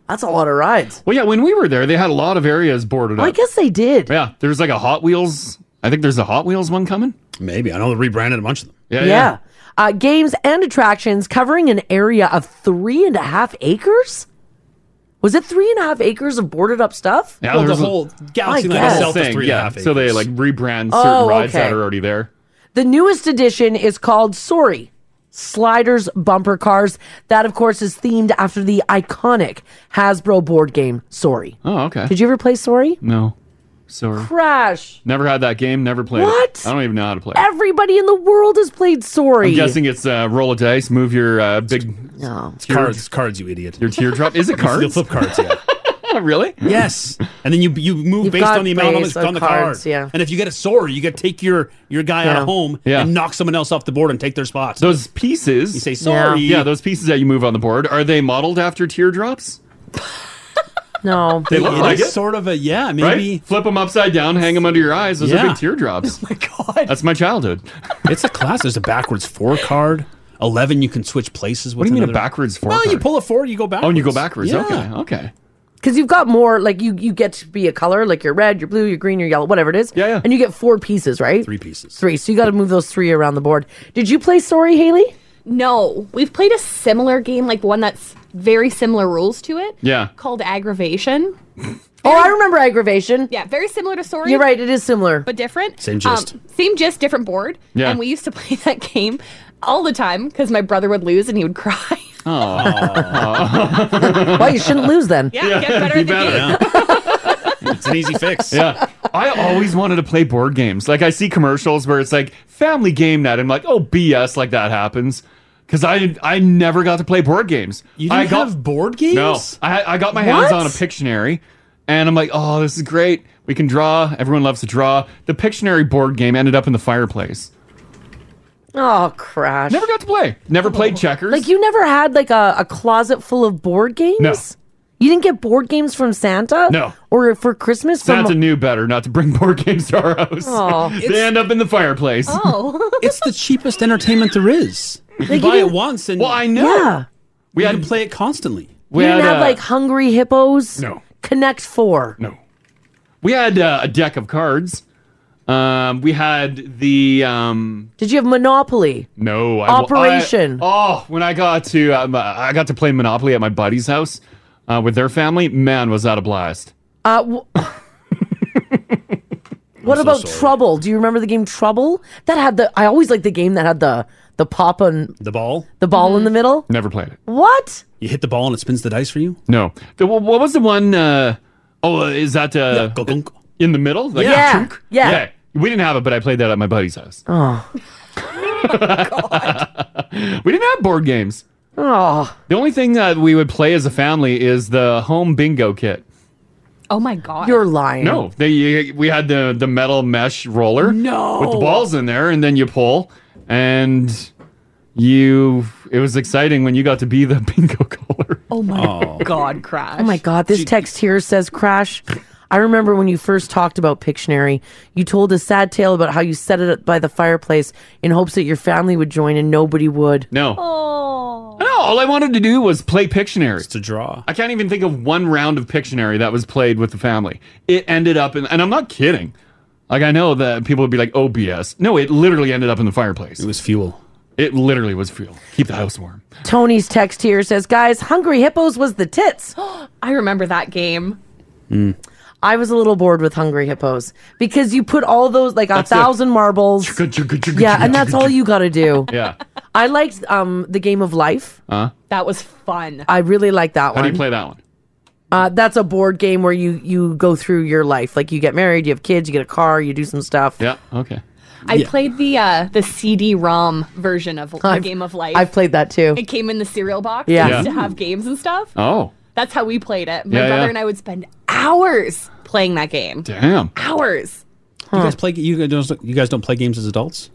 S5: That's a lot of rides.
S6: Well, yeah, when we were there, they had a lot of areas boarded up.
S5: I guess they did.
S6: Yeah, there's like a Hot Wheels. I think there's a Hot Wheels one coming.
S8: Maybe I know they rebranded a bunch of them.
S6: Yeah,
S5: Yeah.
S6: yeah.
S5: Uh, games and attractions covering an area of three and a half acres? Was it three and a half acres of boarded up stuff?
S6: Yeah, there's a-
S5: I
S6: The
S5: guess.
S6: whole thing, yeah. So they like rebrand certain
S5: Oh,
S6: rides
S5: okay.
S6: that are already there.
S5: The newest edition is called Sorry. Sliders Bumper Cars. That, of course, is themed after the iconic Hasbro board game, Sorry.
S6: Oh, okay.
S5: Did you ever play Sorry?
S6: No, sorry.
S5: Crash.
S6: Never had that game. Never played
S5: What?
S6: it. I don't even know how to play. it.
S5: Everybody in the world has played Sorry.
S6: I'm guessing it's uh, roll a dice, move your uh, big
S8: cards, cards, you idiot.
S6: Your teardrop is it cards?
S8: You'll flip cards,
S6: yeah. really?
S8: Yes. And then you you move
S6: You've
S8: based
S6: got
S8: on the amount on
S6: raised
S8: the, on the
S6: cards,
S8: card.
S6: yeah.
S8: And if you get a sword, you got to take your your guy out
S6: Yeah.
S8: of home
S6: Yeah.
S8: and knock someone else off the board and take their spots.
S6: Those pieces.
S8: You say sorry.
S6: Yeah. those pieces that you move on the board are they modeled after teardrops?
S5: No.
S6: They look like
S8: is
S6: it.
S8: Sort of a yeah,
S6: Right?
S8: maybe.
S6: Flip them upside down, hang them under your eyes. Those
S8: Yeah.
S6: are big teardrops. Oh my god. That's my childhood.
S8: It's a class. There's a backwards four card. Eleven, you can switch places. With
S6: What do you mean a
S8: another-
S6: backwards four?
S8: Well, you
S6: card?
S8: pull a four, you go backwards.
S6: Oh, and you go backwards.
S8: Yeah.
S6: Okay. Okay.
S5: Because you've got more, like you you get to be a color, like you're red, you're blue, you're green, you're yellow, whatever it is. Yeah, yeah. And you get four pieces, right? Three
S8: pieces.
S5: Three. So you got to move those three around the board. Did you play Sorry, Haley?
S4: No, we've played a similar game, like one that's very similar rules to it,
S6: Yeah.
S4: called Aggravation.
S5: Oh, I remember Aggravation.
S4: Yeah, very similar to Sorry.
S5: You're right. It is similar.
S4: but different. Um,
S5: Same gist.
S4: same gist, different board.
S5: Yeah.
S4: And we used to play that game all the time because my brother would lose and he would cry.
S6: Oh.
S5: well, you shouldn't lose then.
S4: Yeah, get better
S6: be
S4: at the
S6: it's
S8: an easy fix.
S6: Yeah. I always wanted to play board games. Like I see commercials where it's like family game night. I'm like, oh BS, like that happens. Cause I I never got to play board games.
S8: You didn't
S6: I got,
S8: have board games?
S6: No, I I got my hands
S8: What?
S6: on a Pictionary, and I'm like, oh, this is great. We can draw. Everyone loves to draw. The Pictionary board game ended up in the fireplace.
S5: Oh, crash.
S6: Never got to play. Never
S8: Oh.
S6: played checkers.
S5: Like you never had like a, a closet full of board games.
S6: No.
S5: You didn't get board games from Santa.
S6: No.
S5: Or for Christmas from.
S6: Santa knew better not to bring board games to our house.
S5: Aw.
S6: they end up in the fireplace.
S4: Oh.
S8: it's the cheapest entertainment there is. You
S5: Like, you
S8: buy it
S5: didn't-
S8: once and
S5: Well, I know. Yeah.
S8: We had to play it constantly.
S5: you didn't have
S6: uh,
S5: like Hungry Hippos. No. Connect Four.
S6: No. We had uh, a deck of cards. Um, we had the um,
S5: Did you have Monopoly?
S6: no I-
S5: Operation.
S6: I- oh, when I got to um, uh, I got to play Monopoly at my buddy's house uh, with their family. Man, was that a blast!
S5: Uh, w- what
S6: so
S5: about
S6: sorry.
S5: Trouble? Do you remember the game Trouble? That had the. I always liked the game that had the the pop and
S8: the ball.
S5: The ball in the middle.
S6: Never played it.
S5: What?
S8: You hit the ball and it spins the dice for you.
S6: No. The, wh- what was the one? Uh, oh, uh, is that uh, in the middle? Like,
S5: Yeah.
S6: chunk?
S5: Yeah.
S6: We didn't have it, but I played that at my buddy's house.
S5: Oh.
S6: We didn't have board games.
S5: Oh.
S6: The only thing that we would play as a family is the home bingo kit.
S4: Oh my god.
S5: You're lying.
S6: No, Oh, they we had the the metal mesh roller.
S5: No.
S6: with the balls in there, and then you pull, and you. It was exciting when you got to be the bingo caller.
S4: Oh my
S6: Oh.
S4: god, Crash.
S5: Oh my God! This text here says, "Crash." I remember when you first talked about Pictionary. You told a sad tale about how you set it up by the fireplace in hopes that your family would join, and nobody would.
S6: No.
S5: Oh.
S6: No, all I wanted to do was play Pictionary. It's
S8: to draw.
S6: I can't even think of one round of Pictionary that was played with the family. It ended up in, and I'm not kidding. Like I know that people would be like, "Oh, BS." No, it literally ended up in the fireplace. It
S8: was fuel.
S6: It literally was fuel. Keep the house warm.
S5: Tony's text here says, "Guys, Hungry Hippos was the tits."
S4: I remember that game.
S6: Hmm.
S5: I was a little bored with Hungry Hippos because you put all those like
S6: That's
S5: a
S6: it.
S5: thousand marbles. yeah, and that's all you got to do.
S6: Yeah.
S5: I liked um the game of life.
S6: Huh?
S4: That was fun.
S5: I really like
S6: How
S5: that one.
S6: do you play that one?
S5: Uh, that's a board game where you you go through your life. Like you get married, you have kids, you get a car, you do some stuff.
S6: Yeah. Okay.
S4: I played the uh, the CD-ROM version of the
S5: I've-
S4: Game of Life.
S5: I've played that too.
S4: It came in the cereal box.
S5: Yeah.
S4: It used to
S5: Yeah.
S4: have games and stuff.
S6: Oh.
S4: That's how we played it. My
S6: Yeah,
S4: brother
S6: yeah.
S4: and I would spend hours playing that game.
S6: Damn.
S4: Hours.
S8: You guys play. You guys, don't, you guys don't play games as adults.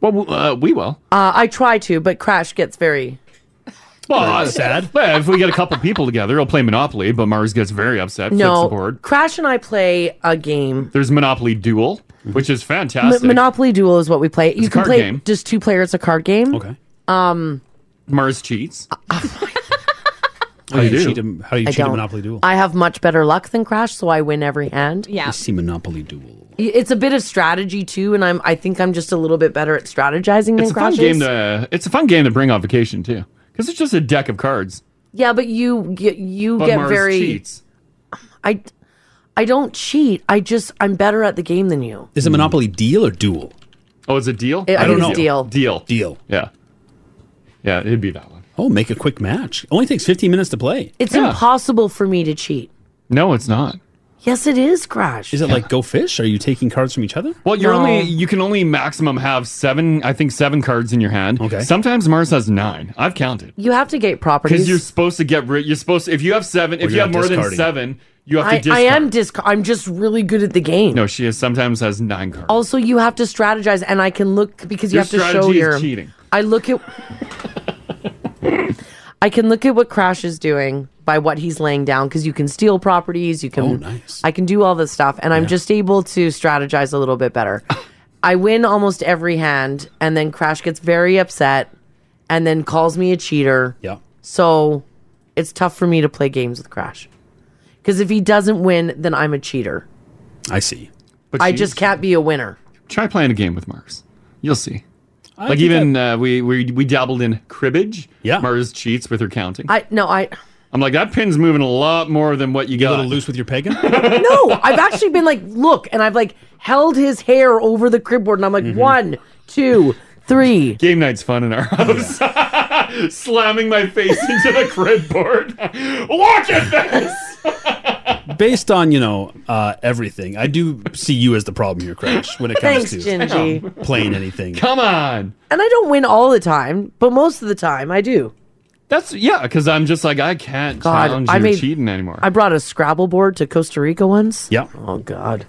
S6: Well, uh, we will.
S5: Uh, I try to, but Crash gets very.
S6: Well, that's sad. Yeah, if we get a couple people together, he'll play Monopoly, but Mars gets very upset, flips the
S5: No,
S6: board.
S5: Crash and I play a game.
S6: There's Monopoly Duel, which is fantastic.
S5: M- Monopoly Duel is what we play. you
S6: a
S5: can
S6: card
S5: play
S6: game.
S5: just two players. It's a card game.
S6: Okay.
S5: Um,
S6: Mars cheats.
S8: How do you cheat a- how do you
S5: Oh I
S8: cheat a
S5: don't.
S8: Monopoly Duel?
S5: I have much better luck than Crash, so I win every hand.
S8: I see Monopoly Duel.
S5: It's a bit of strategy too, and I'm I think I'm just a little bit better at
S6: It's
S5: strategizing than
S6: a fun
S5: Crash.
S6: game
S5: is.
S6: to. It's a fun game to bring on vacation too, because it's just a deck of cards.
S5: Yeah, but you get you
S6: But
S5: get
S6: Mars
S5: very.
S6: cheats.
S5: I I don't cheat. I just I'm better at the game than you.
S8: Is it Monopoly deal or duel?
S6: Hmm. Oh, it's a deal.
S5: I I don't think it's know. deal.
S6: Deal.
S8: Deal.
S6: Yeah. Yeah, it'd be that one.
S8: Oh, make a quick match. Only takes 15 minutes to play.
S5: It's impossible for me to cheat.
S6: No, it's not.
S5: Yes, it is, Crash.
S8: Is it like Go Fish? Are you taking cards from each other?
S6: Well, you're
S5: No.
S6: only you can only maximum have seven. I think seven cards in your hand. Okay. Sometimes Mars has nine. I've counted
S5: You have to gate
S6: because
S5: properties.
S6: you're supposed to get rid. You're supposed to, if you have seven. If
S8: you're
S6: you have
S8: not
S6: more than
S8: discarding.
S6: seven, you have to
S5: I,
S6: discard.
S5: I am disc. I'm just really good at the game.
S6: No, she is, sometimes has nine cards.
S5: Also, you have to strategize, and I can look because you
S6: Your
S5: have to
S6: strategy
S5: show
S6: is
S5: your
S6: cheating.
S5: I look at. I can look at what Crash is doing by what he's laying down because you can steal properties. You can.
S8: Oh, nice.
S5: I can do all this stuff, and I'm just able to strategize a little bit better. I win almost every hand, and then Crash gets very upset, and then calls me a cheater.
S8: Yeah.
S5: So, it's tough for me to play games with Crash, because if he doesn't win, then I'm a cheater.
S8: I see.
S5: I just can't be a winner.
S6: try playing a game with Mars. You'll see.
S5: I
S6: like
S5: think
S6: even uh, we we we dabbled in cribbage. Yeah. Mars cheats with her counting.
S5: I no, I
S6: I'm like that pin's moving a lot more than what you got. A little
S8: loose with your pegging.
S5: no, I've actually been like, look, and I've like held his hair over the crib board, and I'm like, one, two, three.
S6: Mm-hmm. Game night's fun in our house. Slamming my face into the crib board. Look at this.
S8: Based on you know uh, everything, I do see you as the problem here, Crash. When it comes
S5: Thanks,
S8: to
S5: Gingy.
S8: playing anything.
S6: Come on.
S5: And I don't win all the time, but most of the time I do.
S6: That's yeah, because I'm just like I can't
S5: God,
S6: challenge
S5: I
S6: your
S5: made-
S6: cheating anymore.
S5: I brought a Scrabble board to Costa Rica once.
S8: Yeah.
S5: Oh God.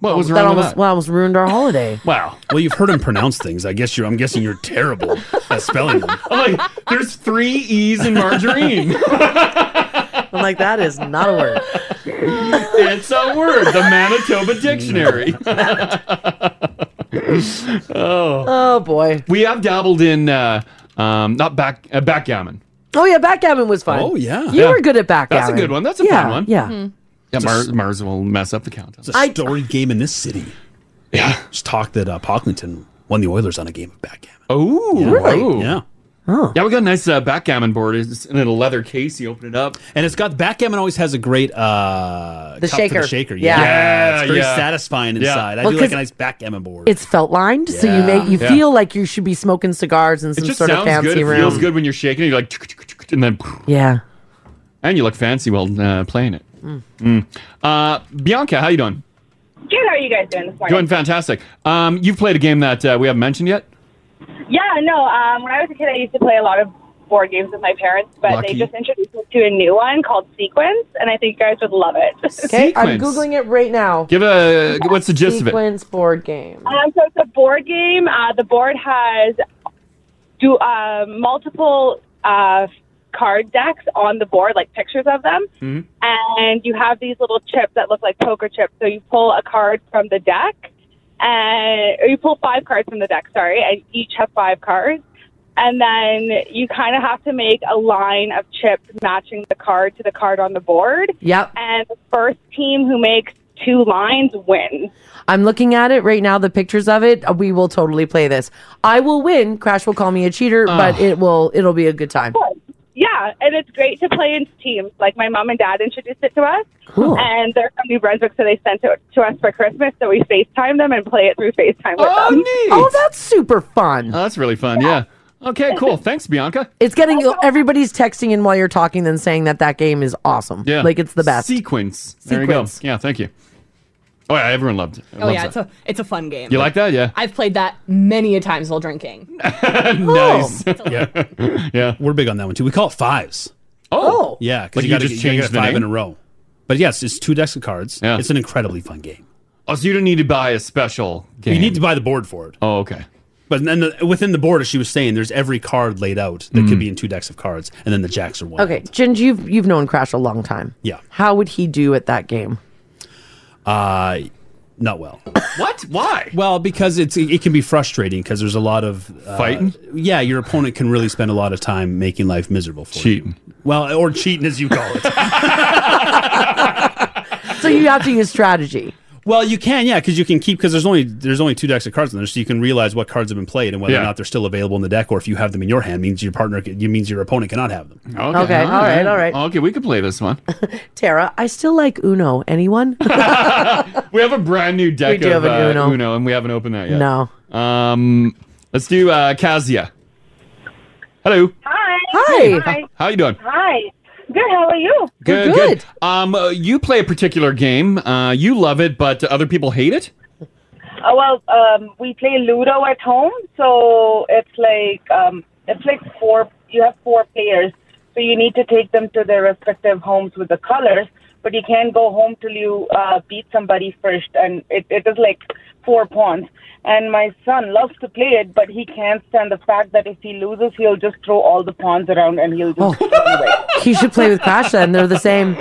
S6: What was
S5: that
S6: wrong with
S5: almost,
S6: that?
S5: Well, almost ruined our holiday.
S6: Wow.
S8: Well, you've heard him pronounce things. I guess you're. I'm guessing you're terrible at spelling them.
S6: I'm like, there's three E's in margarine.
S5: I'm like, that is not a word.
S6: it's a word. The Manitoba Dictionary. oh.
S5: Oh boy.
S6: We have dabbled in uh, um, not back uh, backgammon.
S5: Oh yeah, backgammon was fun.
S6: Oh, yeah.
S5: You
S6: Yeah.
S5: were good at backgammon.
S6: That's a good one. That's a
S5: yeah,
S6: fun one.
S5: Yeah.
S6: Yeah,
S8: It's a
S6: Mars,
S8: s-
S6: Mars will mess up the countdown.
S8: It's a storied game in this city.
S6: Yeah.
S8: Just talk that uh, Pocklington won the Oilers on a game of backgammon.
S6: Oh,
S8: Yeah. Really? Yeah.
S5: Oh.
S6: Yeah, we got a nice uh, backgammon board. It's in a leather case. You open it up.
S8: And it's got backgammon always has a great uh
S5: The
S8: cup for
S5: shaker.
S8: the shaker.
S5: Yeah.
S8: Yeah.
S5: Yeah,
S8: It's very
S5: yeah.
S8: satisfying
S5: Yeah.
S8: inside. I
S5: Well,
S8: do like
S5: 'cause
S8: a nice backgammon board.
S5: It's felt lined, so you make you
S6: Yeah.
S5: feel like you should be smoking cigars in
S6: It
S5: some
S6: just
S5: sort of
S6: sounds
S5: fancy
S6: good. It
S5: room.
S6: feels good when you're shaking it. You're like, "Tsk, tsk, tsk, tsk," and then,
S5: Yeah.
S6: and you look fancy while uh, playing it.
S9: Mm.
S6: Mm. Uh, Bianca, how you doing?
S9: Good. How are you guys doing this morning?
S6: Doing fantastic. Um, you've played a game that uh, we haven't mentioned yet.
S9: Yeah, no. Um, when I was a kid, I used to play a lot of board games with my parents, but
S6: Lucky.
S9: they just introduced us to a new one called Sequence, and I think you guys would love it.
S5: Okay, I'm
S6: Sequence.
S5: googling it right now.
S6: Give a Uh, what's the gist of it?
S5: Sequence board game.
S9: Um, so it's a board game. Uh, the board has do uh, multiple uh, card decks on the board, like pictures of them, and you have these little chips that look like poker chips. So you pull a card from the deck, and or you pull five cards from the deck. Sorry, and each have five cards. And then you kind of have to make a line of chips matching the card to the card on the board.
S5: Yep.
S9: And the first team who makes two lines wins.
S5: I'm looking at it right now. The pictures of it. Uh, We will totally play this. I will win. Crash will call me a cheater,
S6: Ah.
S5: but it will. It'll be a good time.
S9: Yeah, and it's great to play in teams. Like my mom and dad introduced it to us,
S5: Cool.
S9: and they're from New Brunswick, so they sent it to us for Christmas. So we FaceTime them and play it through FaceTime with them.
S5: Oh, that's super fun.
S6: Oh, that's really fun. Yeah. Okay. Cool. Thanks, Bianca.
S5: It's getting everybody's texting in while you're talking, then saying that that game is awesome.
S6: Yeah.
S5: like it's the best.
S6: Sequence. There you go. Yeah. Thank you. Oh yeah, everyone loved it.
S4: Oh
S6: Loves
S4: yeah,
S6: that.
S4: it's a it's a fun game.
S6: You like that? Yeah.
S4: I've played that many a times while drinking.
S6: nice.
S8: yeah.
S6: yeah.
S8: We're big on that one too. We call it fives.
S4: Oh.
S8: Yeah,
S6: Like
S8: because you,
S6: you
S8: gotta
S6: just
S8: get- you gotta
S6: changed
S8: get
S6: the
S8: five
S6: name?
S8: in a row. But yes, it's two decks of cards. Yeah. It's an incredibly fun game.
S6: Oh, so you don't need to buy a special game.
S8: You need to buy the board for it.
S6: Oh, okay.
S8: But then the, within the board, as she was saying, there's every card laid out that
S6: Mm.
S8: could be in two decks of cards, and then the jacks are one.
S5: Okay, Ginge, you've you've known Crash a long time.
S8: Yeah.
S5: How would he do at that game?
S8: Uh, not well.
S6: What? Why?
S8: Well, because it's it can be frustrating because there's a lot of uh,
S6: Fighting?
S8: Yeah, your opponent can really spend a lot of time making life miserable for cheating. you. Well, or cheating as you call it.
S5: So you have to use strategy.
S8: Well, you can, yeah, because you can keep because there's only there's only two decks of cards in there, so you can realize what cards have been played and whether
S6: Yeah.
S8: or not they're still available in the deck, or if you have them in your hand means your partner it means your opponent cannot have them. Okay,
S5: Okay, all right, all right.
S6: Okay, we could play this one.
S5: Tara, I still like Uno. Anyone?
S6: We have a brand new deck
S5: do
S6: of
S5: have an
S6: uh,
S5: Uno.
S6: Uno. and we haven't opened that yet.
S5: No.
S6: Um, let's do uh, Kazia. Hello.
S21: Hi.
S6: Hey, h- How you doing?
S21: Hi. Good. How are you?
S6: Good, good. Um, uh, you play a particular game. Uh, you love it, but other people hate it.
S21: Uh, well, um, we play Ludo at home, so it's like um, it's like four. You have four players, so you need to take them to their respective homes with the colors. But you can't go home till you uh, beat somebody first, and it, it is like four pawns. And my son loves to play it, but he can't stand the fact that if he loses, he'll just throw all the pawns around and he'll just
S6: Oh.
S21: throw them away.
S5: he should play with Crash then. They're the same.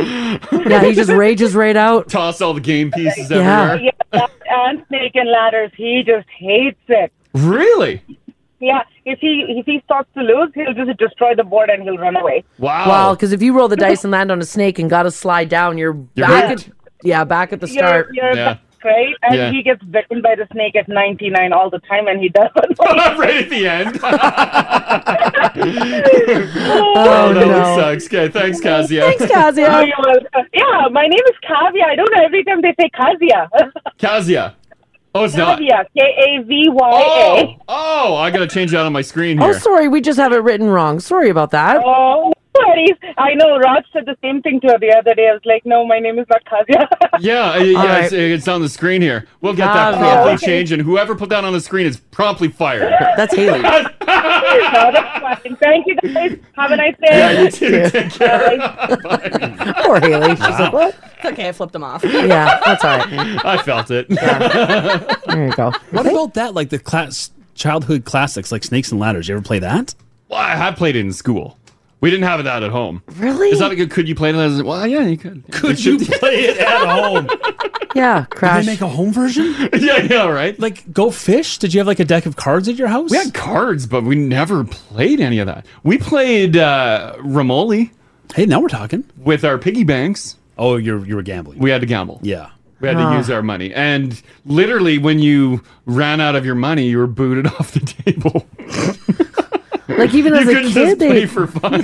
S5: Yeah, he just rages right out.
S6: Toss all the game pieces
S5: Yeah.
S6: everywhere.
S21: yeah, and snake and ladders. He just hates it.
S6: Really?
S21: Yeah, if he if he starts to lose, he'll just destroy the board and he'll run away.
S6: Wow.
S5: Wow, because if you roll the dice and land on a snake and got to slide down, you're, back
S21: hooked.
S5: at, yeah, back at the
S21: You're-
S5: start.
S21: you're back, right? And
S5: Yeah.
S21: he gets bitten by the snake at 99 all the time, and he doesn't.
S6: right at the end. Oh, that
S21: no.
S6: sucks. Okay, thanks, Kazia.
S21: Oh, you're welcome. yeah, my name is Kavya. I don't know. Every time they say Kavya.
S6: Kazia. Oh, it's not.
S21: Kavya. K A V Y
S6: Oh, oh, I gotta change that on my screen
S5: Oh,
S6: here.
S5: sorry, we just have it written wrong. Sorry about
S21: A.
S5: that.
S21: Oh, buddies. I know. Raj said the same thing to her the other day. I was like, no, my name is not Kavya.
S6: Yeah, uh, yeah,
S21: All
S6: it's, it's on the screen here. We'll get that
S21: Kazia.
S6: promptly
S21: Oh, okay.
S6: changed, and whoever put that on the screen is promptly fired.
S5: That's Haley.
S21: no, that's fine. Thank you guys. Have a nice day.
S6: Yeah, you too. Take care.
S5: Poor Haley. She's like, what?
S4: It's okay, I flipped him off.
S5: Yeah, that's all right.
S6: I felt it.
S5: There you go.
S8: What about that? Like the class childhood classics, like Snakes and Ladders. You ever play that?
S6: Well, I have played it in school. We didn't have that at home.
S5: Really?
S6: Is that a good? Could you play it as? Well, yeah, you could. Could
S8: you play it at home?
S5: Yeah,
S8: Did
S5: Crash.
S8: they make a home version?
S6: yeah, yeah, right.
S8: Like Go Fish. Did you have like a deck of cards at your house?
S6: We had cards, but we never played any of that. We played uh, Ramoli.
S8: Hey, now we're talking.
S6: With our piggy banks.
S8: Oh, you're you were gambling.
S6: We had to gamble.
S8: Yeah.
S6: We had
S8: Ah.
S6: to use our money. And literally when you ran out of your money, you were booted off the table.
S5: Like even
S6: You
S5: as a
S6: couldn't
S5: kid,
S6: just
S5: they
S6: play for fun.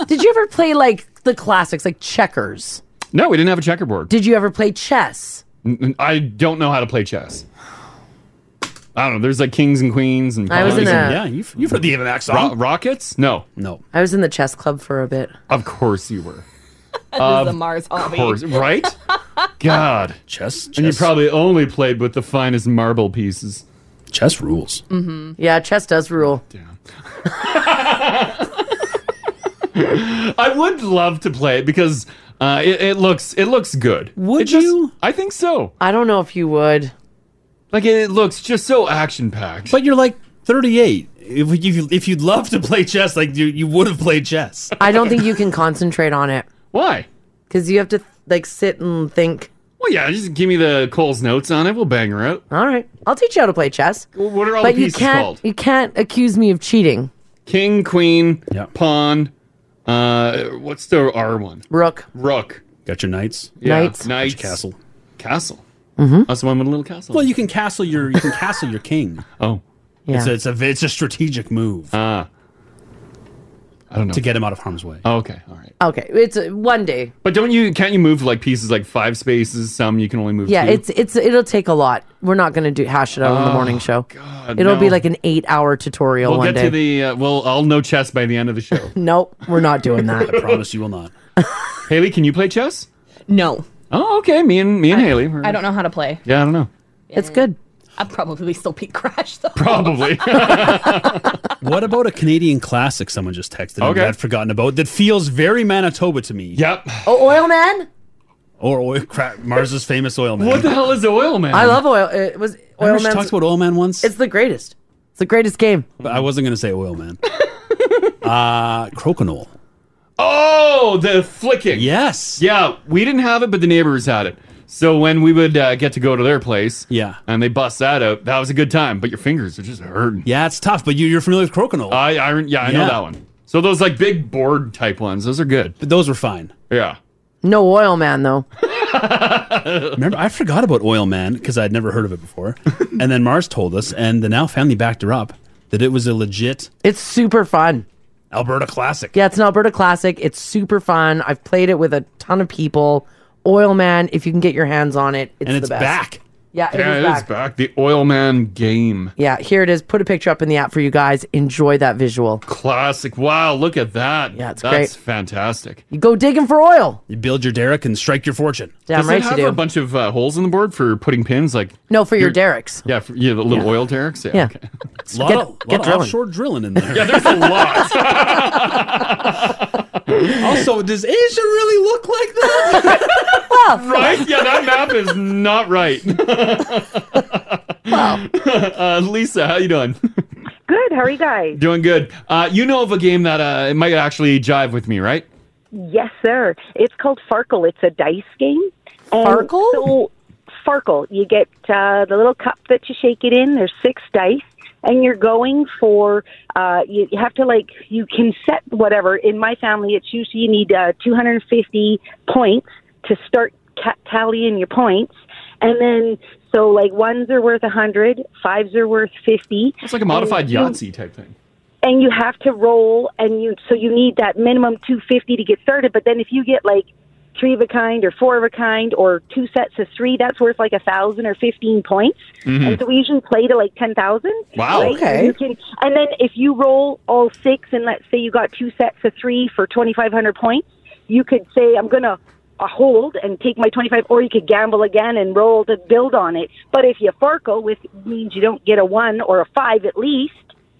S5: Did you ever play like the classics, like checkers?
S6: No, we didn't have a checkerboard.
S5: Did you ever play chess?
S6: N- n- I don't know how to play chess. I don't know. There's like kings and queens and
S5: I was in
S6: pawns and-
S5: a- Yeah,
S8: you've, you've heard the Ivanax
S6: Ro- rockets? No,
S8: no.
S5: I was in the chess club for a bit.
S6: Of course you were.
S4: That is a Mars hobby.
S6: course, right? God,
S8: chess,
S6: And you probably only played with the finest marble pieces.
S8: Chess rules.
S5: Mm-hmm. Yeah, chess does rule.
S6: I would love to play it because uh, it, it looks it looks good.
S8: Would you?
S6: I think so.
S5: I don't know if you would.
S6: Like it looks just so action packed.
S8: But you're like 38. If you if you'd love to play chess, like you you would have played chess.
S5: I don't think you can concentrate on it.
S6: Why?
S5: Because you have to like sit and think.
S6: Well, yeah, just give me the Cole's notes on it. We'll bang her out.
S5: All right, I'll teach you how to play chess.
S6: What are all
S5: but
S6: the pieces
S5: you can't,
S6: called?
S5: You can't accuse me of cheating.
S6: King, queen, pawn. Uh, what's the R one?
S5: Rook.
S6: Rook.
S8: Got your knights.
S6: Yeah,
S8: Knights.
S6: knights.
S8: Got your castle.
S6: Castle.
S5: Mm-hmm.
S6: That's the one with a little castle.
S8: Well, you can castle your you can castle your king.
S6: Oh,
S5: Yeah.
S8: It's a, it's a it's a strategic move.
S6: Ah. I don't know.
S8: To get him out of harm's way.
S6: Oh, okay. All right.
S5: Okay, it's uh, one day.
S6: But don't you? Can't you move like pieces like five spaces? Some you can only move.
S5: Yeah,
S6: two?
S5: it's it's it'll take a lot. We're not going to do hash it out on the
S6: Oh,
S5: morning show.
S6: God,
S5: it'll be
S6: no.
S5: like an eight-hour tutorial
S6: We'll
S5: one
S6: get
S5: day.
S6: to the. Uh, well, I'll know chess by the end of the show.
S5: Nope, we're not doing that.
S8: I promise you will not.
S6: Haley, can you play chess?
S4: No.
S6: Oh, okay. Me and me and Haley. we're-
S4: I don't know how to play.
S6: Yeah, I don't know.
S5: It's good.
S4: I probably still beat Crash though.
S6: Probably.
S8: What about a Canadian classic someone just texted me
S6: Okay.
S8: that I'd forgotten about that feels very Manitoba to me?
S6: Yep.
S5: Oh, oil man.
S8: Or oil crap Mars's famous oil man.
S6: What the hell is oil man?
S5: I love oil. It was
S8: Remember
S5: oil
S8: she
S5: man.
S8: talked about oil man once.
S5: It's the greatest. It's the greatest game.
S8: But I wasn't going to say oil, man. uh, crokinole.
S6: Oh, the flicking.
S8: Yes.
S6: Yeah, we didn't have it, but the neighbors had it. So when we would uh, get to go to their place,
S8: yeah,
S6: and they bust that out, that was a good time. But your fingers are just hurting.
S8: Yeah, it's tough. But you, you're familiar with crokinole.
S6: I, I yeah, I know
S8: Yeah.
S6: that one. So those like big board type ones, those are good.
S8: But those were fine.
S6: Yeah.
S5: No oil man though.
S8: Remember, I forgot about Oil Man because I'd never heard of it before. and then Mars told us, and the Now family backed her up that it was a legit.
S5: It's super fun.
S8: Alberta classic.
S5: Yeah, it's an Alberta classic. It's super fun. I've played it with a ton of people. Oil man, if you can get your hands on it, it's
S6: And
S5: the
S6: it's
S5: best.
S6: back.
S5: Yeah, it is
S6: yeah, it
S5: back.
S6: is back. The oil man game.
S5: Yeah, here it is. Put a picture up in the app for you guys. Enjoy that visual.
S6: Classic. Wow, look at that. Yeah, it's That's
S5: great.
S6: fantastic.
S5: You go digging for oil.
S8: You build your derrick and strike your fortune.
S5: Damn
S6: Does
S5: right
S6: it
S5: you
S6: have
S5: do.
S6: a bunch of uh, holes in the board for putting pins? Like
S5: No, for your derricks.
S6: Yeah, for, yeah, the little oil derricks. Yeah.
S5: Yeah.
S6: okay.
S5: Lot Get- of- lot get of drilling.
S8: offshore drilling in there.
S6: yeah, there's a lot.
S8: also, does Asia really look like that?
S6: right? Yeah, that map is not right. wow. uh, Lisa, how you doing?
S7: Good. How are you guys?
S6: Doing good. Uh, you know of a game that uh, it might actually jive with me, right?
S7: Yes, sir. It's called Farkle. It's a dice game. And
S5: Farkle?
S7: So, Farkle. You get uh, the little cup that you shake it in. There's six dice, and you're going for. Uh, you, you have to like. You can set whatever. In my family, it's usually you need uh, 250 points to start ca- tallying your points, and then so like ones are worth 100, fives are worth 50.
S6: It's like a modified
S7: and you-
S6: Yahtzee type thing.
S7: and you have to roll and you so you need that minimum 250 to get started but then if you get like three of a kind or four of a kind or two sets of three that's worth like a thousand or 15 points
S22: Mhm.
S7: and so we usually play to like 10,000
S22: Wow.
S7: right?
S22: Okay.
S7: You can, and then if you roll all six and let's say you got two sets of three for 2,500 points you could say I'm gonna uh, hold and take my 25 or you could gamble again and roll to build on it but if you farkle which means you don't get a one or a five at least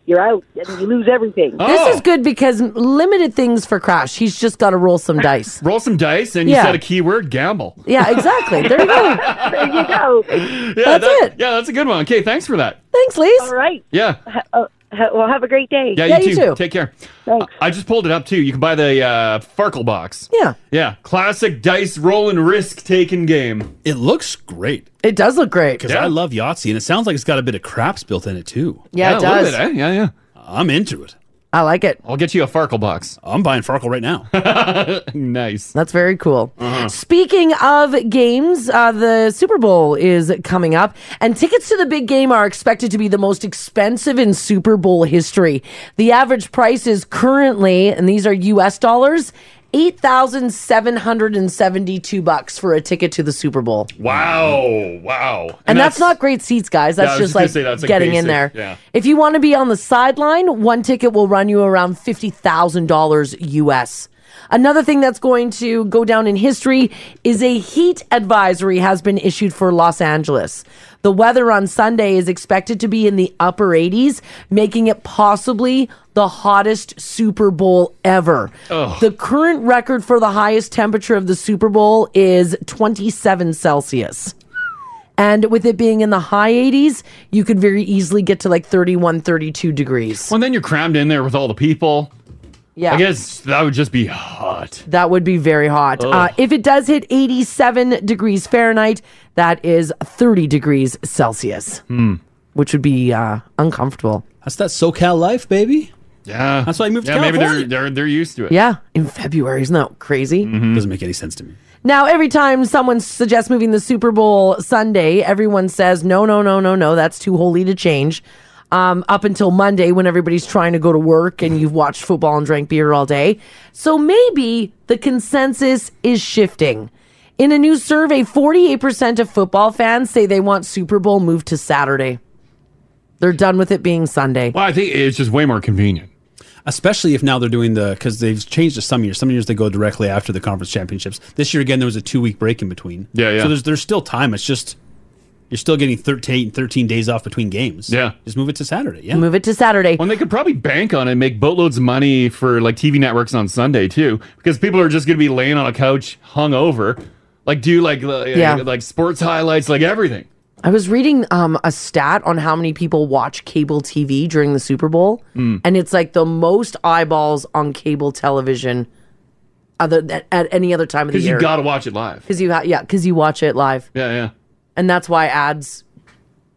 S7: you're out and you lose everything.
S6: Oh.
S5: This is good because limited things for Crash. He's just got to roll some dice.
S6: Roll some dice, and you
S5: Yeah.
S6: said a keyword: gamble.
S5: Yeah, exactly. There you go.
S7: there you go.
S6: Yeah, that's it. Yeah, that's a good one. Okay, thanks for that.
S5: Thanks, Lise.
S7: All right.
S6: Yeah,
S7: Ha- uh, ha- well, have a great day.
S6: yeah, you, too. Take care.
S7: Thanks.
S6: I just pulled it up too. You can buy the uh, Farkle box.
S5: Yeah.
S6: Yeah, classic dice rolling, risk taking game.
S8: It looks great.
S5: It does look great.
S8: Because I love Yahtzee, and it sounds like it's got a bit of craps built in it too.
S5: Yeah, Yeah, it a little does. bit, eh?
S6: Yeah, yeah.
S8: I'm into it.
S5: I like it.
S6: I'll get you a Farkle box.
S8: I'm buying Farkle right now.
S6: nice. Uh-huh.
S5: That's very cool. Speaking of games, uh, the Super Bowl is coming up, and tickets to the big game are expected to be the most expensive in Super Bowl history. The average price is currently, and these are US dollars, 8,772 bucks for a ticket to the Super Bowl.
S6: Wow, wow. And,
S5: And, that's, not great seats, guys.
S6: Yeah, I
S5: That's
S6: was just
S5: just
S6: gonna
S5: like
S6: say that's, like,
S5: getting in
S6: basic,
S5: there.
S6: yeah.
S5: If you want to be on the sideline, one ticket will run you around $50,000 US. Another thing that's going to go down in history is a heat advisory has been issued for Los Angeles. The weather on Sunday is expected to be in the upper 80s, making it possibly the hottest Super Bowl ever.
S6: Ugh.
S5: The current record for the highest temperature of the Super Bowl is 27 Celsius. And with it being in the high 80s, you could very easily get to like 31, 32 degrees.
S6: Well, then you're crammed in there with all the people.
S5: Yeah.
S6: I guess that would just be hot.
S5: That would be very hot.
S6: Ugh.
S5: Uh, if it does hit 87 degrees Fahrenheit, that is 30 degrees Celsius,
S6: Hmm.
S5: which would be uh, uncomfortable.
S8: That's that SoCal life, baby.
S6: Yeah.
S8: That's why I moved
S6: Yeah,
S8: to
S6: maybe
S8: California.
S6: they're they're they're used to it.
S5: Yeah, in February. Isn't that crazy?
S8: Doesn't make any sense to me.
S5: Now, every time someone suggests moving the Super Bowl Sunday, everyone says, no, no, no, no, no, that's too holy to change. Um, up until Monday, when everybody's trying to go to work and you've watched football and drank beer all day. So maybe the consensus is shifting. In a new survey, 48% of football fans say they want Super Bowl moved to Saturday. They're done with it being Sunday.
S6: Well, I think it's just way more convenient.
S8: Especially if now they're doing the because they've changed it some years. Some years they go directly after the conference championships. This year again there was a two week break in between.
S6: Yeah, yeah.
S8: So there's there's still time. It's just you're still getting 13, 13 days off between games. Yeah. Just move it to Saturday. Yeah.
S5: Move it to Saturday.
S6: Well, and they could probably bank on it and make boatloads of money for like TV networks on Sunday too, because people are just going to be laying on a couch hungover. Like do like uh,
S5: Yeah.
S6: like sports highlights, like everything.
S5: I was reading um, a stat on how many people watch cable TV during the Super Bowl,
S3: Mm.
S5: and it's like the most eyeballs on cable television other than at any other time of the
S6: Because
S5: year.
S6: you got to watch it live.
S5: because you ha- yeah, because you watch it live,
S6: Yeah, yeah.
S5: and that's why ads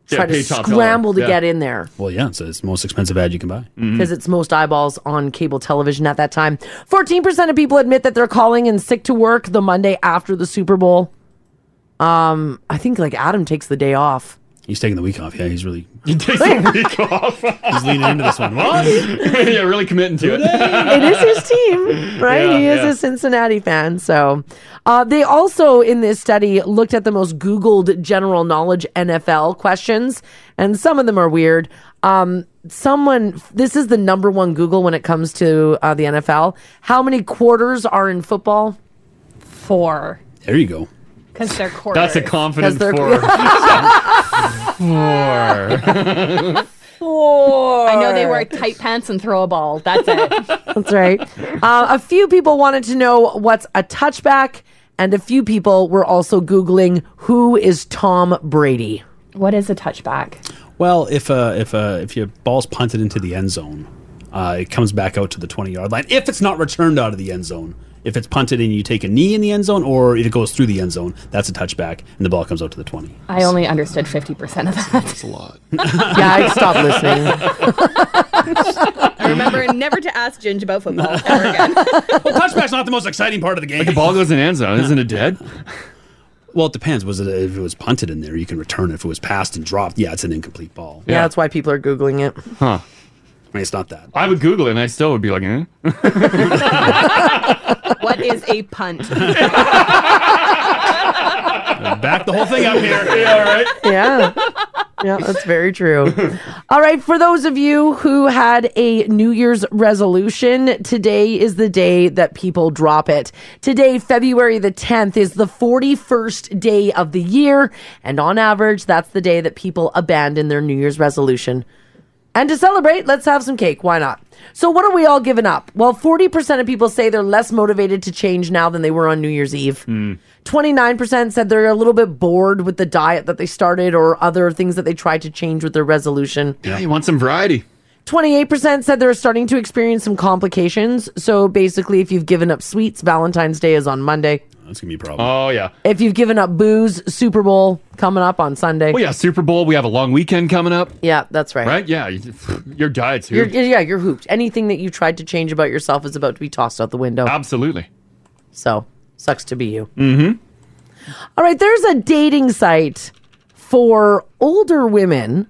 S8: Yeah,
S5: try to
S8: pay top
S5: scramble
S8: dollar.
S5: to
S8: Yeah.
S5: get in there. Mm-hmm.
S8: Well, yeah, it's, it's the most expensive ad you can buy.
S6: Mm.
S5: because it's most eyeballs on cable television at that time. 14% of people admit that they're calling in sick to work the Monday after the Super Bowl. Um, I think like Adam takes the day off.
S8: He's taking the week off. Yeah, he's really
S6: He's
S8: leaning into this one. What?
S6: yeah, really committing to it.
S5: it is his team, right?
S6: Yeah,
S5: he is
S6: yeah.
S5: a Cincinnati fan. So uh, they also, in this study, looked at the most Googled general knowledge NFL questions, and some of them are weird. Um, someone, this is the number one Google when it comes to uh, the NFL. How many quarters are in football? Four.
S8: There you go.
S4: Because they're quarters.
S6: That's a confidence
S5: they're-
S6: for four.
S4: Four. I know they wear tight pants and throw a ball. That's it.
S5: That's right. Uh, a few people wanted to know what's a touchback, and a few people were also Googling who is Tom Brady.
S4: What is a touchback?
S8: Well, if uh, if uh, if your ball's punted into the end zone, uh, it comes back out to the twenty yard line. If it's not returned out of the end zone, if it's punted and you take a knee in the end zone, or it goes through the end zone, that's a touchback, and the ball comes out to the twenty.
S4: I only understood 50% of that. That's
S8: a lot.
S5: yeah, I stopped listening.
S4: I remember never to ask Ginge about football.
S8: well, touchback's not the most exciting part of the game.
S6: Like the ball goes in end zone, isn't it dead?
S8: Well, it depends. Was it if it was punted in there, you can return it. If it was passed and dropped, yeah, it's an incomplete ball.
S5: Yeah, that's why people are Googling it.
S6: Huh.
S8: I mean, it's not that.
S6: I would Google it and I still would be like, eh?
S4: what is a punt?
S8: Back the whole thing up here.
S6: Yeah, right.
S5: yeah. Yeah, that's very true. All right, for those of you who had a New Year's resolution, today is the day that people drop it. Today, February the 10th, is the 41st day of the year, and on average, that's the day that people abandon their New Year's resolution. And to celebrate, let's have some cake. Why not? So, what are we all giving up? Well, 40% of people say they're less motivated to change now than they were on New Year's Eve.
S8: Hmm.
S5: 29% said they're a little bit bored with the diet that they started or other things that they tried to change with their resolution.
S6: Yeah, you want some variety.
S5: 28% said they're starting to experience some complications. So, basically, if you've given up sweets, Valentine's Day is on Monday.
S8: That's gonna be a problem.
S6: Oh yeah.
S5: If you've given up booze, Super Bowl coming up on Sunday.
S6: Well, Oh, yeah, Super Bowl. We have a long weekend coming up.
S5: Yeah, that's right.
S6: Right? Yeah. you- Your diet's
S5: You're,
S6: here.
S5: yeah, you're hooped. Anything that you tried to change about yourself is about to be tossed out the window.
S6: Absolutely.
S5: So, sucks to be you.
S6: Mm-hmm.
S5: All right, there's a dating site for older women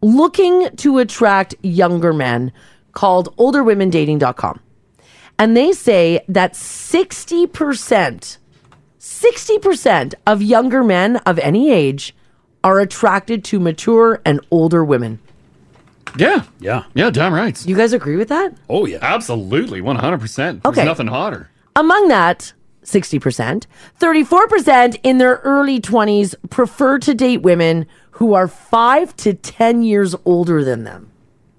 S5: looking to attract younger men called olderwomendating.com. And they say that 60%, 60% of younger men of any age are attracted to mature and older women.
S6: Yeah.
S8: Yeah.
S6: Yeah, damn right.
S5: You guys agree with that?
S8: Oh yeah.
S6: Absolutely. One hundred percent.
S5: Okay.
S6: There's nothing hotter.
S5: Among that, 60%, 34% in their early 20s prefer to date women who are 5 to 10 years older than them.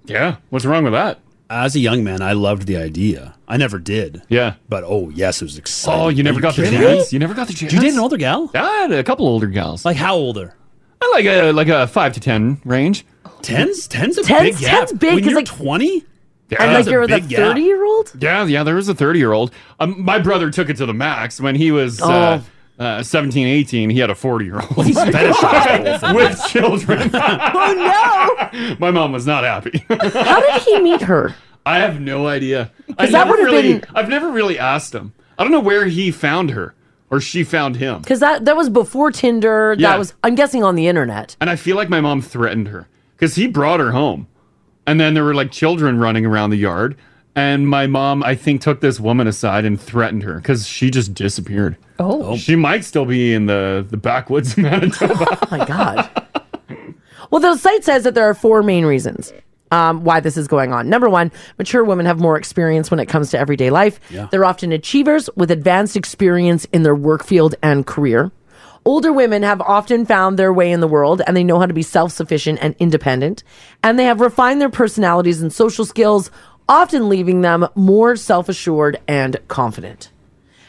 S6: Yeah. What's wrong with that?
S8: As a young man, I loved the idea. I never did.
S6: Yeah.
S8: But oh yes, it was exciting.
S6: Oh, you never
S8: Are
S6: got the
S8: kidding
S6: chance?
S8: me?
S6: You never got the
S8: Did You
S6: chance?
S8: date an older gal?
S6: Yeah, I had a couple older gals.
S8: Like how older?
S6: I like a like a five to ten range.
S8: Tens? Tens a
S5: Tens- big gap. tens big, When 'cause, you're like-
S8: 20?
S5: and like you're the 30 year old?
S6: Yeah, yeah, there was a 30 year old. Um, my brother took it to the max when he was uh,
S5: Oh.
S6: uh, 17, 18. He had a 40 year old.
S3: He's fetishized
S6: with children. oh,
S5: no.
S6: My mom was not happy.
S5: How did he meet her?
S6: I have no idea. I
S5: that
S6: never
S5: would've
S6: really,
S5: been-
S6: I've never really asked him. I don't know where he found her or she found him.
S5: Because that, that was before Tinder.
S6: Yeah.
S5: That was, I'm guessing, on the internet.
S6: And I feel like my mom threatened her because he brought her home. And then there were like children running around the yard. And my mom, I think, took this woman aside and threatened her because she just disappeared.
S5: Oh.
S6: She might still be in the, the backwoods of Manitoba. oh
S5: my God. Well, the site says that there are four main reasons um, why this is going on. Number one, mature women have more experience when it comes to everyday life.
S3: Yeah.
S5: They're often achievers with advanced experience in their work field and career. Older women have often found their way in the world and they know how to be self sufficient and independent. And they have refined their personalities and social skills, often leaving them more self assured and confident.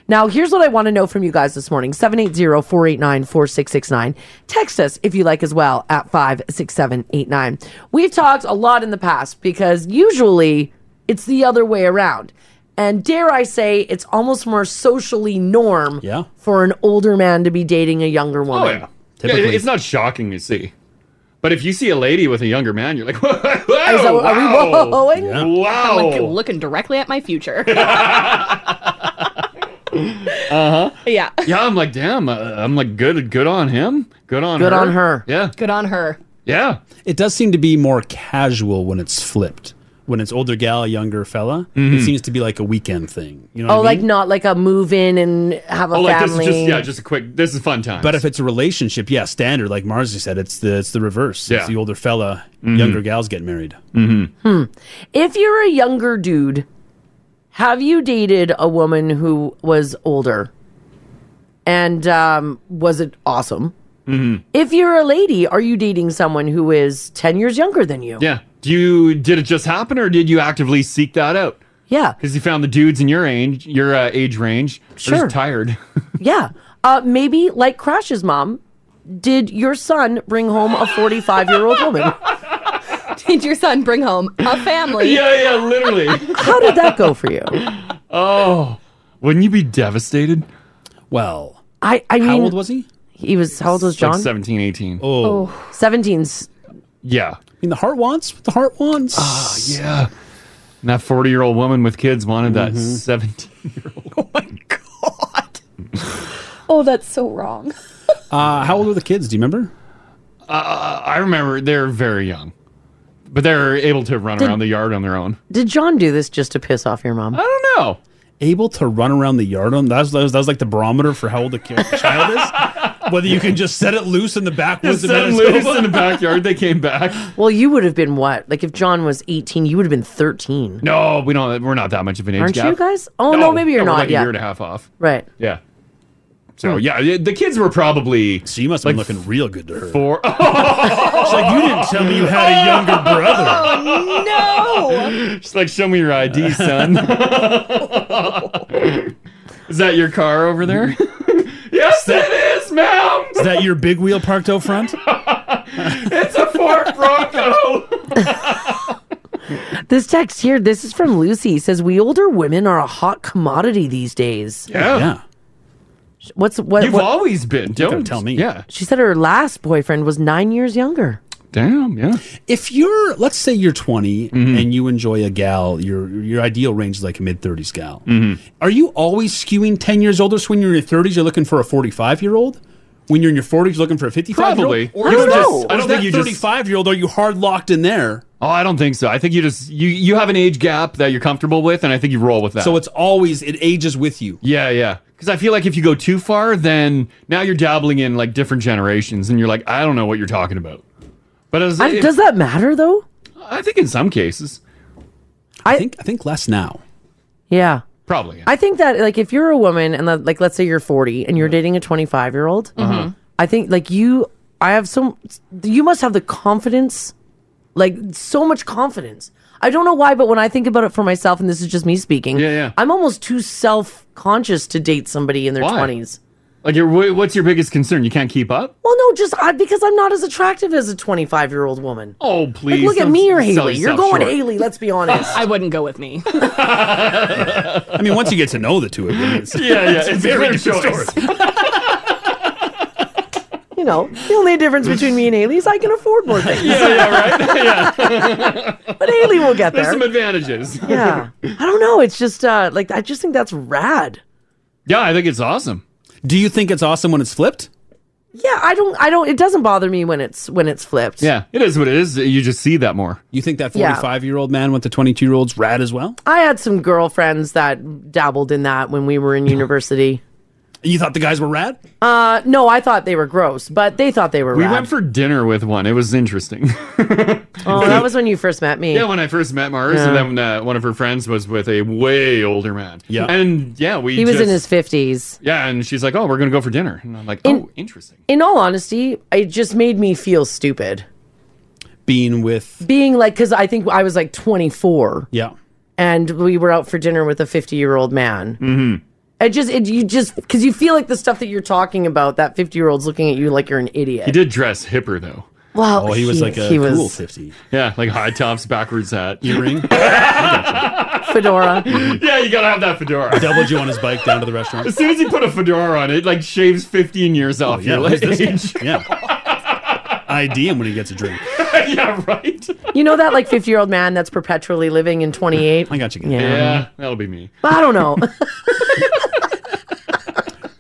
S5: Now, here's what I want to know from you guys this morning 780 489 4669. Text us if you like as well at 56789. We've talked a lot in the past because usually it's the other way around. And dare I say, it's almost more socially norm
S6: Yeah.
S5: for an older man to be dating a younger
S6: Oh
S5: woman.
S6: yeah. Yeah, it- it's not shocking to see. But if you see a lady with a younger man, you're like, whoa,
S4: Is that- are we
S6: Oh, wow.
S4: woeing?
S6: Yeah.
S4: Someone can-
S6: Wow.
S4: looking directly at my future.
S5: Uh-huh.
S6: Uh huh.
S4: yeah.
S6: Yeah, I'm like, damn. Uh, I'm like, good, good on him. Good on her. Yeah.
S4: Good on her.
S6: Yeah.
S8: It does seem to be more casual when it's flipped. When it's older gal, younger fella, it
S6: Mm-hmm.
S8: seems to be like a weekend thing. You know
S5: oh,
S8: what I
S5: like
S8: mean?
S5: not like a move in and have a
S8: Oh, like this is
S5: family.
S8: just- yeah, just-
S6: Just a quick. This is fun time.
S8: But if it's a relationship, yeah, standard, like Marzi said, it's the it's the reverse.
S6: Yeah.
S8: It's the older fella,
S6: Mhm.
S8: younger gals get married.
S6: Mm-hmm.
S5: Hmm. If you're a younger dude, have you dated a woman who was older? And um, was it awesome?
S6: Mm-hmm.
S5: If you're a lady, are you dating someone who is 10 years younger than you?
S6: Yeah. Do you did it just happen, or did you actively seek that out?
S5: Yeah.
S6: Because you found the dudes in your age, your uh, age range, are
S5: Sure.
S6: just tired.
S5: Yeah. Uh, maybe like Crash's mom, did your son bring home a 45 year old woman?
S4: Did your son bring home Um, a family?
S6: yeah, yeah, literally.
S5: How did that go for you?
S6: Oh, wouldn't you be devastated?
S8: Well,
S5: I, I mean,
S6: How old was he?
S5: He was, how old was
S6: like
S5: John?
S6: 17, 18.
S5: Oh. 17's.
S6: Yeah.
S8: I mean, the heart wants what the heart wants.
S6: Ah, yeah. And that 40 year old woman with kids wanted
S5: Mm-hmm.
S6: that 17.
S4: Oh, that's so wrong.
S8: Uh, how old were the kids? Do you remember?
S6: Uh, I remember they're very young, but they're able to run
S5: Did-
S6: around the yard on their own.
S5: Did John do this just to piss off your mom? I
S6: don't know.
S8: Able to run around the yard on that was, that was, that was like the barometer for how old a kid, child is. Whether you can just set it loose in the backwoods
S6: Just set
S8: of
S6: 'em
S8: Manitoba.
S6: loose in the backyard. They came back.
S5: Well, you would have been what? Like if John was 18, you would have been 13.
S6: No, we don't. We're not that much of an age
S5: Aren't
S6: gap.
S5: you guys? Oh, no, maybe you're
S6: we're
S5: not
S6: Like
S5: yet.
S6: A year and a half off.
S5: Right.
S6: Yeah. So yeah, the- the kids were probably.
S8: Hmm. So you must
S6: have
S8: been looking real good to her.
S6: Four.
S8: It's like you didn't tell me you had a younger brother. Oh,
S4: no.
S6: She's like, show me your ID, son. is that your car over there? yes, it is, ma'am.
S8: Is that your big wheel parked out front?
S6: it's a Ford Bronco.
S5: This text here, this is from Lucy, says we older women are a hot commodity these days.
S6: Yeah. Yeah.
S5: What's what?
S6: You've
S5: what-
S6: always been.
S5: gotta
S6: Don't
S5: tell
S6: me. Yeah.
S5: She said her last boyfriend was nine years younger.
S6: Damn, yeah. Mm-hmm.
S8: If you're, let's say you're 20 and you enjoy a gal, your your ideal range is like a mid 30s gal.
S6: Mm-hmm.
S8: Are you always skewing 10 years older? So when you're in your 30s, you're looking for a 45 year old? When you're in your 40s, you're looking for a 55 year
S6: Probably.
S8: old? Or
S6: You
S8: is
S6: don't
S8: that-
S6: just-
S8: or
S6: I
S8: is
S6: don't
S8: that
S6: think you just-
S8: 35 year old, are you hard locked in there?
S6: Oh, I don't think so. I think you just you you have an age gap that you're comfortable with, and I think you roll with that.
S8: So it's always, it ages with you.
S6: yeah, yeah. Because I feel like if you go too far, then now you're dabbling in like different generations, and you're like, I don't know what you're talking about. But as,
S5: I-
S6: if-
S5: does that matter though?
S6: I think in some cases,
S5: I
S8: think I think less now.
S5: Yeah.
S6: Probably.
S5: I think that like if you're a woman and that- like let's say you're 40 and you're dating a 25 year old,
S6: Uh-huh.
S5: I think like you, I have some, you must have the confidence, like so much confidence. I don't know why, but when I think about it for myself, and this is just me speaking, yeah, yeah. I'm almost too self conscious to date somebody in their
S6: Why?
S5: 20s.
S6: Like, your wh- what's your biggest concern? You can't keep up?
S5: Well, no, just I, because I'm not as attractive as a 25 year old woman.
S6: Oh, please.
S5: Like, look at
S6: don't
S5: me or
S6: sell
S5: Haley. You're
S6: yourself
S5: going
S6: short.
S5: Haley, let's be honest. I wouldn't go with me.
S8: I mean, once you get to know the two of them, it's,
S6: Yeah, yeah,
S8: it's,
S6: it's a
S8: very
S6: clear
S8: different
S6: choice.
S8: story.
S5: You know, the only difference between me and Haley is I can afford more things.
S6: Yeah, yeah, right? yeah.
S5: But Haley will get
S6: There's
S5: there.
S6: some advantages.
S5: yeah. I don't know. It's just uh like I just think that's rad.
S6: Yeah, I think it's awesome.
S8: Do you think it's awesome when it's flipped?
S5: Yeah, I don't I don't it doesn't bother me when it's when it's flipped.
S6: Yeah, it is what it is. You just see that more.
S8: You think that
S5: Yeah.
S8: 45 year old man with the 22 year old's rad as well?
S5: I had some girlfriends that dabbled in that when we were in university.
S8: You thought the guys were rad?
S5: Uh no, I thought they were gross, but they thought they were
S6: We
S5: rad.
S6: went for dinner with one. It was interesting.
S5: oh, that was when you first met me.
S6: yeah, when I first met Mars, and then uh, one of her friends was with a way older man. Yeah, and yeah, we.
S5: he was in
S6: just-
S5: his 50s.
S6: Yeah, and she's like, "Oh, we're gonna go for dinner," and I'm like, "Oh, interesting."
S5: In all honesty, it just made me feel stupid.
S8: Being with
S5: Being like cuz I think I was like 24
S8: Yeah.
S5: and we were out for dinner with a 50-year-old man.
S8: Mm-hmm.
S5: It just it, you just because you feel like the stuff that you're talking about. That fifty year old's looking at you like you're an idiot.
S6: He did dress hipper though.
S5: Well, Oh, he was he- like a he was- cool
S8: fifty.
S6: Yeah, like high tops, backwards hat, earring.
S5: Fedora.
S6: yeah, you gotta have that fedora.
S8: Doubled you on his bike down to the restaurant. Oh,
S6: As soon as you put a fedora on it, like shaves fifteen years off
S8: yeah,
S6: your
S8: who's this guy?
S6: age.
S8: Yeah. ID him when he gets a drink.
S6: yeah, right.
S5: You know that like fifty year old man that's perpetually living in twenty eight.
S8: I got you.
S5: Yeah.
S6: yeah, that'll be me.
S5: But I don't know.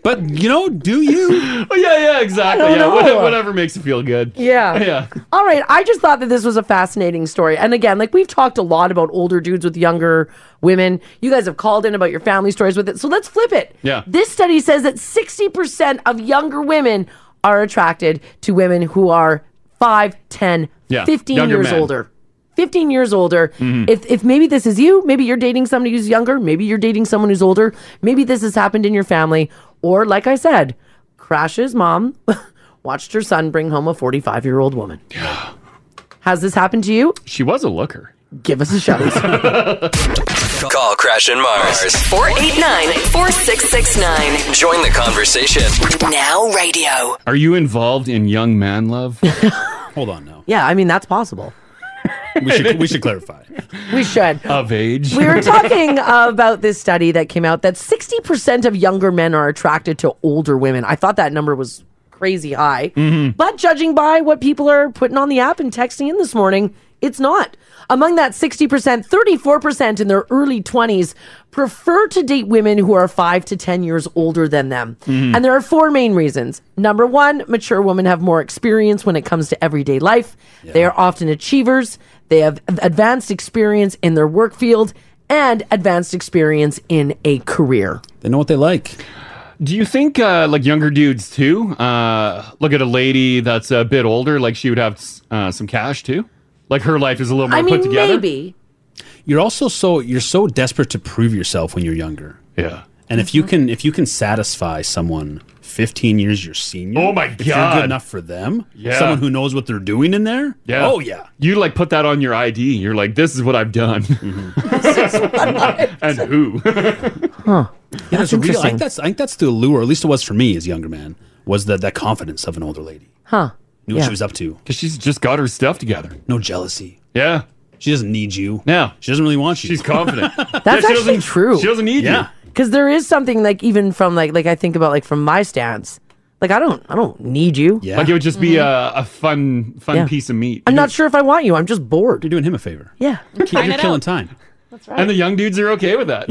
S8: But you know, do you?
S6: oh yeah, yeah, exactly.
S5: I
S6: Yeah,
S5: don't
S6: whate-
S5: know.
S6: whatever, makes you feel good.
S5: Yeah.
S6: yeah.
S5: All right. I just thought that this was a fascinating story. And again, like we've talked a lot about older dudes with younger women. You guys have called in about your family stories with it. So let's flip it.
S6: Yeah.
S5: This study says that 60% of younger women are attracted to women who are 5, 10,
S6: Yeah,
S5: 15
S6: younger
S5: years
S6: men.
S5: older. 15 years older.
S6: Mhm.
S5: If, if maybe this is you, maybe you're dating somebody who's younger, maybe you're dating someone who's older, maybe this has happened in your family. Or, like I said, Crash's mom watched her son bring home a 45 year old woman. Has this happened to you?
S6: She was a looker.
S5: Give us a shout.
S2: Call Crash and Mars.
S11: 489 4669.
S2: Join the conversation.
S11: Now radio.
S6: Are you involved in young man love? Hold on now.
S5: yeah, I mean, that's possible.
S6: We should we should clarify.
S5: We should.
S6: Of age.
S5: We were talking about this study that came out that 60% of younger men are attracted to older women. I thought that number was crazy high.
S6: Mm-hmm.
S3: Mhm.
S5: But judging by what people are putting on the app and texting in this morning, it's not. Among that 60%, 34% in their early 20s prefer to date women who are 5 to 10 years older than them.
S3: Mhm.
S8: Mm-hmm.
S5: And there are four main reasons. Number 1, mature women have more experience when it comes to everyday life. They are often achievers. They have advanced experience in their work field and advanced experience in a career.
S8: They know what they like.
S6: Do you think uh, like younger dudes too uh, look at a lady that's a bit older, like she would have uh, some cash too? Like her life is a little more
S5: I mean,
S6: put together.
S5: maybe.
S8: You're also so you're so desperate to prove yourself when you're younger.
S6: Yeah.
S8: And if you can if you can satisfy someone 15 years your senior,
S6: Oh my
S8: if you're
S6: God.
S8: good enough for them,
S6: Yeah.
S8: someone who knows what they're doing in there,
S6: Yeah.
S8: oh yeah,
S6: You like put that on your ID. You're like, this is what I've done. and who?
S8: huh? Yeah, that's,
S6: That's
S8: a real. I
S6: interesting.
S8: think that's I think that's the allure. At least it was for me as a younger man. Was that that confidence of an older lady?
S5: Huh.
S8: Knew what
S6: Yeah.
S8: she was up to
S6: because she's just got her stuff together.
S8: No jealousy.
S6: Yeah.
S8: She doesn't need you.
S6: No.
S8: She doesn't really want you.
S6: She's confident.
S5: That's actually true.
S6: She doesn't need
S8: Yeah.
S5: Because there is something like even from like like I think about like from my stance, like I don't I don't need you. Mm-hmm.
S6: you. Like it would just be a, a fun, fun
S5: Yeah.
S6: piece of meat.
S5: I'm not sure if I want you. I'm just bored. You're
S8: doing him a favor.
S5: Yeah.
S6: Trying
S8: you're
S6: it
S8: killing
S6: out.
S8: time.
S5: That's
S6: And the young dudes are okay with that.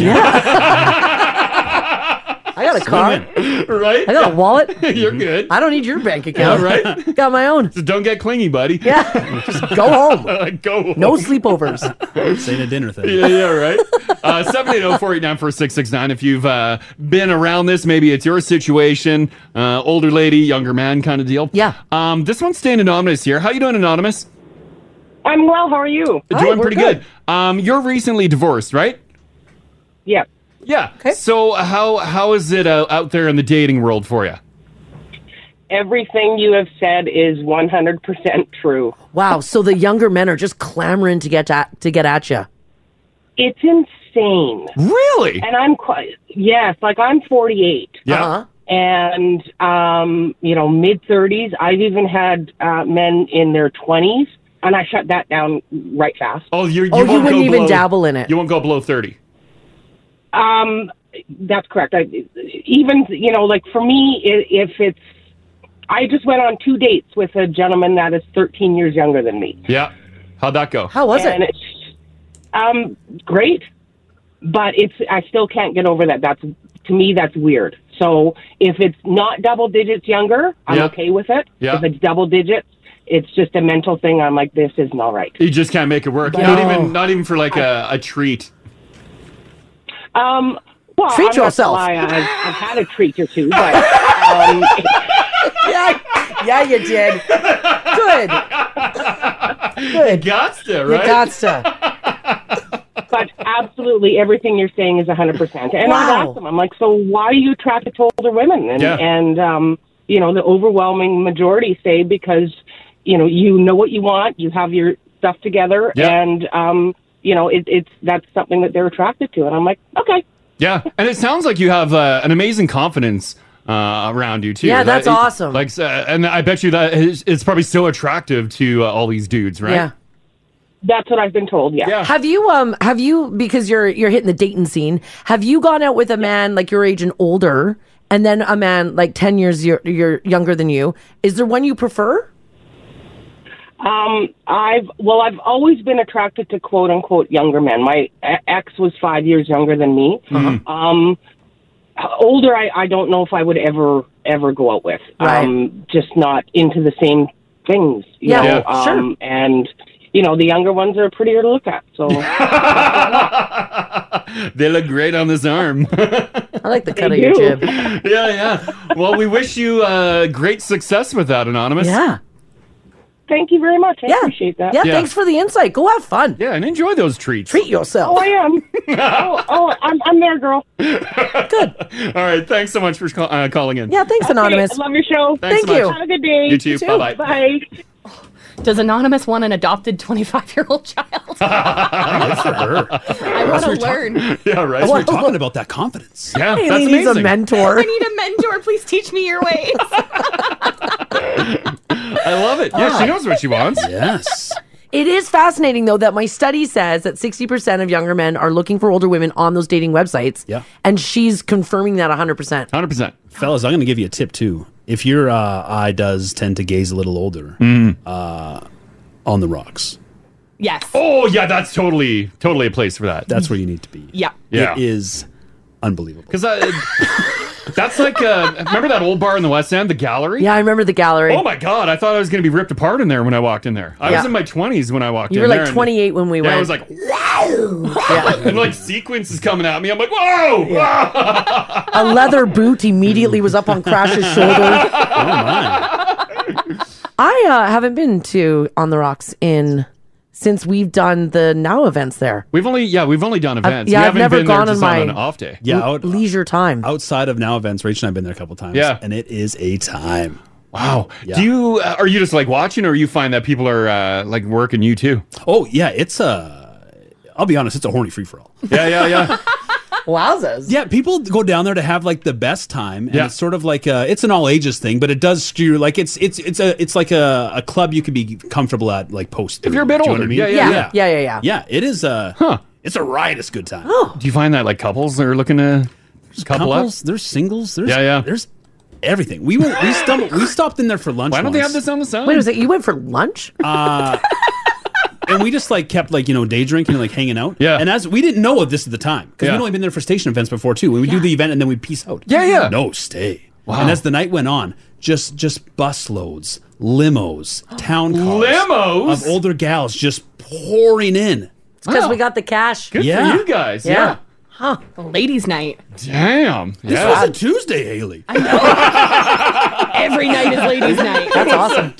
S5: I got a car.
S6: right?
S5: I got a wallet.
S6: You're good.
S5: I don't need your bank account.
S6: Yeah, right?
S5: got my own.
S6: Just don't get clingy, buddy.
S5: Yeah. Just go home.
S6: go home.
S5: No sleepovers.
S8: Saying a dinner thing.
S6: yeah, yeah, right. Uh, 780-489-4669. If you've uh, been around this, maybe it's your situation. Uh, older lady, younger man kind of deal. Yeah. Um, this one's staying anonymous here. How you doing, anonymous?
S10: I'm well. How are you?
S6: doing pretty good. Um, you're recently divorced, right?
S10: Yeah.
S6: Yeah. Okay. So how how is it uh, out there in the dating world for you?
S10: Everything you have said is 100% true.
S5: Wow. So the younger men are just clamoring to get at, to get at you.
S10: It's insane.
S6: Really?
S10: And I'm quite, yes, like I'm 48.
S6: Yeah.
S5: Uh-huh.
S10: And, um, you know, mid 30s. I've even had uh, men in their 20s, and I shut that down right fast.
S6: Oh, you, you,
S5: Oh, you
S6: won't go
S5: wouldn't even
S6: below-
S5: dabble in it.
S6: You won't go below 30.
S10: Um, that's correct. I, even you know, like for me, i- if it's, I just went on two dates with a gentleman that is 13 years younger than me.
S6: Yeah. How'd that go?
S10: and It's, um, great, but it's I still can't get over that. That's to me that's weird. So if it's not double digits younger, I'm
S6: Yeah.
S10: okay with it.
S6: Yeah.
S10: If it's double digits, it's just a mental thing. I'm like, this isn't all right.
S6: You just can't make it work. Not even not even for like a, a treat.
S10: Um, well,
S6: Treat
S10: I'm not gonna
S6: yourself.
S10: lie, I've, I've had a treat or two, but um,
S5: yeah, yeah, you did. Good.
S6: Good. Gotcha, right?
S10: but absolutely everything you're saying is 100%. And
S5: Wow.
S10: I asked them, I'm like, so why are you attracted to older women? And,
S5: Yeah.
S10: and um, you know, the overwhelming majority say because, you know, you know what you want, you have your stuff together,
S6: Yeah.
S10: and, um, you know, it, it's that's something that they're attracted to. And I'm like, okay,
S6: Yeah, and it sounds like you have uh, an amazing confidence uh, around you too.
S5: Yeah, that's
S6: That-
S5: awesome.
S6: Like, uh, and I bet you that is, it's probably so attractive to uh, all these dudes, right?
S5: Yeah.
S10: That's what I've been told. Yeah.
S5: Have you um have you because you're you're hitting the dating scene, have you gone out with a man like your age and older and then a man like 10 years you're, you're younger than you? Is there one you prefer?
S10: Um, I've well, I've always been attracted to quote unquote younger men. My e- ex was five years younger than me.
S6: Uh-huh.
S1: Mhm.
S10: Um, older, I, I don't know if I would ever ever go out with. Um, just not into the same things. You
S5: Yeah,
S10: know?
S5: yeah, sure.
S10: Um, and you know, the younger ones are prettier to look at. So
S6: They look great on this arm.
S5: I like the cut
S10: They
S5: of your
S10: do.
S5: jib.
S6: yeah, yeah. Well, we wish you uh, great success with that, Anonymous.
S5: Yeah.
S10: Thank you very much. I appreciate that.
S5: Yeah, thanks for the insight. Go have fun.
S6: Yeah, and enjoy those treats.
S5: Treat yourself.
S10: Oh, I am. oh, oh, I'm, I'm there, girl.
S6: All right. Thanks so much for call- uh, calling in.
S5: Yeah, thanks,
S10: Okay, Anonymous. I love your show.
S6: Thanks so much.
S4: Have a good day.
S6: You too. You too. Bye-bye.
S4: Bye. Does Anonymous want an adopted 25 year old child? I want to learn.
S6: yeah, right.
S8: That's what we're
S4: Well-
S8: talking about that confidence.
S6: Yeah,
S4: Haley that's needs a amazing.
S5: mentor.
S4: I need a mentor. Please teach me your ways.
S6: I love it. Yeah, she knows what she wants.
S8: Yes.
S5: It is fascinating though that my study says that 60% of younger men are looking for older women on those dating websites. Yeah. And she's confirming that 100%.
S6: 100%.
S8: Fellas, I'm going to give you a tip too. If your uh, eye does tend to gaze a little older,
S6: Mm-hmm.
S8: uh, on the rocks.
S4: Yes.
S6: Oh, yeah, that's totally, totally a place for that.
S8: That's where you need to be.
S4: Yeah.
S6: Yeah.
S8: It is unbelievable.
S6: Because that's like, uh, remember that old bar in the West End, the gallery?
S5: Yeah, I remember the gallery.
S6: Oh my God! I thought I was going to be ripped apart in there when I walked in there. I was
S5: Yeah.
S6: in my twenties when I walked
S5: You
S6: in.
S5: were
S6: there
S5: like
S6: and-
S5: 28 when we
S6: yeah,
S5: went.
S6: I was like, wow! and like sequence is coming at me. I'm like, whoa!
S5: a leather boot immediately was up on Crash's shoulder.
S4: Oh,
S5: I uh, haven't been to On the Rocks in since we've done the now events there.
S6: We've only yeah, we've only done
S5: I've-
S6: events. we
S5: yeah, I've
S6: haven't
S5: never
S6: been there
S5: gone on
S6: just
S5: my
S6: on an off day.
S8: Yeah,
S5: leisure time
S8: outside of now events. Rachel and I've been there a couple times.
S6: Yeah.
S8: and it is a time.
S6: Wow. Do you uh, are you just like watching, or you find that people are uh, like working you too?
S8: Oh yeah, it's a. I'll be honest, it's a horny free for all.
S6: Yeah, yeah, yeah.
S5: Wowzers.
S8: Yeah, people go down there to have like the best time, and it's sort of like a, it's an all ages thing, but it does skew like it's it's it's a it's like a, a club you could be comfortable at like post.
S6: If you're a bit
S8: thirty, do
S6: older,
S8: you know what
S6: yeah,
S8: I mean?
S6: yeah,
S5: yeah, yeah, yeah.
S8: yeah. It is a huh. Uh, It's a riotous good time.
S6: Do you find that like couples are looking to couple
S8: couples,
S6: up?
S8: there's singles, there's
S6: Yeah, yeah.
S8: there's everything. We went, we stumbled, we stopped in there for lunch.
S6: Why don't they
S8: once.
S6: have this on the side?
S5: Wait a second, you went for lunch?
S8: Uh, and we just like kept like you know day drinking and like hanging out. Yeah. And as we didn't know of this at the time because
S6: Yeah.
S8: we'd only been there for station events before too. When we do the event and then we peace out.
S6: Yeah, yeah.
S8: No stay. Wow. And as the night went on, just just busloads, limos, town cars
S6: Limos?
S8: of older gals just pouring in.
S5: It's because we got the cash.
S8: Good for Yeah. you guys, yeah.
S4: Huh. Ladies' night.
S6: Damn.
S8: This
S6: Yeah.
S8: was a Tuesday, Haley.
S4: Every night is ladies' night.
S5: That's awesome.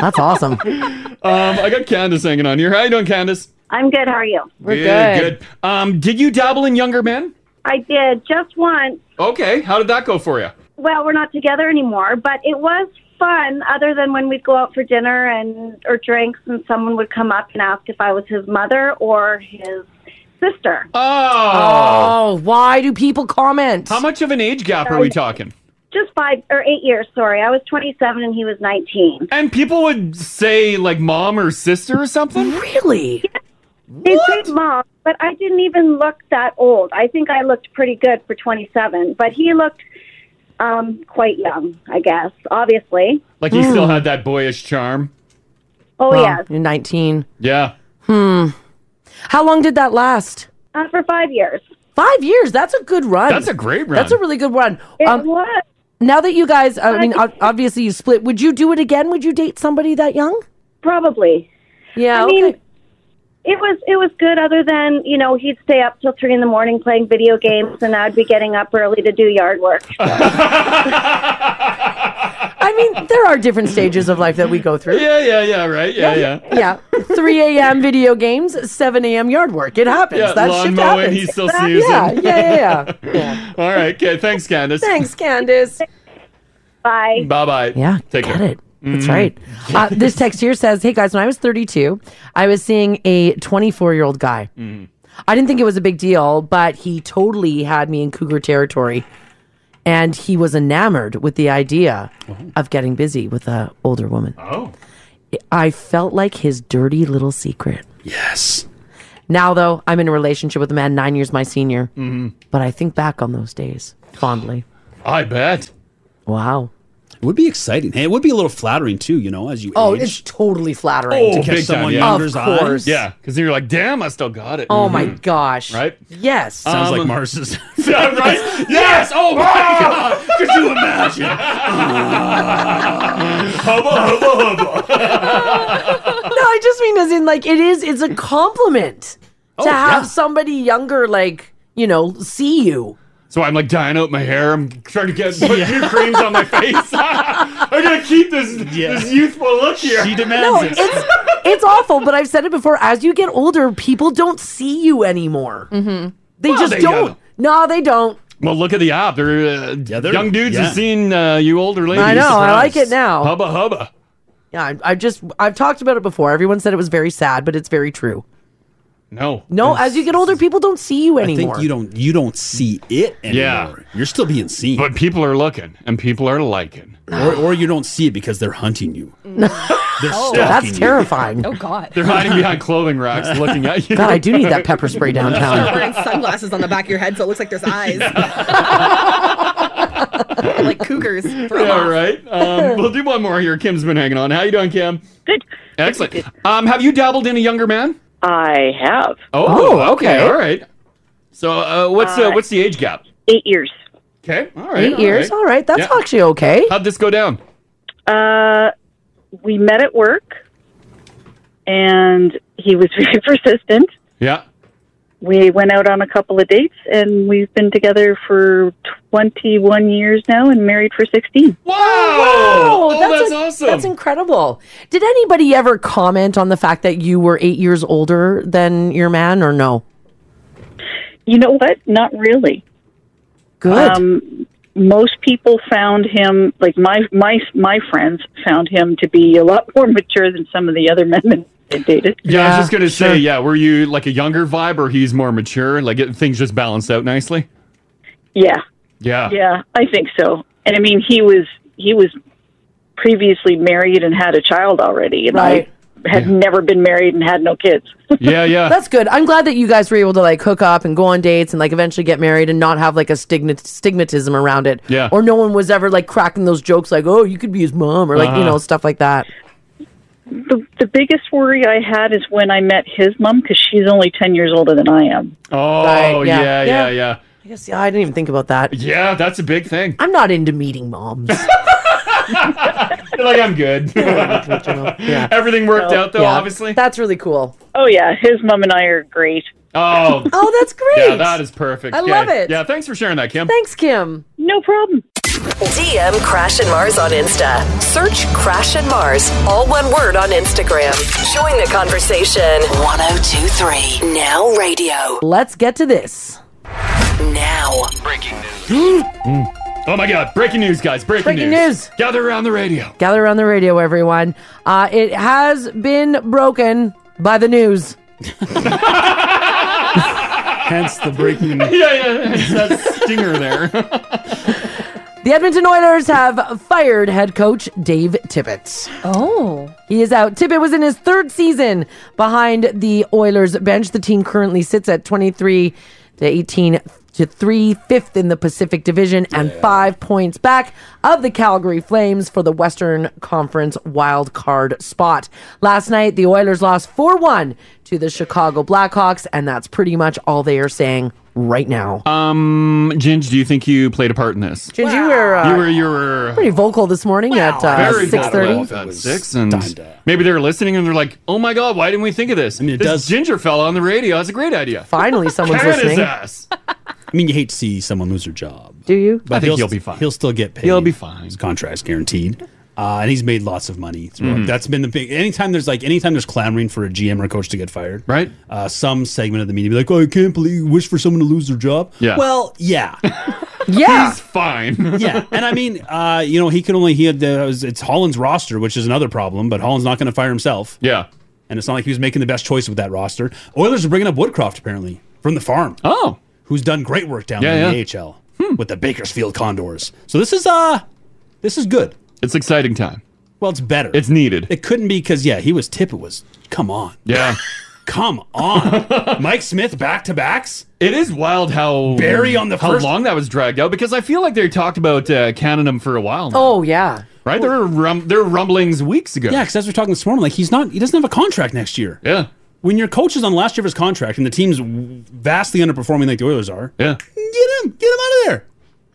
S5: That's awesome.
S6: Um, I got Candace hanging on here. How you doing, Candace?
S1: I'm good. How are you?
S6: Good. Um, did you dabble in younger men?
S1: I did just once.
S6: Okay. How did that go for you?
S1: Well, we're not together anymore, but it was fun. Other than when we'd go out for dinner and or drinks, and someone would come up and ask if I was his mother or his sister.
S5: Oh, why do people comment?
S6: How much of an age gap
S1: Um,
S6: are we talking?
S1: Just five or eight years. Sorry, I was 27 and he was 19.
S6: And people would say like mom or sister or something.
S5: Really?
S1: They said mom, but I didn't even look that old. I think I looked pretty good for 27, but he looked um, quite young, I guess. Obviously.
S6: Like you
S8: Hmm.
S6: still had that boyish charm.
S1: Oh
S5: Wow,
S1: yes.
S5: You're 19.
S6: Yeah.
S5: Hmm. How long did that last?
S1: Uh, for five years.
S5: Five years. That's a good run.
S6: That's a great run.
S5: That's a really good run. It
S1: was.
S5: Now that you guys, I mean, ob- obviously you split. Would you do it again? Would you date somebody that young?
S1: Probably.
S5: Yeah.
S1: I mean, it was it was good. Other than you know, he'd stay up till three in the morning playing video games, and I'd be getting up early to do yard work.
S5: I mean, there are different stages of life that we go through.
S6: Yeah, yeah, yeah. Right. Yeah, yeah.
S5: Yeah. 3 a.m. video games, 7 a.m. yard work. It happens.
S6: Yeah,
S5: that
S6: lawn
S5: shit
S6: mowing,
S5: happens.
S6: he's still snoozing.
S5: Yeah, yeah, yeah. yeah.
S6: All right. Okay. Thanks, Candace.
S5: Thanks, Candace.
S1: Bye.
S6: Bye bye.
S5: Yeah.
S6: Take
S5: get
S6: care. Mm.
S5: it. That's right. Uh,
S8: Mm.
S5: this text here says, Hey guys, when I was 32, I was seeing a 24 year old guy. I didn't think it was a big deal, but he totally had me in cougar territory. And he was enamored with the idea
S8: Oh.
S5: of getting busy with an older woman.
S6: Oh.
S5: I felt like his dirty little secret.
S8: Yes.
S5: Now, though, I'm in a relationship with a man nine years my senior.
S8: Mm-hmm.
S5: But I think back on those days fondly.
S6: I bet.
S5: Wow.
S8: It would be exciting. Hey, it would be a little flattering too, you know, as you
S5: Oh,
S8: age. Oh,
S5: it's totally flattering.
S8: to catch someone younger's
S5: Of course.
S8: eyes.
S6: Yeah, because you're like, damn, I still got it. Mm-hmm.
S5: Oh my gosh.
S6: Right?
S5: Yes.
S8: Sounds like
S6: Um,
S8: Mars's.
S6: Yeah, right? Yes! Oh my
S8: Ah!
S6: god! Could you imagine? hubba, hubba, hubba.
S5: no, I just mean as in like it is. It's a compliment
S6: Oh,
S5: to have somebody younger, like you know, see you.
S6: So I'm like dyeing out my hair. I'm trying to get put new creams on my face. I gotta keep this this youthful look here. She
S5: No, it's it's awful, but I've said it before. As you get older, people don't see you anymore. Mm-hmm. They
S6: Well,
S5: just
S6: they
S5: don't.
S6: gotta-
S5: No, they don't.
S6: Well, look at the app. They're, uh,
S8: they're-
S6: young dudes
S8: yeah.
S6: have seen uh, you older ladies.
S5: I know. I like
S6: Surprise.
S5: it now.
S6: Hubba hubba.
S5: Yeah, I, I just I've talked about it before. Everyone said it was very sad, but it's very true.
S6: No.
S5: No, as you get older, people don't see you
S8: I
S5: anymore.
S8: think you don't you don't see it anymore. Yeah. You're still being seen.
S6: But people are looking and people are liking.
S8: Or or you don't see it because they're hunting you. They're
S5: Oh,
S8: stalking
S5: that's
S8: you.
S5: terrifying.
S4: Oh God.
S6: They're hiding behind clothing racks looking at you.
S5: God, I do need that pepper spray downtown.
S4: Start wearing sunglasses on the back of your head so it looks like there's eyes. like cougars. From
S6: All right. Um, we'll do one more here. Kim's been hanging on. How you doing, Kim?
S12: Good.
S6: Excellent. Um, have you dabbled in a younger man?
S12: I have.
S6: Oh, okay. All right. So uh, what's uh,
S12: Uh,
S6: what's the age gap?
S12: Eight years.
S6: Okay. All right.
S5: Eight years. All right. That's
S6: Yeah.
S5: actually okay.
S6: How'd this go down?
S12: Uh, we met at work, and he was very persistent.
S6: Yeah.
S12: We went out on a couple of dates, and we've been together for 21 years now and married for 16.
S5: Wow,
S12: Oh, that's
S5: a-
S12: awesome.
S5: That's incredible. Did anybody ever comment on the fact that you were eight years older than your man, or no?
S12: You know what? Not really.
S5: Good.
S12: Um, most people found him like my my my friends found him to be a lot more mature than some of the other men that I dated.
S6: Yeah, I was just gonna say, yeah, were you like a younger vibe or he's more mature? Like it, things just balanced out nicely.
S12: Yeah,
S6: Yeah.
S12: yeah, I think so. And I mean, he was he was previously married and had a child already, and
S5: Right.
S12: I had never been married and had no kids.
S6: Yeah, yeah.
S5: That's good. I'm glad that you guys were able to like hook up and go on dates and like eventually get married and not have like a stigma stigmatism around it.
S12: Yeah.
S5: Or no one was ever like cracking those jokes like, oh, you could be his mom or like, you
S12: Uh-huh.
S5: know, stuff like that.
S12: The, the biggest worry I had is when I met his mom because she's only ten years older than I am.
S6: Oh
S5: Right, yeah,
S6: yeah, yeah,
S5: yeah.
S6: yeah,
S5: I guess, yeah, I didn't even think about that.
S6: Yeah, that's a big thing.
S5: I'm not into meeting moms.
S6: You're like I'm good. Everything worked
S12: No.
S6: out though,
S12: Yeah.
S6: obviously.
S5: That's really cool.
S12: Oh yeah, his mom and I are great.
S6: Oh.
S5: oh, that's
S6: Yeah, that is perfect.
S12: I
S6: Okay.
S12: love it.
S6: Yeah, thanks for sharing that, Kim.
S5: Thanks, Kim.
S12: No problem.
S11: DM Crash and Mars on Insta. Search Crash and Mars, all one word on Instagram. Join the conversation. 1023 Now Radio.
S5: Let's get to this.
S11: Now.
S2: Breaking news.
S6: Oh my God! Breaking news, guys! Breaking,
S5: Breaking news.
S6: Gather around the radio.
S5: Gather around the radio, everyone. Uh, it has been broken by the news.
S8: Hence the breaking.
S6: yeah, yeah. It's that stinger there.
S5: The Edmonton Oilers have fired head coach Dave Tippett.
S4: Oh.
S5: He is out. Tippett was in his third season behind the Oilers bench. The team currently sits at 23 to 18 to 3, fifth in the Pacific Division and five points back of the Calgary Flames for the Western Conference wild card spot. Last night, the Oilers lost 4 1 to the Chicago Blackhawks, and that's pretty much all they are saying right now.
S6: Um, Ginge, do you think you played a part in this?
S5: Ginge, you were, uh,
S6: you were, you were
S5: Pretty vocal this morning at uh,
S6: very
S5: six
S6: vocal
S5: thirty.
S6: about Six and maybe they were listening and they're like, "Oh my god, why didn't we think of this?" I mean, it this does. Ginger fella on the radio. That's a great idea.
S5: Finally, someone's
S6: Pat his
S5: listening.
S6: ass.
S8: I mean, you hate to see someone lose their job.
S5: Do you?
S8: But
S6: I think he'll
S8: st-
S6: be fine.
S8: He'll still get paid. He'll be fine. His contract's guaranteed. Uh, and he's made lots of money. throughout.
S6: Mhm.
S8: That's been the big. Anytime there's like, anytime there's clamoring for a GM or a coach to get fired,
S6: right?
S8: Uh, some segment of the media be like, "Oh, I can't believe you wish for someone to lose their job."
S6: Yeah.
S8: Well, yeah.
S5: yeah.
S6: He's fine.
S8: yeah, and I mean, uh, you know, he can only he had the, it's Holland's roster, which is another problem. But Holland's not going to fire himself.
S6: Yeah.
S8: and it's not like he was making the best choice with that roster. Oilers are bringing up Woodcroft apparently from the farm.
S6: Oh,
S8: who's done great work down
S6: Yeah,
S8: there in
S6: yeah. Hmm.
S8: the AHL with the Bakersfield Condors. So this is uh, this is good.
S6: It's exciting time.
S8: Well, it's better.
S6: It's needed.
S8: It couldn't be because yeah, he was Tippett was. Come on.
S6: Yeah.
S8: Come on. Mike Smith back to backs.
S6: It is wild how
S8: Barry on the
S6: how
S8: first-
S6: long that was dragged out because I feel like they talked about uh, counting him for a while. Now,
S5: Oh yeah.
S6: right? There were rum- there were rumblings weeks ago.
S8: Yeah, because as we're talking this morning, like he's not, he doesn't have a contract next year.
S6: Yeah.
S8: When your coach is on the last year of his contract and the team's vastly underperforming like the Oilers are,
S6: yeah,
S8: get him, get him out of there.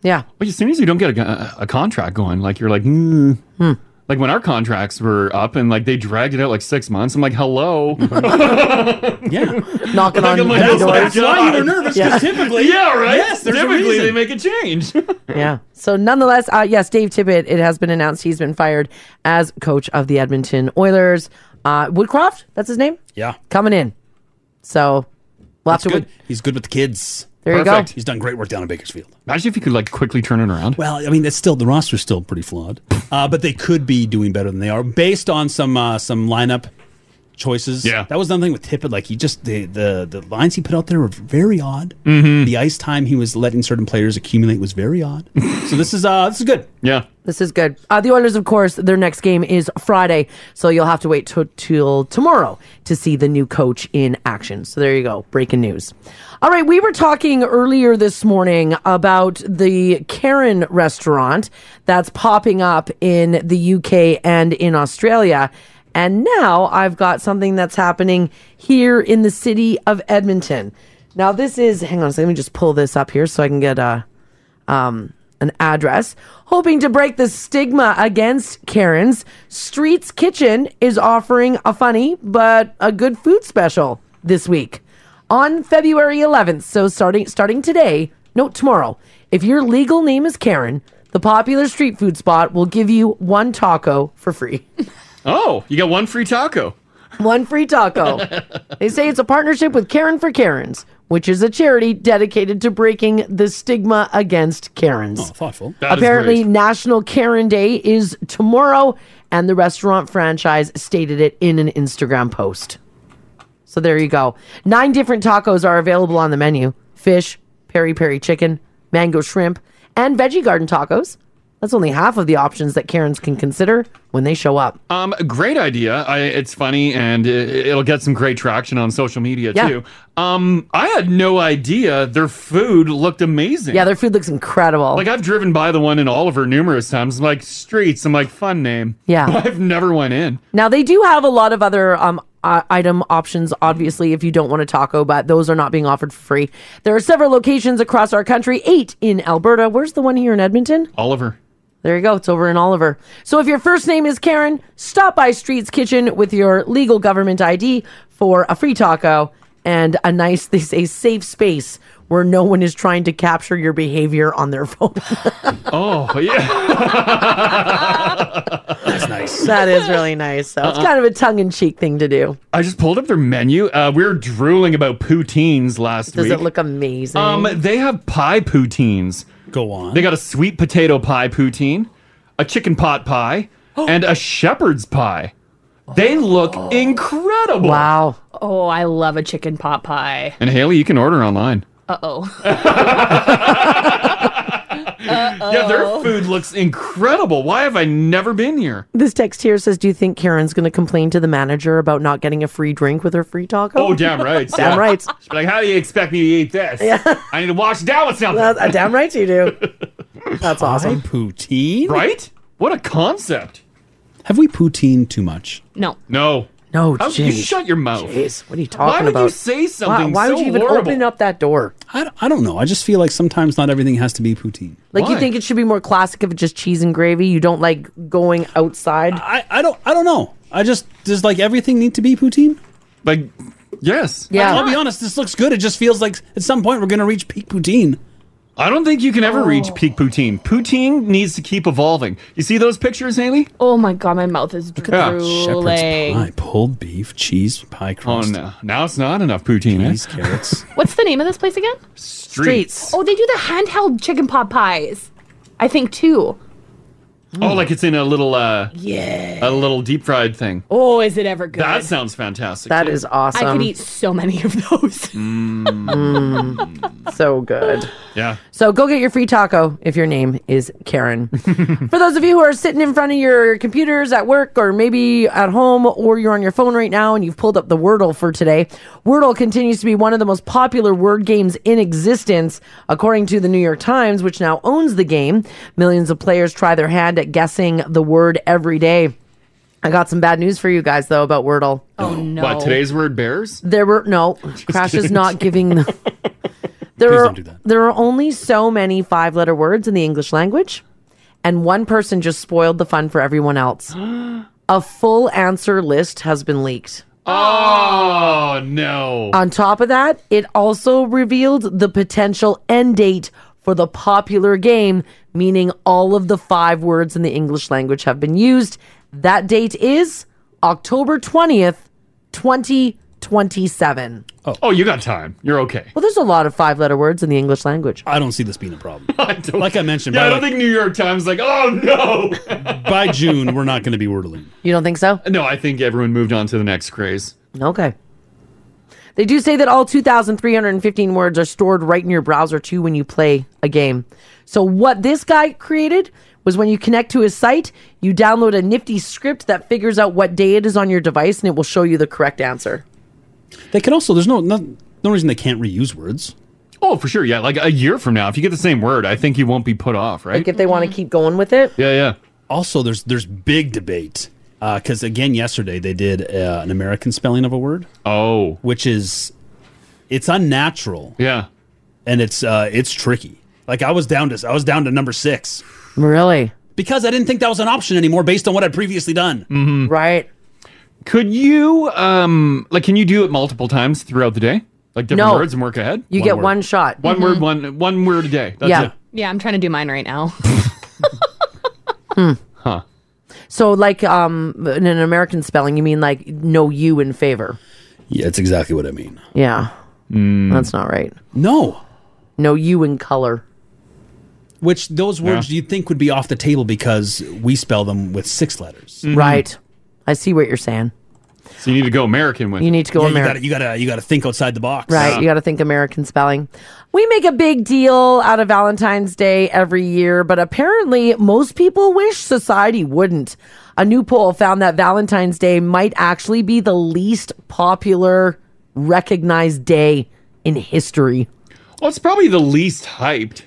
S5: Yeah.
S6: But as soon as you don't get a, a contract going, like you're like, mm.
S5: Hmm.
S6: like when our contracts were up and like they dragged it out like six months. I'm like, hello.
S5: Knocking
S6: Like,
S5: on
S6: I'm like,
S5: the
S6: that's,
S5: door.
S6: that's why you were nervous
S5: Yeah.
S6: because typically, yeah, right.
S5: Yes, there's a
S6: typically
S5: reason.
S6: they make a change.
S5: yeah. So nonetheless, uh, yes, Dave Tippett. It has been announced he's been fired as coach of the Edmonton Oilers. Uh, Woodcroft, that's his name.
S8: Yeah.
S5: Coming in. So we'll
S8: That's
S5: have to
S8: good. He's good with the kids.
S5: There you go. Perfect.
S8: He's done great work down in Bakersfield.
S6: Imagine if you could like quickly turn it around.
S8: Well, I mean, it's still the roster's still pretty flawed, uh, but they could be doing better than they are based on some uh, some lineup choices. Yeah, that was another thing with Tippett. Like he just the the, the lines he put out there were very odd.
S6: Mm-hmm.
S8: The ice time he was letting certain players accumulate was very odd. so this is uh this is good.
S6: Yeah.
S5: This is good. Uh, the Oilers, of course, their next game is Friday, so you'll have to wait till, till tomorrow to see the new coach in action. So there you go. Breaking news. All right, we were talking earlier this morning about the Karen restaurant that's popping up in the UK and in Australia. And now I've got something that's happening here in the city of Edmonton. Now, this is, hang on a second, let me just pull this up here so I can get uh, a um, an address, hoping to break the stigma against Karen's. Streets Kitchen is offering a funny but a good food special this week on February 11th. So starting starting today, no tomorrow. If your legal name is Karen, the popular street food spot will give you one taco for free.
S6: oh, you got one free taco.
S5: One free taco. they say it's a partnership with Karen for Karens, which is a charity dedicated to breaking the stigma against Karens.
S8: Oh, thoughtful.
S5: Apparently, National Karen Day is tomorrow, and the restaurant franchise stated it in an Instagram post. So there you go. Nine different tacos are available on the menu fish, peri peri chicken, mango shrimp, and veggie garden tacos. That's only half of the options that Karens can consider when they show up.
S6: Um, great idea. I, it's funny and it, it'll get some great traction on social media
S5: Yeah.
S6: too. Um, I had no idea their food looked amazing.
S5: Yeah, their food looks incredible.
S6: Like I've driven by the one in Oliver numerous times. I'm like streets. I'm like fun name.
S5: Yeah.
S6: But I've never went in.
S5: Now they do have a lot of other um uh, item options obviously if you don't want a taco but those are not being offered for free. There are several locations across our country, 8 in Alberta. Where's the one here in Edmonton?
S6: Oliver.
S5: There you go. It's over in Oliver. So if your first name is Karen, stop by Streets Kitchen with your legal government ID for a free taco and a nice they say safe space where no one is trying to capture your behavior on their phone.
S6: Oh yeah.
S8: That's nice.
S5: that is really nice. So it's kind of a tongue in cheek thing to do.
S6: I just pulled up their menu. Uh, we were drooling about poutines last
S5: Does
S6: week.
S5: it look amazing?
S6: Um, they have pie poutines.
S8: Go on.
S6: They got a sweet potato pie poutine, a chicken pot pie, and a shepherd's pie. They look incredible.
S5: Wow.
S4: Oh, I love a chicken pot pie.
S6: And Haley, you can order online.
S4: Uh oh.
S6: Yeah, their food looks incredible. Why have I never been here?
S5: This text here says, "Do you think Karen's going to complain to the manager about not getting a free drink with her free taco?"
S6: Oh, damn right.
S5: damn
S6: yeah.
S5: right.
S6: She'd be like, how do you expect me to eat this? I need to wash it down with something.
S5: Well, uh, damn right you do. That's awesome.
S8: poutine.
S6: Right? What a concept.
S8: Have we poutine too much?
S4: No.
S6: No.
S5: No,
S6: How, you
S8: jeez.
S6: shut your mouth.
S5: what are you
S6: Why would you say something
S5: Why, why would
S6: so
S5: you even
S6: horrible?
S5: open up that door?
S8: I, don't- I don't know. I just feel like sometimes not everything has to be poutine.
S5: Like you think it should be more classic if it's just cheese and gravy. You don't like going outside.
S8: I, I don't I don't know. I just does like everything need to be poutine?
S6: Like yes.
S8: Yeah. I'll be honest, this looks good. It just feels like at some point we're gonna reach peak poutine.
S6: I don't think you can ever
S5: Oh.
S6: reach peak poutine. Poutine needs to keep evolving. You see those pictures, Haley?
S4: Oh my god, my mouth is
S6: Yeah.
S4: drooling.
S8: pulled beef, cheese, pie
S6: Oh
S8: crust.
S6: no, now it's not enough poutine. eh? Cheese,
S8: carrots.
S4: What's the name of this place again?
S6: Streets.
S4: Oh, they do the handheld chicken pot pies. I think too.
S6: Oh, like it's in a little uh
S4: Yeah.
S6: a little deep fried thing.
S4: Oh, is it ever good?
S6: That sounds fantastic.
S5: That is awesome.
S4: I could eat so many of those.
S5: Mm, so good.
S6: Yeah.
S5: So go get your free taco if your name is Karen. For those of you who are sitting in front of your computers at work or maybe at home or you're on your phone right now and you've pulled up the Wordle for today, Wordle continues to be one of the most popular word games in existence, according to the New York Times, which now owns the game. Millions of players try their hand at guessing the word every day. I got some bad news for you guys though about Wordle.
S4: Oh
S5: no.
S6: What today's word bears?
S5: There were no Crash is
S6: kidding.
S5: not giving them. There are there are only so many five letter words in the English language, and one person just spoiled the fun for everyone else. A full answer list has been leaked.
S6: Oh no.
S5: On top of that, it also revealed the potential end date for the popular game, meaning all of the five words in the English language have been used. That date is October 20th, 2027.
S6: Oh. oh, you got time. You're okay.
S5: Well, there's a lot of five letter words in the English language.
S8: I don't see this being a problem. like I mentioned,
S6: Yeah, I
S8: by,
S6: don't
S8: like,
S6: think New York Times is like, oh no.
S8: by June we're not going to be wordling.
S5: You don't think so?
S6: No, I think everyone moved on to the next craze.
S5: Okay. They do say that all 2,315 words are stored right in your browser too when you play a game. So, what this guy created was when you connect to his site, you download a nifty script that figures out what day it is on your device and it will show you the correct answer.
S8: They can also. There's no no, no reason they can't reuse words.
S6: Oh, for sure. Yeah, like a year from now, if you get the same word, I think you won't be put off, right?
S5: Like, if they want to keep going with it.
S6: Yeah, yeah.
S8: Also, there's there's big debate because again, yesterday they did uh, an American spelling of a word.
S6: Oh,
S8: which is it's unnatural.
S6: Yeah,
S8: and it's uh, it's tricky. Like I was down to I was down to number six
S5: Really?
S8: because I didn't think that was an option anymore based on what I'd previously done.
S6: Mm-hmm.
S5: Right.
S6: Could you um like can you do it multiple times throughout the day? Like different
S4: No.
S6: words and work ahead?
S5: You get one shot. Mm-hmm.
S6: One word, one one word a day. That's
S5: Yeah.
S6: it.
S4: Yeah, I'm trying to do mine right now.
S6: Huh.
S5: So, like um, in an American spelling, you mean like no you in favor.
S8: Yeah, that's exactly what I mean.
S5: Yeah. That's not right.
S8: No.
S5: No you in color.
S8: Which those words you'd think would be off the table because we spell them with six letters,
S5: Right. I see what you're saying.
S6: Mm-hmm. So you need to go American with
S5: You need to go
S8: yeah,
S5: Ameri-
S8: You gotta, you gotta you gotta think outside the box.
S5: Right. You got to think American spelling. We make a big deal out of Valentine's Day every year, but apparently most people wish society wouldn't. A new poll found that Valentine's Day might actually be the least popular recognized day in history.
S6: Well, it's probably the least hyped.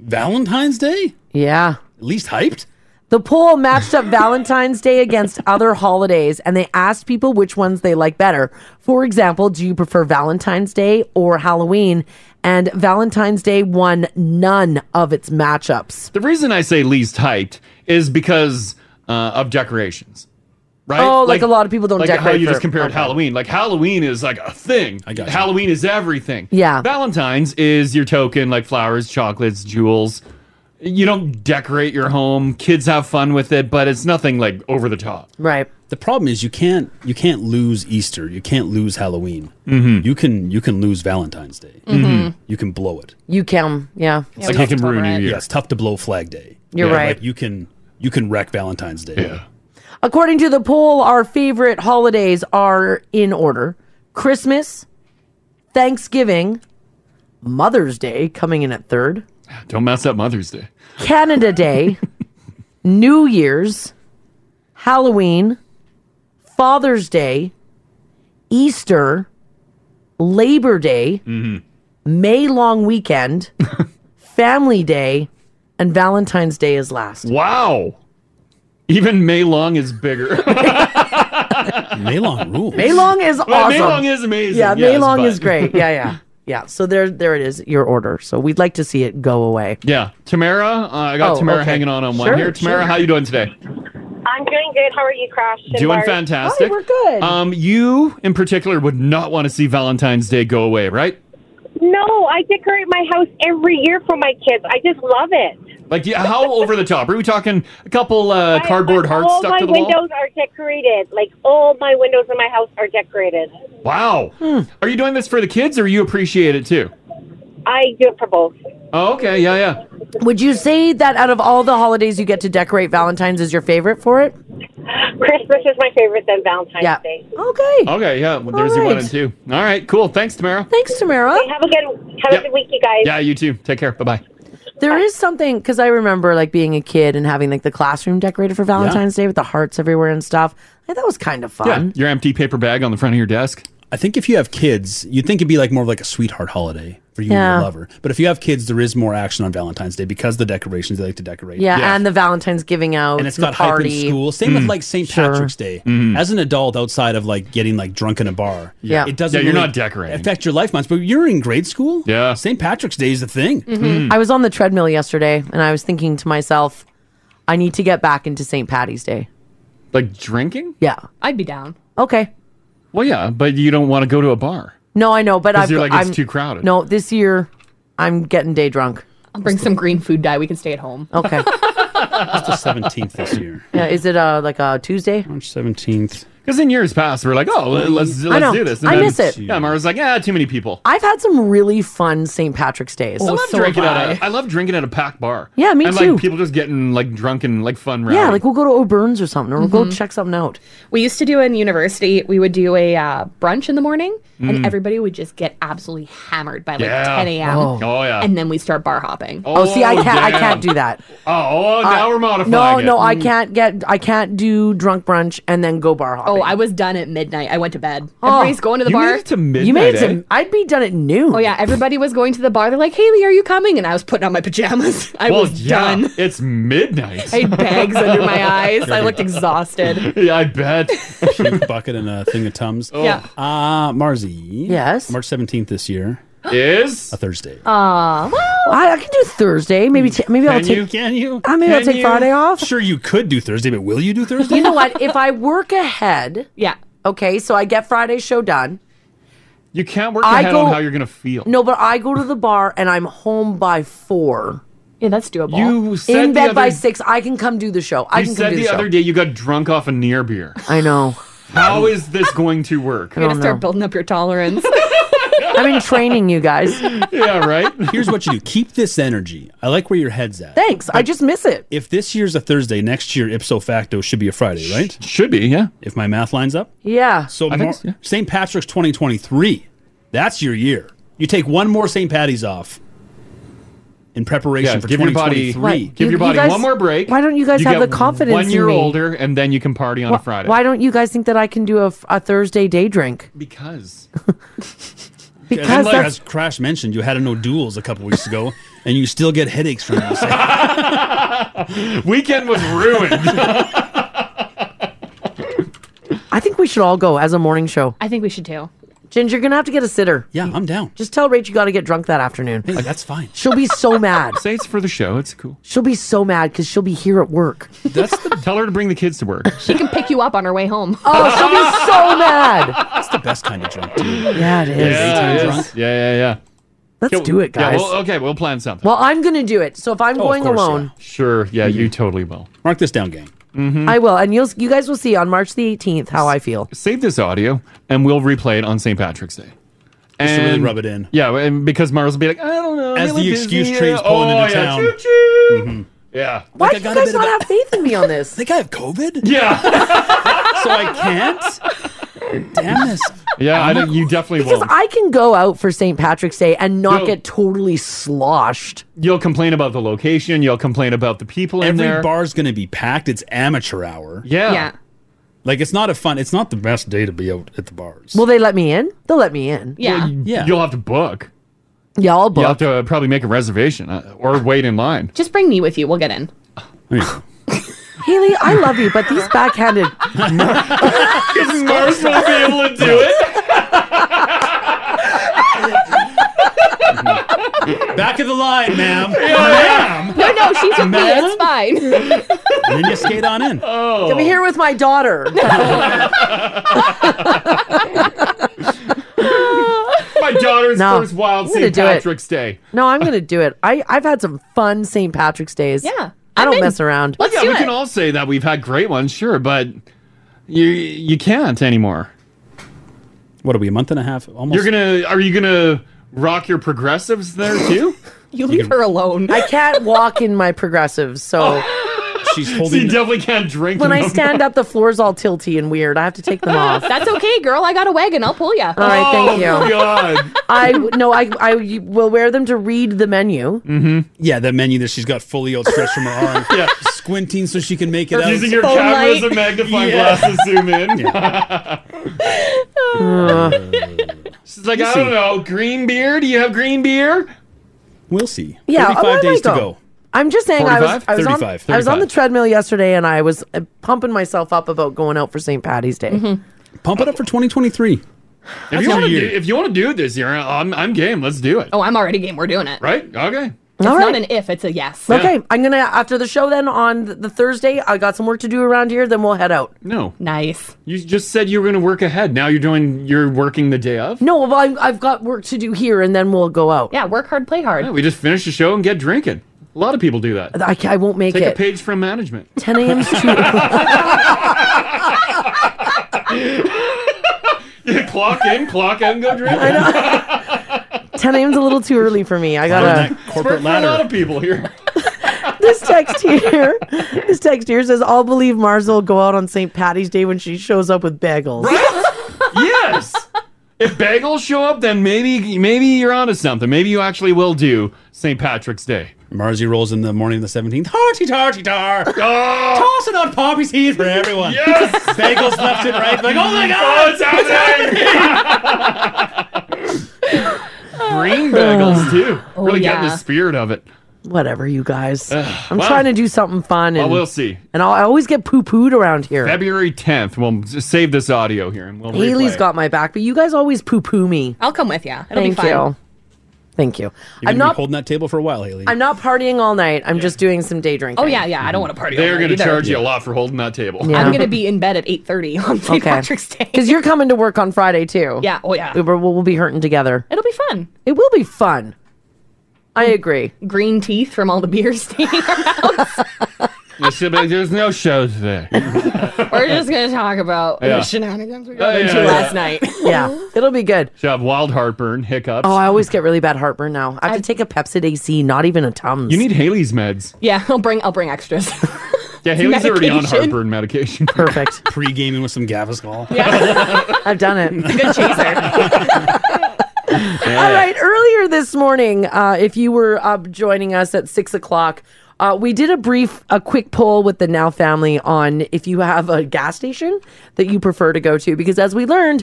S8: Valentine's Day?
S5: Yeah.
S8: Least hyped?
S5: The poll matched up Valentine's Day against other holidays and they asked people which ones they like better. For example, do you prefer Valentine's Day or Halloween? And Valentine's Day won none of its matchups.
S6: The reason I say least hyped is because uh, of decorations. Right?
S5: Oh, like a lot of people don't
S6: like how
S5: decorate
S6: you
S5: for-
S6: just compared Halloween. Like Halloween is like a thing. I got Halloween is everything.
S5: Yeah.
S6: Valentine's is your token, like flowers, chocolates, jewels. You don't decorate your home. Kids have fun with it, but it's nothing like over the top.
S5: Right.
S8: The problem is you can't you can't lose Easter. You can't lose Halloween.
S6: Mm-hmm.
S8: You can you can lose Valentine's Day.
S5: Mhm.
S8: You can blow it.
S5: You can, yeah.
S8: Yeah, it's tough to blow Flag Day.
S5: You're right.
S8: Like you can you can wreck Valentine's Day. Yeah.
S5: According to the poll, our favorite holidays are in order Christmas, Thanksgiving, Mother's Day coming in at third,
S6: Don't mess up Mother's Day.
S5: Canada Day, New Year's, Halloween, Father's Day, Easter, Labor Day,
S6: Mm-hmm.
S5: May long weekend, Family Day, and Valentine's Day is last.
S6: Wow. Even May Long is bigger.
S8: May Long rules.
S5: May Long is awesome.
S6: May Long is amazing.
S5: Yeah, May
S6: yes,
S5: Long
S6: but-
S5: is great. Yeah, yeah. Yeah, so there there it is, your order. So we'd like to see it go away.
S6: Yeah. Tamara, uh, I got
S5: Oh,
S6: Tamara
S5: okay.
S6: hanging on on one
S5: Sure,
S6: here. Tamara,
S5: sure.
S6: how you doing today?
S18: I'm doing good. How are you, Crash? and
S6: Doing
S18: Mars?
S6: fantastic. Um, you in particular would not want to see Valentine's Day go away, right?
S18: no, I decorate my house every year for my kids. I just love it.
S6: Like, yeah, how over the top? Are we talking a couple uh, cardboard hearts
S18: all
S6: stuck
S18: my
S6: to the
S18: windows are decorated. Like all my windows in my house are decorated.
S5: Hmm.
S6: wall? Wow. Are you doing this for the kids, or you appreciate it too?
S5: I do it for both.
S6: Oh, okay. Yeah, yeah.
S5: Would you say that out of all the holidays you get to decorate, Valentine's is your favorite for it?
S14: Christmas is my favorite, then Valentine's
S5: Yeah.
S14: Day.
S5: Okay.
S6: Okay, yeah. Well, there's
S5: All
S6: your one
S5: right.
S6: and two. All right, cool. Thanks, Tamara.
S5: Thanks, Tamara.
S14: Have a good, have
S6: Yeah.
S14: a good week, you guys.
S6: Yeah, you too. Take care. Bye bye.
S5: There is something because I remember like being a kid and having like the classroom decorated for Valentine's Day with the hearts everywhere and stuff. Like, that was kind of fun.
S6: Yeah, your empty paper bag on the front of your desk.
S8: I think if you have kids, you'd think it'd be like more of like a sweetheart holiday for you and
S5: Yeah.
S8: your lover. But if you have kids, there is more action on Valentine's Day because the decorations they like to decorate.
S5: Yeah, and the Valentine's giving out
S8: and it's
S5: and the
S8: got hype in
S5: party. Mm.
S8: school. Same
S6: Mm.
S8: with like St.
S5: sure.
S8: Patrick's Day.
S6: Mm-hmm.
S8: As an adult, outside of like getting like drunk in a bar,
S5: Yeah.
S8: it doesn't.
S5: Yeah, you're
S8: really
S5: not decorating.
S8: Affect your life much, but you're in grade school. Yeah, St. Patrick's Day is the thing.
S6: Mm.
S5: Mhm. I was on the treadmill yesterday and I was thinking to myself, I need to get back into St. Patty's Day.
S6: Like drinking?
S5: Yeah.
S4: I'd be down.
S5: Okay.
S6: Well, yeah, but you don't want to go to a bar.
S5: No, I know, but
S6: 'Cause
S5: I've,
S6: you're like, it's
S5: I'm-
S6: too crowded.
S5: No, this year I'm getting day drunk.
S4: I'll bring some green food dye. We can stay at home.
S5: Okay.
S8: It's the seventeenth this year.
S5: yeah, is it uh, like a Tuesday?
S8: March seventeenth.
S6: Because in years past, we are like, oh, let- let's
S5: Mm-hmm. I
S6: let's
S5: know.
S6: do this.
S5: I miss it.
S6: Yeah, Mara was like, ah, too many people.
S5: I've had some really fun St. Patrick's Days.
S4: Oh,
S6: I love drinking at a, I love drinking at a packed bar.
S5: Yeah, me
S6: and,
S5: too.
S6: Like, people just getting like drunk and like fun. Rowdy.
S5: Yeah, like we'll go to O'Byrne's or something, or we'll go check something out.
S4: Mm-hmm. We used to do in university, we would do a uh, brunch in the morning,
S5: Mm.
S4: and everybody would just get absolutely hammered by like
S5: Yeah.
S4: 10 a.m.
S5: Oh. Oh, yeah.
S4: And then we start bar hopping.
S5: Oh, see, I can't. I can't do that.
S6: Oh,
S5: Uh, No,
S4: Mm.
S5: no, I can't get. I can't do drunk brunch and then go bar hopping.
S4: Oh, I was done at midnight. I went to bed.
S5: Oh.
S4: Everybody's going to the
S5: You
S4: bar.
S5: made it to You made it midnight, to- eh? I'd be done at noon.
S4: Oh yeah, everybody was going to the bar. They're like, "Haley, are you coming?" And I was putting on my pajamas. I
S6: well,
S4: was
S6: yeah,
S4: done.
S6: It's midnight.
S4: I had bags under my eyes. I looked exhausted.
S6: Yeah, I bet.
S8: Puke bucket and a thing of tums.
S4: Yeah.
S8: Uh Marzi.
S5: Yes.
S8: March seventeenth this year
S6: is
S8: a Thursday.
S5: Ah, well, I, I can do Thursday. Maybe, t- maybe I'll
S8: Can
S5: take.
S8: you? Can you?
S5: I maybe I'll take Friday off.
S8: Sure, you could do Thursday, but will you do Thursday?
S5: you know what? If I work ahead,
S4: yeah.
S5: Okay, so I get Friday's show done.
S6: You can't work
S5: I
S6: ahead
S5: go-
S6: on how you're gonna feel.
S5: No, but I go to the bar and I'm home by four.
S4: Yeah, that's doable.
S6: You said
S5: in
S6: the
S5: bed by
S6: other-
S5: six. I can come do the show. I
S6: you
S5: can
S6: said
S5: come do
S6: the,
S5: the, show.
S6: other day you got drunk off a near beer.
S5: I know.
S6: How is this going to work?
S4: You're gonna start building up your tolerance.
S5: I'm in training, you guys.
S6: yeah, right.
S8: Here's what you do: keep this energy. I like where your head's at.
S5: Thanks. I just miss it.
S8: If this year's a Thursday, next year ipso facto should be a Friday, right?
S6: Should be, yeah.
S8: If my math lines up.
S5: Yeah.
S8: So
S5: I
S8: Mar-
S5: think
S8: St. Patrick's 2023. That's your year. You take one more St. Patty's off in preparation
S6: Yeah,
S8: for
S6: give your body,
S8: 2023.
S6: give your body one more break.
S5: why don't you guys have
S6: get
S5: the confidence
S6: One
S5: in
S6: year
S5: me?
S6: older, and then you can party on a
S5: Why-
S6: Friday.
S5: Why don't you guys think that I can do a, a Thursday day drink?
S6: Because.
S5: Because
S8: and like,
S5: that's-
S8: as Crash mentioned, you had a no duels a couple weeks ago, and you still get headaches from this.
S6: Weekend was ruined.
S5: I think we should all go as a morning show.
S4: I think we should too.
S5: Ginger, you're gonna have to get a sitter.
S8: Yeah, I'm down.
S5: Just tell Rach you got to get drunk that afternoon.
S8: that's fine.
S5: She'll be so mad.
S6: Say it's for the show. It's cool.
S5: She'll be so mad because she'll be here at work.
S6: That's the, tell her to bring the kids to work.
S4: she can pick you up on her way home.
S5: Oh, she'll be so mad.
S8: That's the best kind of drunk, dude.
S5: Yeah, it is.
S6: Yeah,
S5: Daytime
S6: it is.
S5: drunk.
S6: yeah, yeah, yeah.
S5: Let's
S6: Yeah,
S5: do it,
S6: Yeah,
S5: guys.
S6: well, okay, we'll plan something.
S5: Well, I'm gonna do it. So if
S6: Oh,
S8: Oh,
S5: I'm going alone,
S6: Sure. Yeah, you totally will.
S8: Mm-hmm. Mark this down, gang.
S6: Mm-hmm.
S5: I will, and you'll you guys will see on March the 18th how I feel.
S6: Save this audio, and we'll replay it on St. Patrick's Day.
S8: Just to really rub it in.
S6: Yeah, and because Mars will be like, I don't know.
S8: As
S6: really
S8: the
S6: busy,
S8: excuse
S6: yeah.
S8: train's pulling
S6: oh,
S8: into
S6: yeah,
S8: town.
S6: choo-choo. Yeah.
S5: Why
S8: Like, I
S5: do you
S8: got a
S5: guys
S8: bit of
S5: not have faith in me on this?
S8: Think I have COVID?
S6: Yeah.
S8: so I can't. Damn this.
S6: Yeah, I think you definitely
S5: Because
S6: won't.
S5: I can go out for St. Patrick's Day and not
S6: Yo.
S5: get totally sloshed.
S6: You'll complain about the location. You'll complain about the people in
S8: Every
S6: there.
S8: bar's going to be packed. It's amateur hour.
S6: Yeah.
S4: Yeah.
S8: Like it's not a fun. It's not the best day to be out at the bars.
S5: Will they let me in? They'll let me in.
S4: Yeah.
S8: Yeah.
S6: You'll have to book.
S5: Yeah, I'll book.
S6: You'll have to uh, probably make a reservation uh, or wait in line.
S4: Just bring me with you. We'll get in.
S5: Haley, I love you, but these backhanded.
S6: Because Mars won't be able to do it.
S8: Back of the line, ma'am.
S4: No, no, she's with me.
S8: Ma'am?
S4: It's fine.
S8: And then you skate on in.
S6: Oh.
S5: i am here with my daughter.
S6: My daughter's
S5: No.
S6: first wild
S5: I'm gonna
S6: St.
S5: do it.
S6: Patrick's Day.
S5: No, I'm gonna do it. I I've had some fun St. Patrick's days. Yeah, I don't mess around.
S6: yeah, we can all say that we've had great ones, sure, but you you can't anymore.
S8: What are we a month and a half? Almost.
S6: You're gonna are you gonna rock your progressives there too?
S4: You leave her alone.
S5: I can't walk in my progressives,
S6: Oh,
S5: so
S8: she's
S6: holding. She definitely can't drink.
S5: when I
S6: them.
S5: stand up, the floor's all tilty and weird. I have to take them off.
S4: That's okay, girl. I got a wagon. I'll pull you. All
S5: All right,
S6: Oh,
S5: thank you. I no, I I will wear them to read the menu.
S8: Mm-hmm. Yeah, that menu that she's got fully outstretched from her arm. yeah, squinting so she can make it out.
S6: Using your camera as a magnifying glass to zoom in.
S5: Uh.
S6: She's like,
S8: You
S6: I
S8: see.
S6: don't know, green beer? Do you have green beer?
S8: We'll see.
S5: Yeah, oh, I
S8: 45 days
S5: might
S8: to
S5: go.
S8: go.
S5: I'm just saying, I was
S8: 45?
S5: I was, on,
S8: 35,
S5: I was on the
S8: 35.
S5: treadmill yesterday, and I was uh, pumping myself up about going out for St. Patty's Day.
S4: Mm-hmm.
S8: Pump it up for 2023.
S6: If you, wanna do, if you want to do it this year, I'm, I'm game. Let's do it.
S4: Oh, I'm already game. We're doing it.
S6: Right? Okay.
S4: It's
S5: All
S4: not
S5: right.
S4: an if, it's a yes.
S5: Okay, I'm gonna after the show then on th- the Thursday. I got some work to do around here. Then we'll head out.
S6: No.
S4: Nice.
S6: You just said you were going to work ahead. Now you're doing, you're working the day of?
S5: No, well, I'm, I've got work to do here, and then we'll go out.
S4: Yeah, work hard, play hard.
S6: Yeah, we just finish the show and get drinking. A lot of people do that.
S5: I, ca- I won't make
S6: Take
S5: it.
S6: a page from management.
S5: 10 a.m. 's too.
S6: Yeah, clock in, clock out, and go drinking. I know.
S5: 10 a.m. is a little too early for me. I gotta.
S6: Corporate ladder. A lot of people here.
S5: this text here, this text here says, "I'll believe Mars will go out on St. Patty's Day when she shows up with bagels."
S6: yes. If bagels show up, then maybe maybe you're onto something. Maybe you actually will do St. Patrick's Day.
S8: Marzi rolls in the morning of the 17th. Tarty tarty tar.
S6: Oh.
S8: Tossing on poppy's heat for everyone.
S6: Yes.
S8: Bagels left and right. Like, oh my
S6: Oh,
S8: god.
S6: it's happening. Green bagels too.
S5: Oh,
S6: really getting
S5: yeah.
S6: the spirit of it.
S5: Whatever, you guys. I'm
S6: well-
S5: trying to do something fun.
S6: Well,
S5: And,
S6: we'll see.
S5: And I'll, I always get poo pooed around here.
S6: February 10th. We'll s- save this audio here and we'll
S5: Haley's
S6: replay it.
S5: got my back, but you guys always poo poo me.
S4: I'll come with you. It'll be
S5: Thank
S4: fun.
S5: you. Thank you.
S8: You're
S5: I'm
S8: gonna be
S5: not.
S8: holding that table for a while, Haley.
S5: I'm not partying all night. I'm just doing some day drinking.
S4: Oh, yeah, yeah. I don't want to party.
S6: They're going to
S4: to
S6: charge you a lot for holding that table.
S4: I'm going to be in bed at 8.30 on St.
S5: Okay.
S4: Patrick's Day.
S5: Because you're coming to work on Friday too.
S4: Yeah, oh, yeah.
S5: We- We'll, we'll be hurting together.
S4: Oh. It'll be fun.
S5: It will be fun. I agree.
S4: Green teeth from all the beers staying around.
S6: You should be- There's no show today.
S4: We're just going to talk about
S6: Yeah.
S4: the shenanigans we
S6: Oh,
S4: got
S6: yeah,
S4: into
S6: yeah.
S4: last night.
S5: Yeah, it'll be good.
S6: Should have wild heartburn, hiccups.
S5: Oh, I always get really bad heartburn now. I have to take a Pepsid AC, not even a Tums.
S6: you need Haley's meds.
S4: Yeah, I'll bring I'll bring extras.
S6: Yeah, Haley's already on
S4: Medication.
S6: heartburn medication.
S5: Perfect.
S8: Pre gaming with some Gaviscon.
S5: I've done it.
S4: Good chaser.
S5: All right. Earlier this morning, uh, if you were up joining us at six o'clock, uh, we did a brief, a quick poll with the Now family on if you have a gas station that you prefer to go to, because as we learned,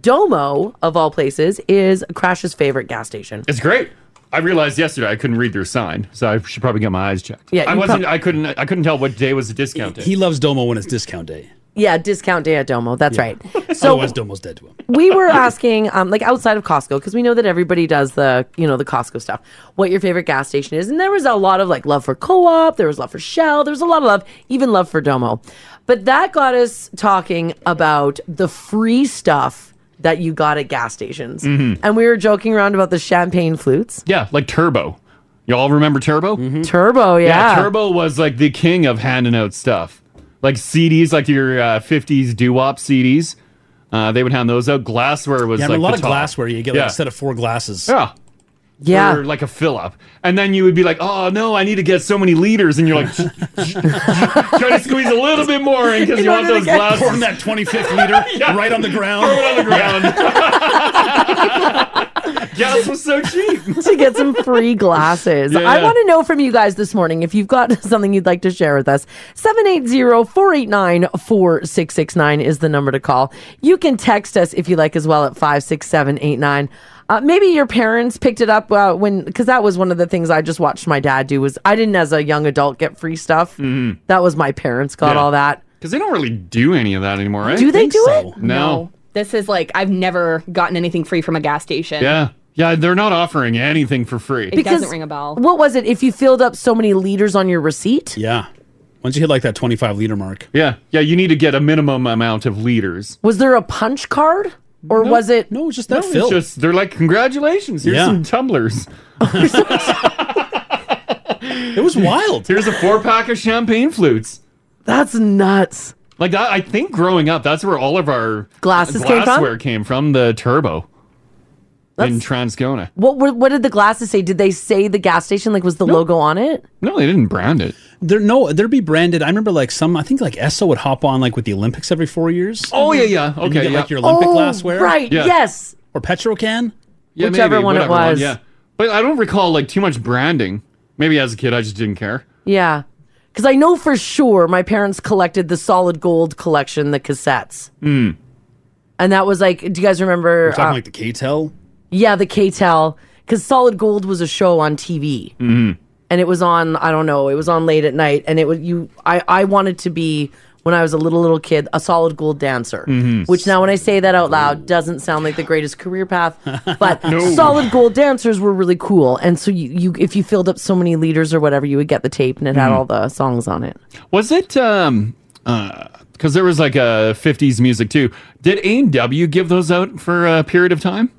S5: Domo of all places is Crash's favorite gas station.
S6: It's great. I realized yesterday I couldn't read their sign, so I should probably get my eyes checked.
S5: Yeah,
S6: I
S5: you
S6: wasn't.
S5: prob-
S6: I couldn't. I couldn't tell what day was the discount day.
S8: He loves Domo when it's discount day.
S5: Yeah, discount day at Domo. That's right.
S8: So
S5: So
S8: Otherwise, Domo's dead to him.
S5: we were asking, um, like outside of Costco, because we know that everybody does the, you know, the Costco stuff. What your favorite gas station is, and there was a lot of like love for Co-op, there was love for Shell, there was a lot of love, even love for Domo. But that got us talking about the free stuff that you got at gas stations,
S6: Mhm.
S5: and we were joking around about the champagne flutes.
S6: Yeah, like Turbo. Y'all remember Turbo?
S8: Oh,
S5: Turbo, yeah.
S6: Mm-hmm. Turbo was like the king of handing out stuff, like CDs, like your uh, '50s doo-wop CDs. Uh, they would hand those out. Glassware was
S8: Yeah, I mean,
S6: like
S8: a lot
S6: the
S8: of
S6: top.
S8: glassware. You get like
S6: Yeah.
S8: a set of four glasses.
S6: Yeah.
S5: Yeah.
S6: Or like a fill up. And then you would be like, oh no, I need to get so many liters. And you're like, try to squeeze a little bit more in because
S8: In
S6: you want
S8: order to
S6: those
S8: get-
S6: glasses.
S8: Pouring that 25th liter right on the ground.
S6: Throw it on the ground. Gas was so cheap.
S5: to get some free glasses.
S6: Yeah.
S5: I want to know from you guys this morning if you've got something you'd like to share with us. 780-489-4669 is the number to call. You can text us if you like as well at 56789. Uh, maybe your parents picked it up uh, when, because that was one of the things I just watched my dad do. Was I didn't as a young adult get free stuff. That was my parents got
S6: Mm-hmm. Yeah.
S5: all that.
S6: Because they don't really do any of that anymore, right?
S5: Do they do it?
S6: No.
S4: This is like I've never gotten anything free from a gas station.
S6: Yeah. Yeah, they're not offering anything for free.
S4: It doesn't ring a bell.
S5: What was it? If you filled up so many liters on your receipt,
S8: Yeah. Once you hit like that 25 liter mark.
S6: Yeah. Yeah, you need to get a minimum amount of liters.
S5: was there a punch card or was it?
S8: No, just
S6: No, it's just they're like, congratulations, here's
S5: Yeah.
S6: some tumblers.
S8: it was wild.
S6: Here's a four pack of champagne flutes.
S5: That's nuts.
S6: Like that, I think growing up, that's where all of our
S5: Glasses came from?
S6: glassware came from. The turbo. in Transcona.
S5: What were, what did the glasses say? Did they say the gas station? Like, was the logo on it?
S6: No, they didn't brand it.
S8: There no, there'd be branded. I remember like some. I think like ESSA would hop on like with the Olympics every four years.
S6: Oh, yeah, yeah.
S8: And you
S6: Okay,
S8: get,
S6: yeah.
S8: like your Olympic
S6: Oh,
S8: glassware.
S6: right, Yeah. yes.
S8: Or Petrocan.
S6: Yeah, maybe, whatever yeah, but I don't recall like too much branding. Maybe as a kid, I just didn't care.
S5: Yeah. Because I know for sure my parents collected the solid gold collection, the cassettes.
S6: Mm.
S5: And that was like, do you guys remember?
S8: We're talking
S5: uh,
S8: like the K-Tel.
S5: yeah, the KTEL. Because Solid Gold was a show on TV.
S8: Mm-hmm.
S5: and it was on I don't know, it was on late at night and it was you I I wanted to be when I was a little little kid a solid gold dancer.
S8: Mm-hmm.
S15: Mhm.
S5: Which now when I say that out loud doesn't sound like the greatest career path, but
S15: No.
S5: solid gold dancers were really cool. And so you, you if you filled up so many liters or whatever, you would get the tape and it had
S6: Mhm.
S5: all the songs on it.
S6: Was it um uh because there was like a 50s music too. Did A&W give those out for a period of time?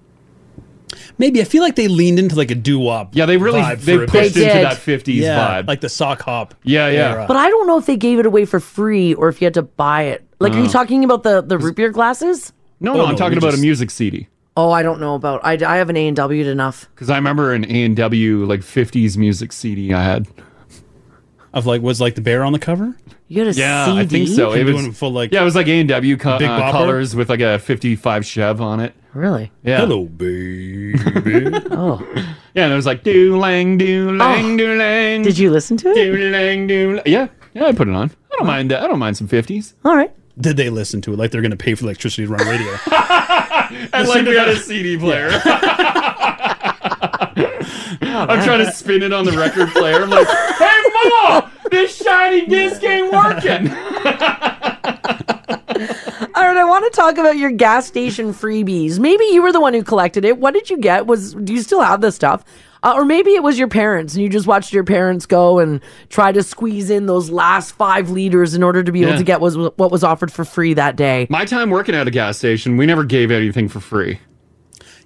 S8: Maybe I feel like they leaned into like a doo wop.
S6: Yeah, they really
S8: vibe
S6: they
S8: for a
S6: pushed
S8: bit.
S6: into that 50s
S8: Yeah,
S6: vibe.
S8: like the sock hop.
S6: Yeah, yeah.
S5: But I don't know if they gave it away for free or if you had to buy it. Like are you
S6: Oh.
S5: talking about the the root beer glasses?
S6: No, no, I'm talking about a music CD
S5: Oh, I don't know about. I, I haven't A&W'd enough.
S6: because I remember an A&W like 50s music CD I had.
S8: Of like was like the bear on the cover?
S5: You had a
S6: yeah, I think
S8: CD?
S6: so. It
S8: They
S6: was
S8: doing full, like,
S6: yeah, it was like A and W co-
S8: Big
S6: uh,
S8: Bopper?
S6: colors with like a fifty-five Chev on it.
S5: Really?
S6: Yeah.
S8: Hello, baby.
S5: oh.
S6: Yeah, and it was like do lang do lang do lang. Did
S5: you listen to it?
S6: Do lang do. Yeah, yeah, I put it on. I don't mind. that. I don't mind some fifties.
S5: All right.
S8: Did they listen to it like they're going to pay for electricity to run radio?
S6: And like we had a CD player. I'm trying to spin it on the record player. I'm like, hey, mom, this shiny disc ain't working.
S5: All right, I want to talk about your gas station freebies. Maybe you were the one who collected it. What did you get? Was do you still have this stuff? Uh, or maybe it was your parents, and you just watched your parents go and try to squeeze in those last five liters in order to be able
S6: Yeah.
S5: to get was what was offered for free that day.
S6: My time working at a gas station, we never gave anything for free.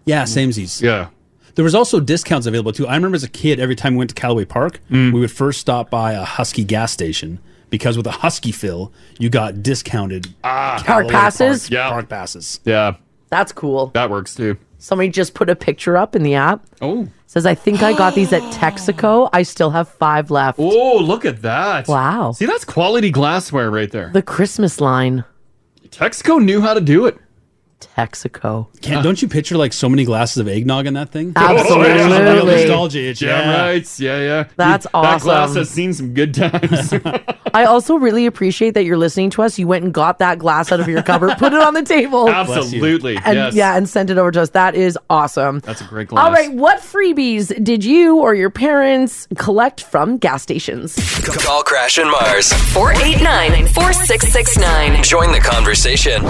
S8: Yeah, samesies.
S6: Yeah.
S8: There was also discounts available too. I remember as a kid, every time we went to Callaway Park,
S6: Mm.
S8: we would first stop by a Husky gas station because with a Husky fill, you got discounted
S6: ah,
S5: Park passes?
S8: Yeah, park passes.
S6: Yeah,
S5: that's cool.
S6: That works too.
S5: Somebody just put a picture up in the app.
S6: Oh,
S5: says I think I got these at Texaco. I still have five left.
S6: Oh, look at that!
S5: Wow,
S6: see that's quality glassware right there.
S5: the Christmas line.
S6: Texaco knew how to do it.
S5: Texaco.
S8: Can't, don't you picture like so many glasses of eggnog in that thing?
S5: Absolutely.
S8: It's a real nostalgia itch,
S6: Damn
S8: yeah.
S6: rights. Yeah, yeah.
S5: That's
S6: That glass
S5: awesome.
S6: has seen some good times.
S5: I also really appreciate that you're listening to us. You went and got that glass out of your cupboard, put it on the table.
S6: Absolutely,
S5: And,
S6: yes.
S5: Yeah, and sent it over to us. That is awesome.
S6: That's a great glass.
S5: All right, what freebies did you or your parents collect from gas stations?
S2: Call Crash and Mars.
S11: 489 4669.
S2: Join the conversation.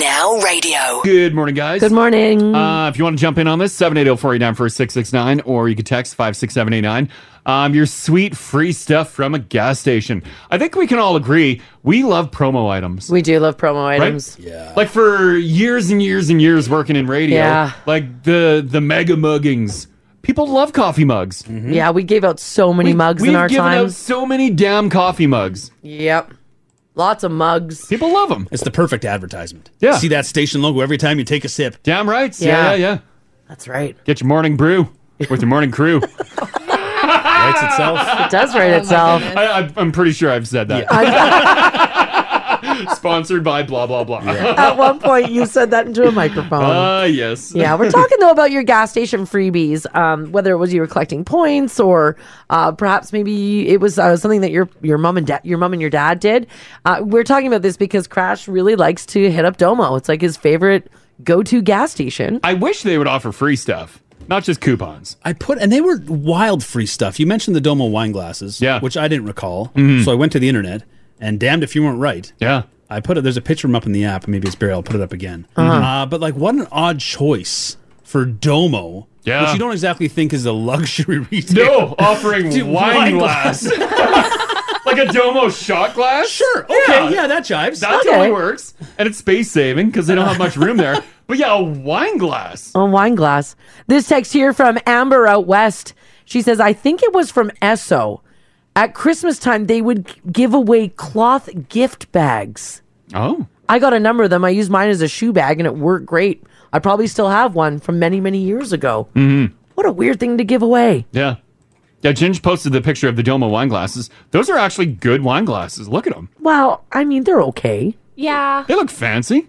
S11: Now radio.
S6: Good morning, guys. Good
S5: morning.
S6: Uh, if you want to jump in on this, 780 489 or you can text 56789. Um, your sweet free stuff from a gas station. I think we can all agree we love promo items.
S5: We do love promo items.
S6: Yeah. Like for years and years and years working in radio,
S5: Yeah.
S6: like the the mega muggings. People love coffee mugs.
S5: Mm-hmm. Yeah, we gave out so many mugs in
S6: Mm-hmm. we've
S5: our
S6: given
S5: time.
S6: out so many damn coffee mugs.
S5: Yep. Lots of mugs.
S6: People love them.
S8: It's the perfect advertisement.
S6: Yeah.
S8: See that station logo every time you take a sip.
S6: Damn right. Yeah, yeah, yeah.
S5: That's right.
S6: Get your morning brew with your morning crew. writes itself.
S5: It does write Oh my itself. goodness.
S6: I, I, I'm pretty sure I've said that. Sponsored by blah blah blah.
S5: At one point, you said that into a microphone.
S6: Ah, yes.
S5: yeah, we're talking though about your gas station freebies. Um, whether it was you were collecting points, or uh, perhaps maybe it was uh, something that your your mom and dad your mom and your dad did. Uh, we're talking about this because Crash really likes to hit up Domo. It's like his favorite go to gas station.
S6: I wish they would offer free stuff, not just coupons.
S8: I put, and they were wild free stuff. You mentioned the Domo wine glasses, yeah, which I didn't recall.
S6: Mhm.
S8: So I went to the internet, and damned if you weren't right.
S6: Yeah,
S8: I put it. There's a picture of 'em up in the app. Maybe it's Barry. I'll put it up again.
S5: Uh-huh.
S6: Mhm.
S8: Uh, but like, what an odd choice for Domo.
S6: Yeah.
S8: which you don't exactly think is a luxury retail.
S6: No, offering
S8: Dude,
S6: wine, glass. like a Domo shot glass? Sure.
S8: Okay, yeah, that jives.
S6: That
S8: Okay.
S6: totally works. And it's space saving because they don't have much room there. But yeah, a wine glass.
S5: A wine glass. This text here from Amber out west. She says, I think it was from Esso. At Christmas time, they would g- give away cloth gift bags.
S6: Oh.
S5: I got a number of them. I used mine as a shoe bag and it worked great. I probably still have one from many, many years ago.
S6: Mm-hmm.
S5: What a weird thing to give away.
S6: Yeah. Yeah, Ginge posted the picture of the Doma wine glasses. Those are actually good wine glasses. Look at them.
S5: Well, I mean, they're okay.
S23: Yeah.
S6: They look fancy.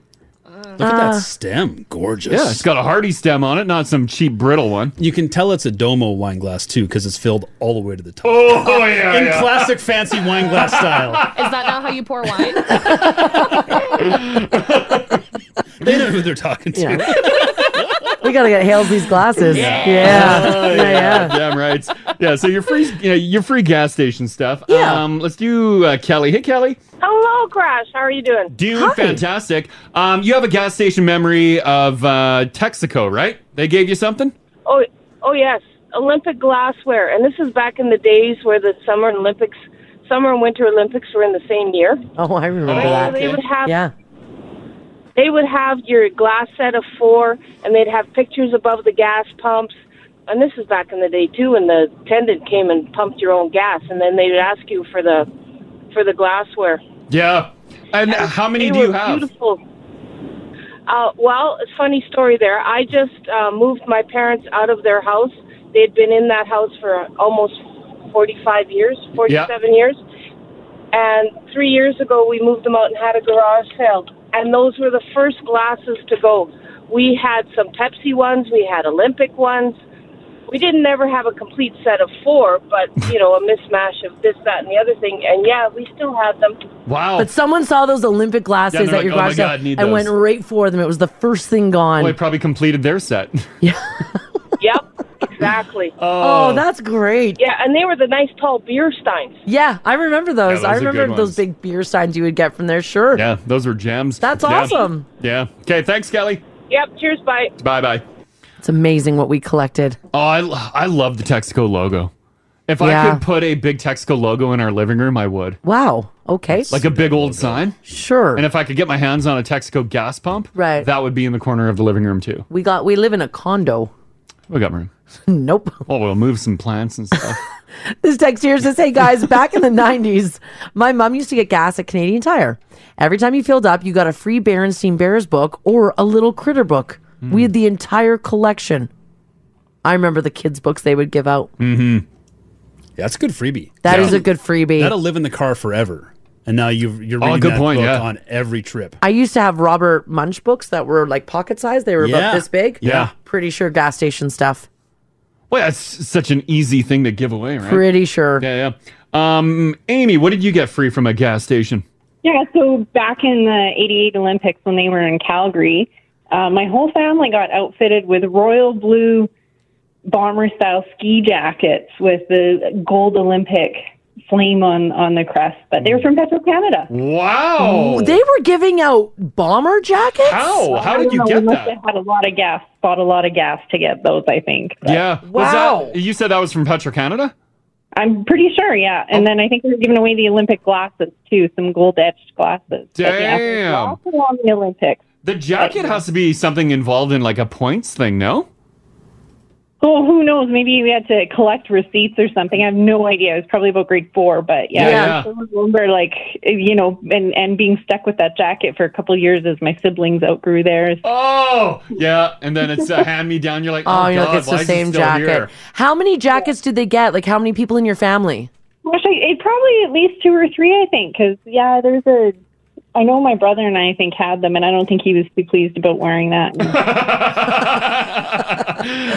S8: Look at
S5: Uh,
S8: that stem. Gorgeous.
S6: Yeah, it's got a hearty stem on it, not some cheap, brittle one.
S8: You can tell it's a Domo wine glass, too, because it's filled all the way to the top.
S6: Oh, yeah.
S8: In
S6: yeah.
S8: classic fancy wine glass style.
S23: Is that not how Oh, you pour wine?
S8: They know who they're talking to.
S5: Yeah. we got to get Hales's glasses. Yeah. Yeah.
S6: Oh,
S5: yeah.
S6: Damn right. Yeah, so your free you know, your free gas station stuff. Yeah. Um, let's do uh, Kelly. Hey, Kelly.
S24: Hello, Crash. How are you doing?
S6: Dude, fantastic. Um, you have a gas station memory of uh, Texaco, right? They gave you something?
S24: Oh, oh yes, Olympic glassware, and this is back in the days where the summer Olympics, summer and winter Olympics were in the same year.
S5: Oh, I remember
S24: Oh,
S5: that.
S24: they would have-
S5: yeah.
S24: They would have your glass set of four, and they'd have pictures above the gas pumps. And this is back in the day too, when the attendant came and pumped your own gas, and then they'd ask you for the for the glassware.
S6: Yeah. And how many
S24: They
S6: do you
S24: were
S6: have?
S24: Beautiful. Uh, well, it's a funny story there. I just uh, moved my parents out of their house. They had been in that house for almost 45 years, 47 years. And three years ago, we moved them out and had a garage sale. And those were the first glasses to go. We had some Pepsi ones, we had Olympic ones. We didn't ever have a complete set of four, but, you know, a mismatch of this, that, and the other thing. And yeah, we still have them.
S6: Wow.
S5: But someone saw those Olympic glasses
S6: Yeah,
S5: at
S6: they're
S5: your
S6: like, "Oh my
S5: garage sale
S6: God, need
S5: and
S6: those."
S5: went right for them. It was the first thing gone.
S6: Well, they probably completed their set.
S24: Exactly.
S5: Oh, that's great.
S24: Yeah, and they were the nice tall beer steins.
S5: Yeah, I remember those.
S6: those
S5: I
S6: are good
S5: remember those
S6: ones.
S5: big beer signs you would get from there. Sure.
S6: Yeah, those were gems.
S5: That's
S6: Yeah.
S5: awesome.
S6: Yeah. Okay, thanks, Kelly.
S24: Yep, cheers, bye.
S6: Bye bye.
S5: It's amazing what we collected.
S6: Oh, I, I love the Texaco logo. If I
S5: Yeah.
S6: could put a big Texaco logo in our living room, I would.
S5: Wow. Oh, Okay.
S6: Like a big old sign.
S5: Sure.
S6: And if I could get my hands on a Texaco gas pump,
S5: Right.
S6: that would be in the corner of the living room too.
S5: we got we live in a condo.
S6: We got room.
S5: Nope.
S6: Oh, we'll move some plants and stuff.
S5: This text here says, Hey guys, back in the 90s, my mom used to get gas at Canadian Tire. Every time you filled up, you got a free Berenstain Bears book or a little critter book. We
S6: Hmm.
S5: had the entire collection. I remember the kids' books they would give out.
S8: Mm-hmm. That's a good freebie.
S5: That
S8: That is
S5: is a good freebie.
S8: That'll live in the car forever. And now you've, you're
S6: Oh,
S8: reading
S6: good
S8: that
S6: point,
S8: book
S6: yeah.
S8: on every trip.
S5: I used to have Robert Munch books that were like pocket size. They were
S6: Yeah.
S5: about this big.
S6: Yeah.
S5: Pretty sure gas station stuff.
S6: well, that's such an easy thing to give away, right?
S5: Pretty sure.
S6: Yeah, yeah. Um, Amy, what did you get free from a gas station?
S22: Yeah, so back in the 88 Olympics when they were in Calgary, uh, my whole family got outfitted with royal blue bomber style ski jackets with the gold Olympic flame on, on the crest. But they were from Petro Canada.
S6: Wow.
S5: They were giving out bomber jackets?
S6: How? How
S22: I
S6: did
S22: don't
S6: you
S22: know,
S6: get
S22: we must
S6: that?
S22: have had a lot of gas, bought a lot of gas to get those, I think.
S6: Yeah.
S22: Wow.
S6: Was that, you said that was from Petro Canada?
S22: I'm pretty sure, yeah. And then I think they were giving away the Olympic glasses too, some gold etched glasses. But
S6: Damn.
S22: Yeah, also on the Olympics.
S6: The jacket has to be something involved in like a points thing, no?
S22: Oh, who knows? Maybe we had to collect receipts or something. I have no idea. It was probably about grade four, but yeah,
S6: Yeah.
S22: I still remember like you know, and and being stuck with that jacket for a couple of years as my siblings outgrew theirs.
S6: Oh, yeah. And then it's a hand me down. You're like, oh,
S5: Oh, you're
S6: God,
S5: like, it's
S6: why
S5: the
S6: is it
S5: same
S6: still
S5: jacket.
S6: here?"
S5: How many jackets did they get? Like, how many people in your family?
S22: Gosh, I, it probably at least two or three, I think, because yeah, there's a. I know my brother and I, I think had them, and I don't think he was too pleased about wearing that.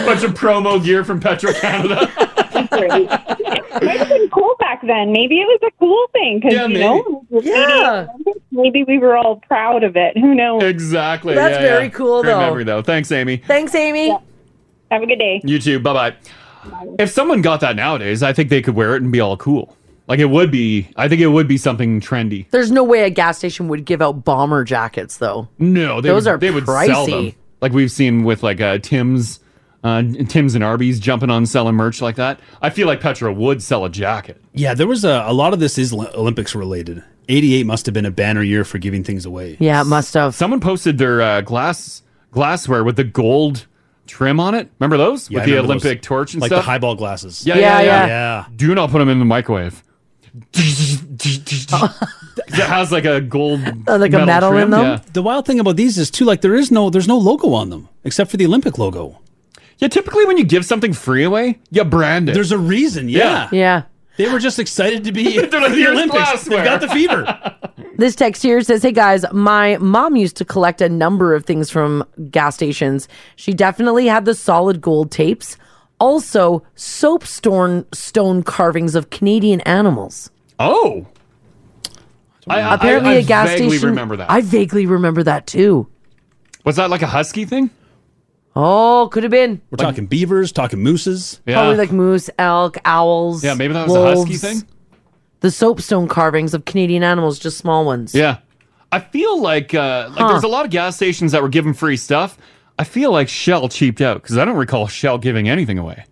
S6: bunch of promo gear from Petro Canada.
S22: it might have been cool back then. Maybe it was a cool thing because
S6: Yeah,
S22: you
S6: maybe.
S22: know, it was the 88 Olympics. maybe we were all proud of it. Who knows?
S6: Exactly.
S22: That's
S6: Yeah, yeah.
S22: very cool,
S6: Great
S22: though.
S6: memory, though. Thanks, Amy.
S5: Thanks, Amy.
S22: Have a good day.
S6: You too. Bye bye. If someone got that nowadays, I think they could wear it and be all cool. Like it would be. I think it would be something trendy.
S5: There's no way a gas station would give out bomber jackets, though.
S6: No, they
S5: Those
S6: would,
S5: are
S6: they would sell them.
S5: pricey.
S6: Like we've seen with like uh, Tim's, uh, Tim's and Arby's jumping on selling merch like that. I feel like Petra would sell a jacket.
S8: Yeah, there was a, a lot of this is L- Olympics related. 88 must have been a banner year for giving things away.
S5: Yeah, it must have.
S6: Someone posted their uh, glass glassware with the gold trim on it. Remember those
S8: Yeah,
S6: with
S8: I
S6: the
S8: remember those.
S6: Olympic torch and
S8: Like the
S6: stuff?
S8: highball glasses.
S6: Yeah, yeah, yeah, Do not put them in the microwave. It has like a gold, trim, yeah.
S8: The wild thing about these is too, like there is no, there's no logo on them except for the Olympic logo.
S6: Yeah, typically when you give something free away, you brand it.
S8: There's a reason. Yeah,
S5: Yeah.
S8: they were just excited to be
S5: They're
S8: at the
S5: like, "Here's
S8: Olympics. They
S5: glassware."
S8: got the fever.
S5: This text here says, Hey guys, my mom used to collect a number of things from gas stations. She definitely had the solid gold tapes, also soapstone stone carvings of Canadian animals.
S6: Oh. I, I-
S5: Apparently,
S6: I- I
S5: a gas
S6: vaguely
S5: station.
S6: remember that.
S5: I vaguely remember that too.
S6: Was that like a husky thing?
S5: Oh, could have been.
S8: We're talking beavers, talking mooses.
S5: Probably like moose, elk, owls.
S8: Yeah, maybe that was a
S5: wolves,
S8: husky
S6: thing?
S5: The soapstone carvings of Canadian animals, just small ones.
S6: Yeah. I feel like uh, like
S5: Huh.
S6: there's a lot of gas stations that were giving free stuff. I feel like Shell cheaped out because I don't recall Shell giving anything away.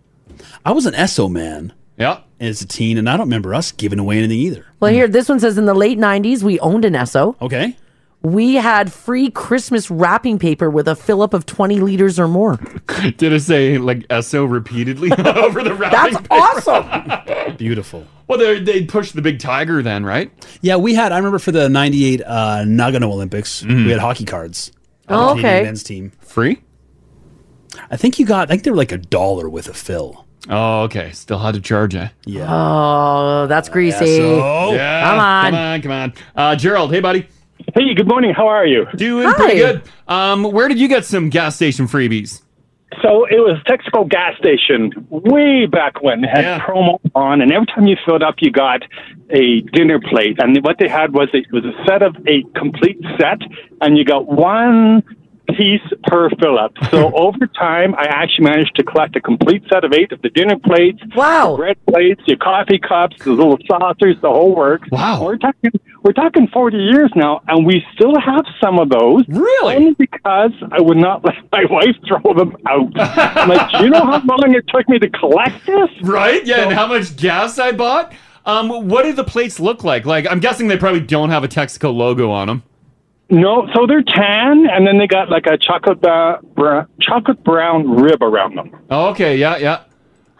S8: I was an Esso man.
S6: Yeah,
S8: as a teen, and I don't remember us giving away anything either.
S5: Well, here, this one says in the late 90s, we owned an Esso.
S8: Okay.
S5: We had free Christmas wrapping paper with a fill up of 20 liters or more.
S6: Did it say like Esso repeatedly over the wrapping? That's
S5: awesome.
S8: Beautiful.
S6: Well, they they pushed the big tiger then, right?
S8: Yeah, we had. I remember for the '98 uh, Nagano Olympics,
S6: Mm.
S8: we had hockey cards. on
S5: Oh,
S8: the Canadian
S5: okay.
S8: Men's team
S6: free.
S8: I think you got. I think they were like a dollar with a fill.
S6: Oh, okay. Still had to charge it.
S8: Yeah.
S5: Oh, that's greasy.
S6: Esso. Yeah,
S5: Come on.
S6: Come on. Come on. Uh, Gerald, hey buddy.
S20: Hey, good morning. How are you?
S6: Doing pretty good. Um, where did you get some gas station freebies?
S20: So it was Texaco gas station way back when. It had promo on, and every time you filled up, you got a dinner plate. And what they had was it was a set of a complete set, and you got one piece per fill up. So over time, I actually managed to collect a complete set of eight of the dinner plates,
S5: wow,
S20: bread plates, your coffee cups, the little saucers, the whole works. Wow, we're talking we're talking forty years now, and we still have some of those.
S6: Really?
S20: Only because I would not let my wife throw them out. I'm like, "Do you know how long it took me to collect this?
S6: Right? Yeah,
S20: Oh.
S6: and how much gas I bought? Um, what do the plates look like? Like, I'm guessing they probably don't have a Texaco logo on them.
S20: No, so they're tan, and then they got like a chocolate ba- bra- chocolate brown rib around them.
S6: Oh, okay, yeah, yeah.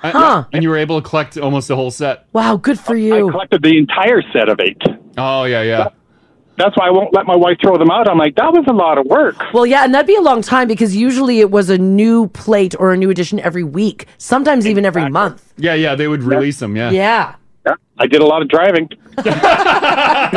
S6: I-
S20: Huh.
S6: And you were able to collect almost the whole set.
S5: Wow, good for you.
S20: I collected the entire set of eight.
S6: Oh yeah, yeah.
S20: That's why I won't let my wife throw them out. I'm like, that was a lot of work.
S5: Well, yeah, and that'd be a long time because usually it was a new plate or a new edition every week, sometimes even every month.
S6: Yeah, yeah, they would release them, yeah.
S5: Yeah.
S20: I did a lot of driving.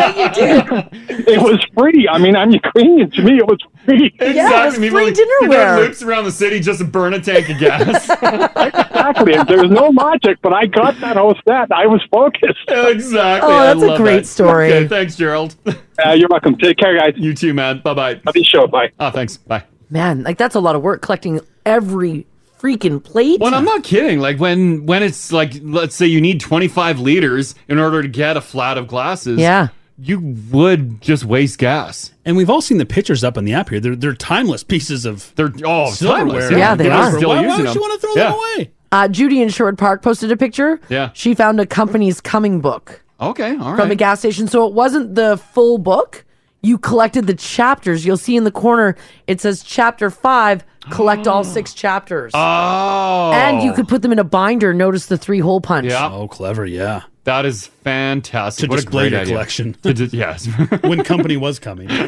S20: It was free. I mean, I'm Ukrainian. To me, it was free.
S6: Exactly. People like- people had loops around the city just to burn a tank of gas.
S20: exactly. There was no logic, but I got that whole set. I was focused.
S6: exactly.
S20: Oh,
S6: I
S20: that's a
S6: love
S20: great
S6: that.
S20: story.
S6: Okay, thanks, Gerald.
S20: Uh, you're welcome. Take care, guys.
S6: You too, man. Bye bye.
S20: Happy show. Bye.
S6: Oh, thanks. Bye.
S5: Man, like that's a lot of work collecting every freaking plate.
S6: Well, I'm not kidding. Like when when it's like let's say you need 25 liters in order to get a flat of glasses.
S5: Yeah.
S6: You would just waste gas.
S8: And we've all seen the pictures up on the app here. They're they're timeless pieces of
S6: they're oh
S5: timeless, yeah. Yeah, they are. Still
S8: why, why
S5: using
S8: would you
S5: them.
S8: want to throw them away?
S5: Uh, Judy in Short Park posted a picture.
S8: Yeah.
S5: She found a company's coming book
S6: Okay, all
S5: from a
S6: right.
S5: gas station. So it wasn't the full book. You collected the chapters. You'll see in the corner, it says chapter five, collect all six chapters.
S6: Oh.
S5: And you could put them in a binder. Notice the three hole punch.
S6: Yeah.
S8: Oh, clever. Yeah.
S6: That is fantastic.
S8: To
S6: what
S8: display
S6: a great
S8: your
S6: idea.
S8: collection.
S6: To di- yes.
S8: when company was coming.
S6: you lay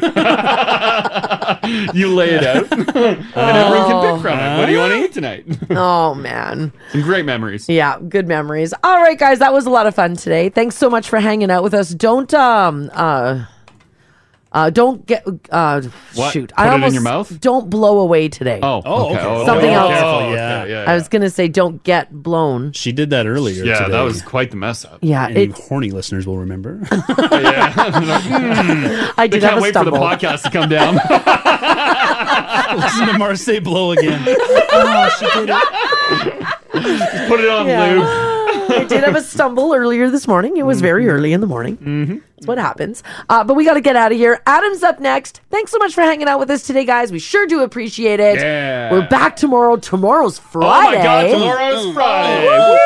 S6: it out, and everyone can pick from it. What do you want to eat tonight?
S5: oh, man.
S6: Some great memories.
S5: Yeah, good memories. All right, guys, that was a lot of fun today. Thanks so much for hanging out with us. Don't um uh uh don't get uh
S6: What?
S5: shoot.
S6: Put it in your mouth?
S5: Don't blow away today.
S6: Oh,
S8: Oh, okay. okay.
S5: Something
S8: Oh,
S5: else.
S8: careful, Oh, yeah. okay, yeah,
S5: I was gonna say don't get blown.
S8: She did that earlier.
S6: Yeah,
S8: today.
S6: that was quite the mess up.
S5: Yeah,
S8: Any
S5: it-
S8: horny listeners will remember.
S5: I did
S6: can't
S5: have a
S6: wait
S5: stumble.
S6: for the podcast to come down.
S8: Listen to Marseille blow again. Oh, she did
S6: it. Put it on
S5: Yeah.
S6: loop.
S5: I did have a stumble earlier this morning. It was very early in the morning. Mm-hmm. That's what happens. Uh, but we got to get out of here. Adam's up next. Thanks so much for hanging out with us today, guys. We sure do appreciate it.
S6: Yeah.
S5: We're back tomorrow. Tomorrow's Friday.
S6: Oh my god, tomorrow's Friday.
S5: Woo!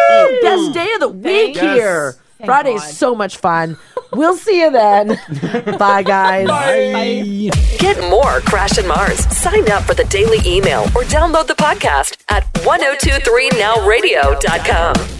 S5: Best day of the week
S6: Yes.
S5: here. Friday's so much fun. We'll see you then. Bye, guys.
S11: Get more Crash and Mars. Sign up for the oh daily email or download the podcast at 1023nowradio.com.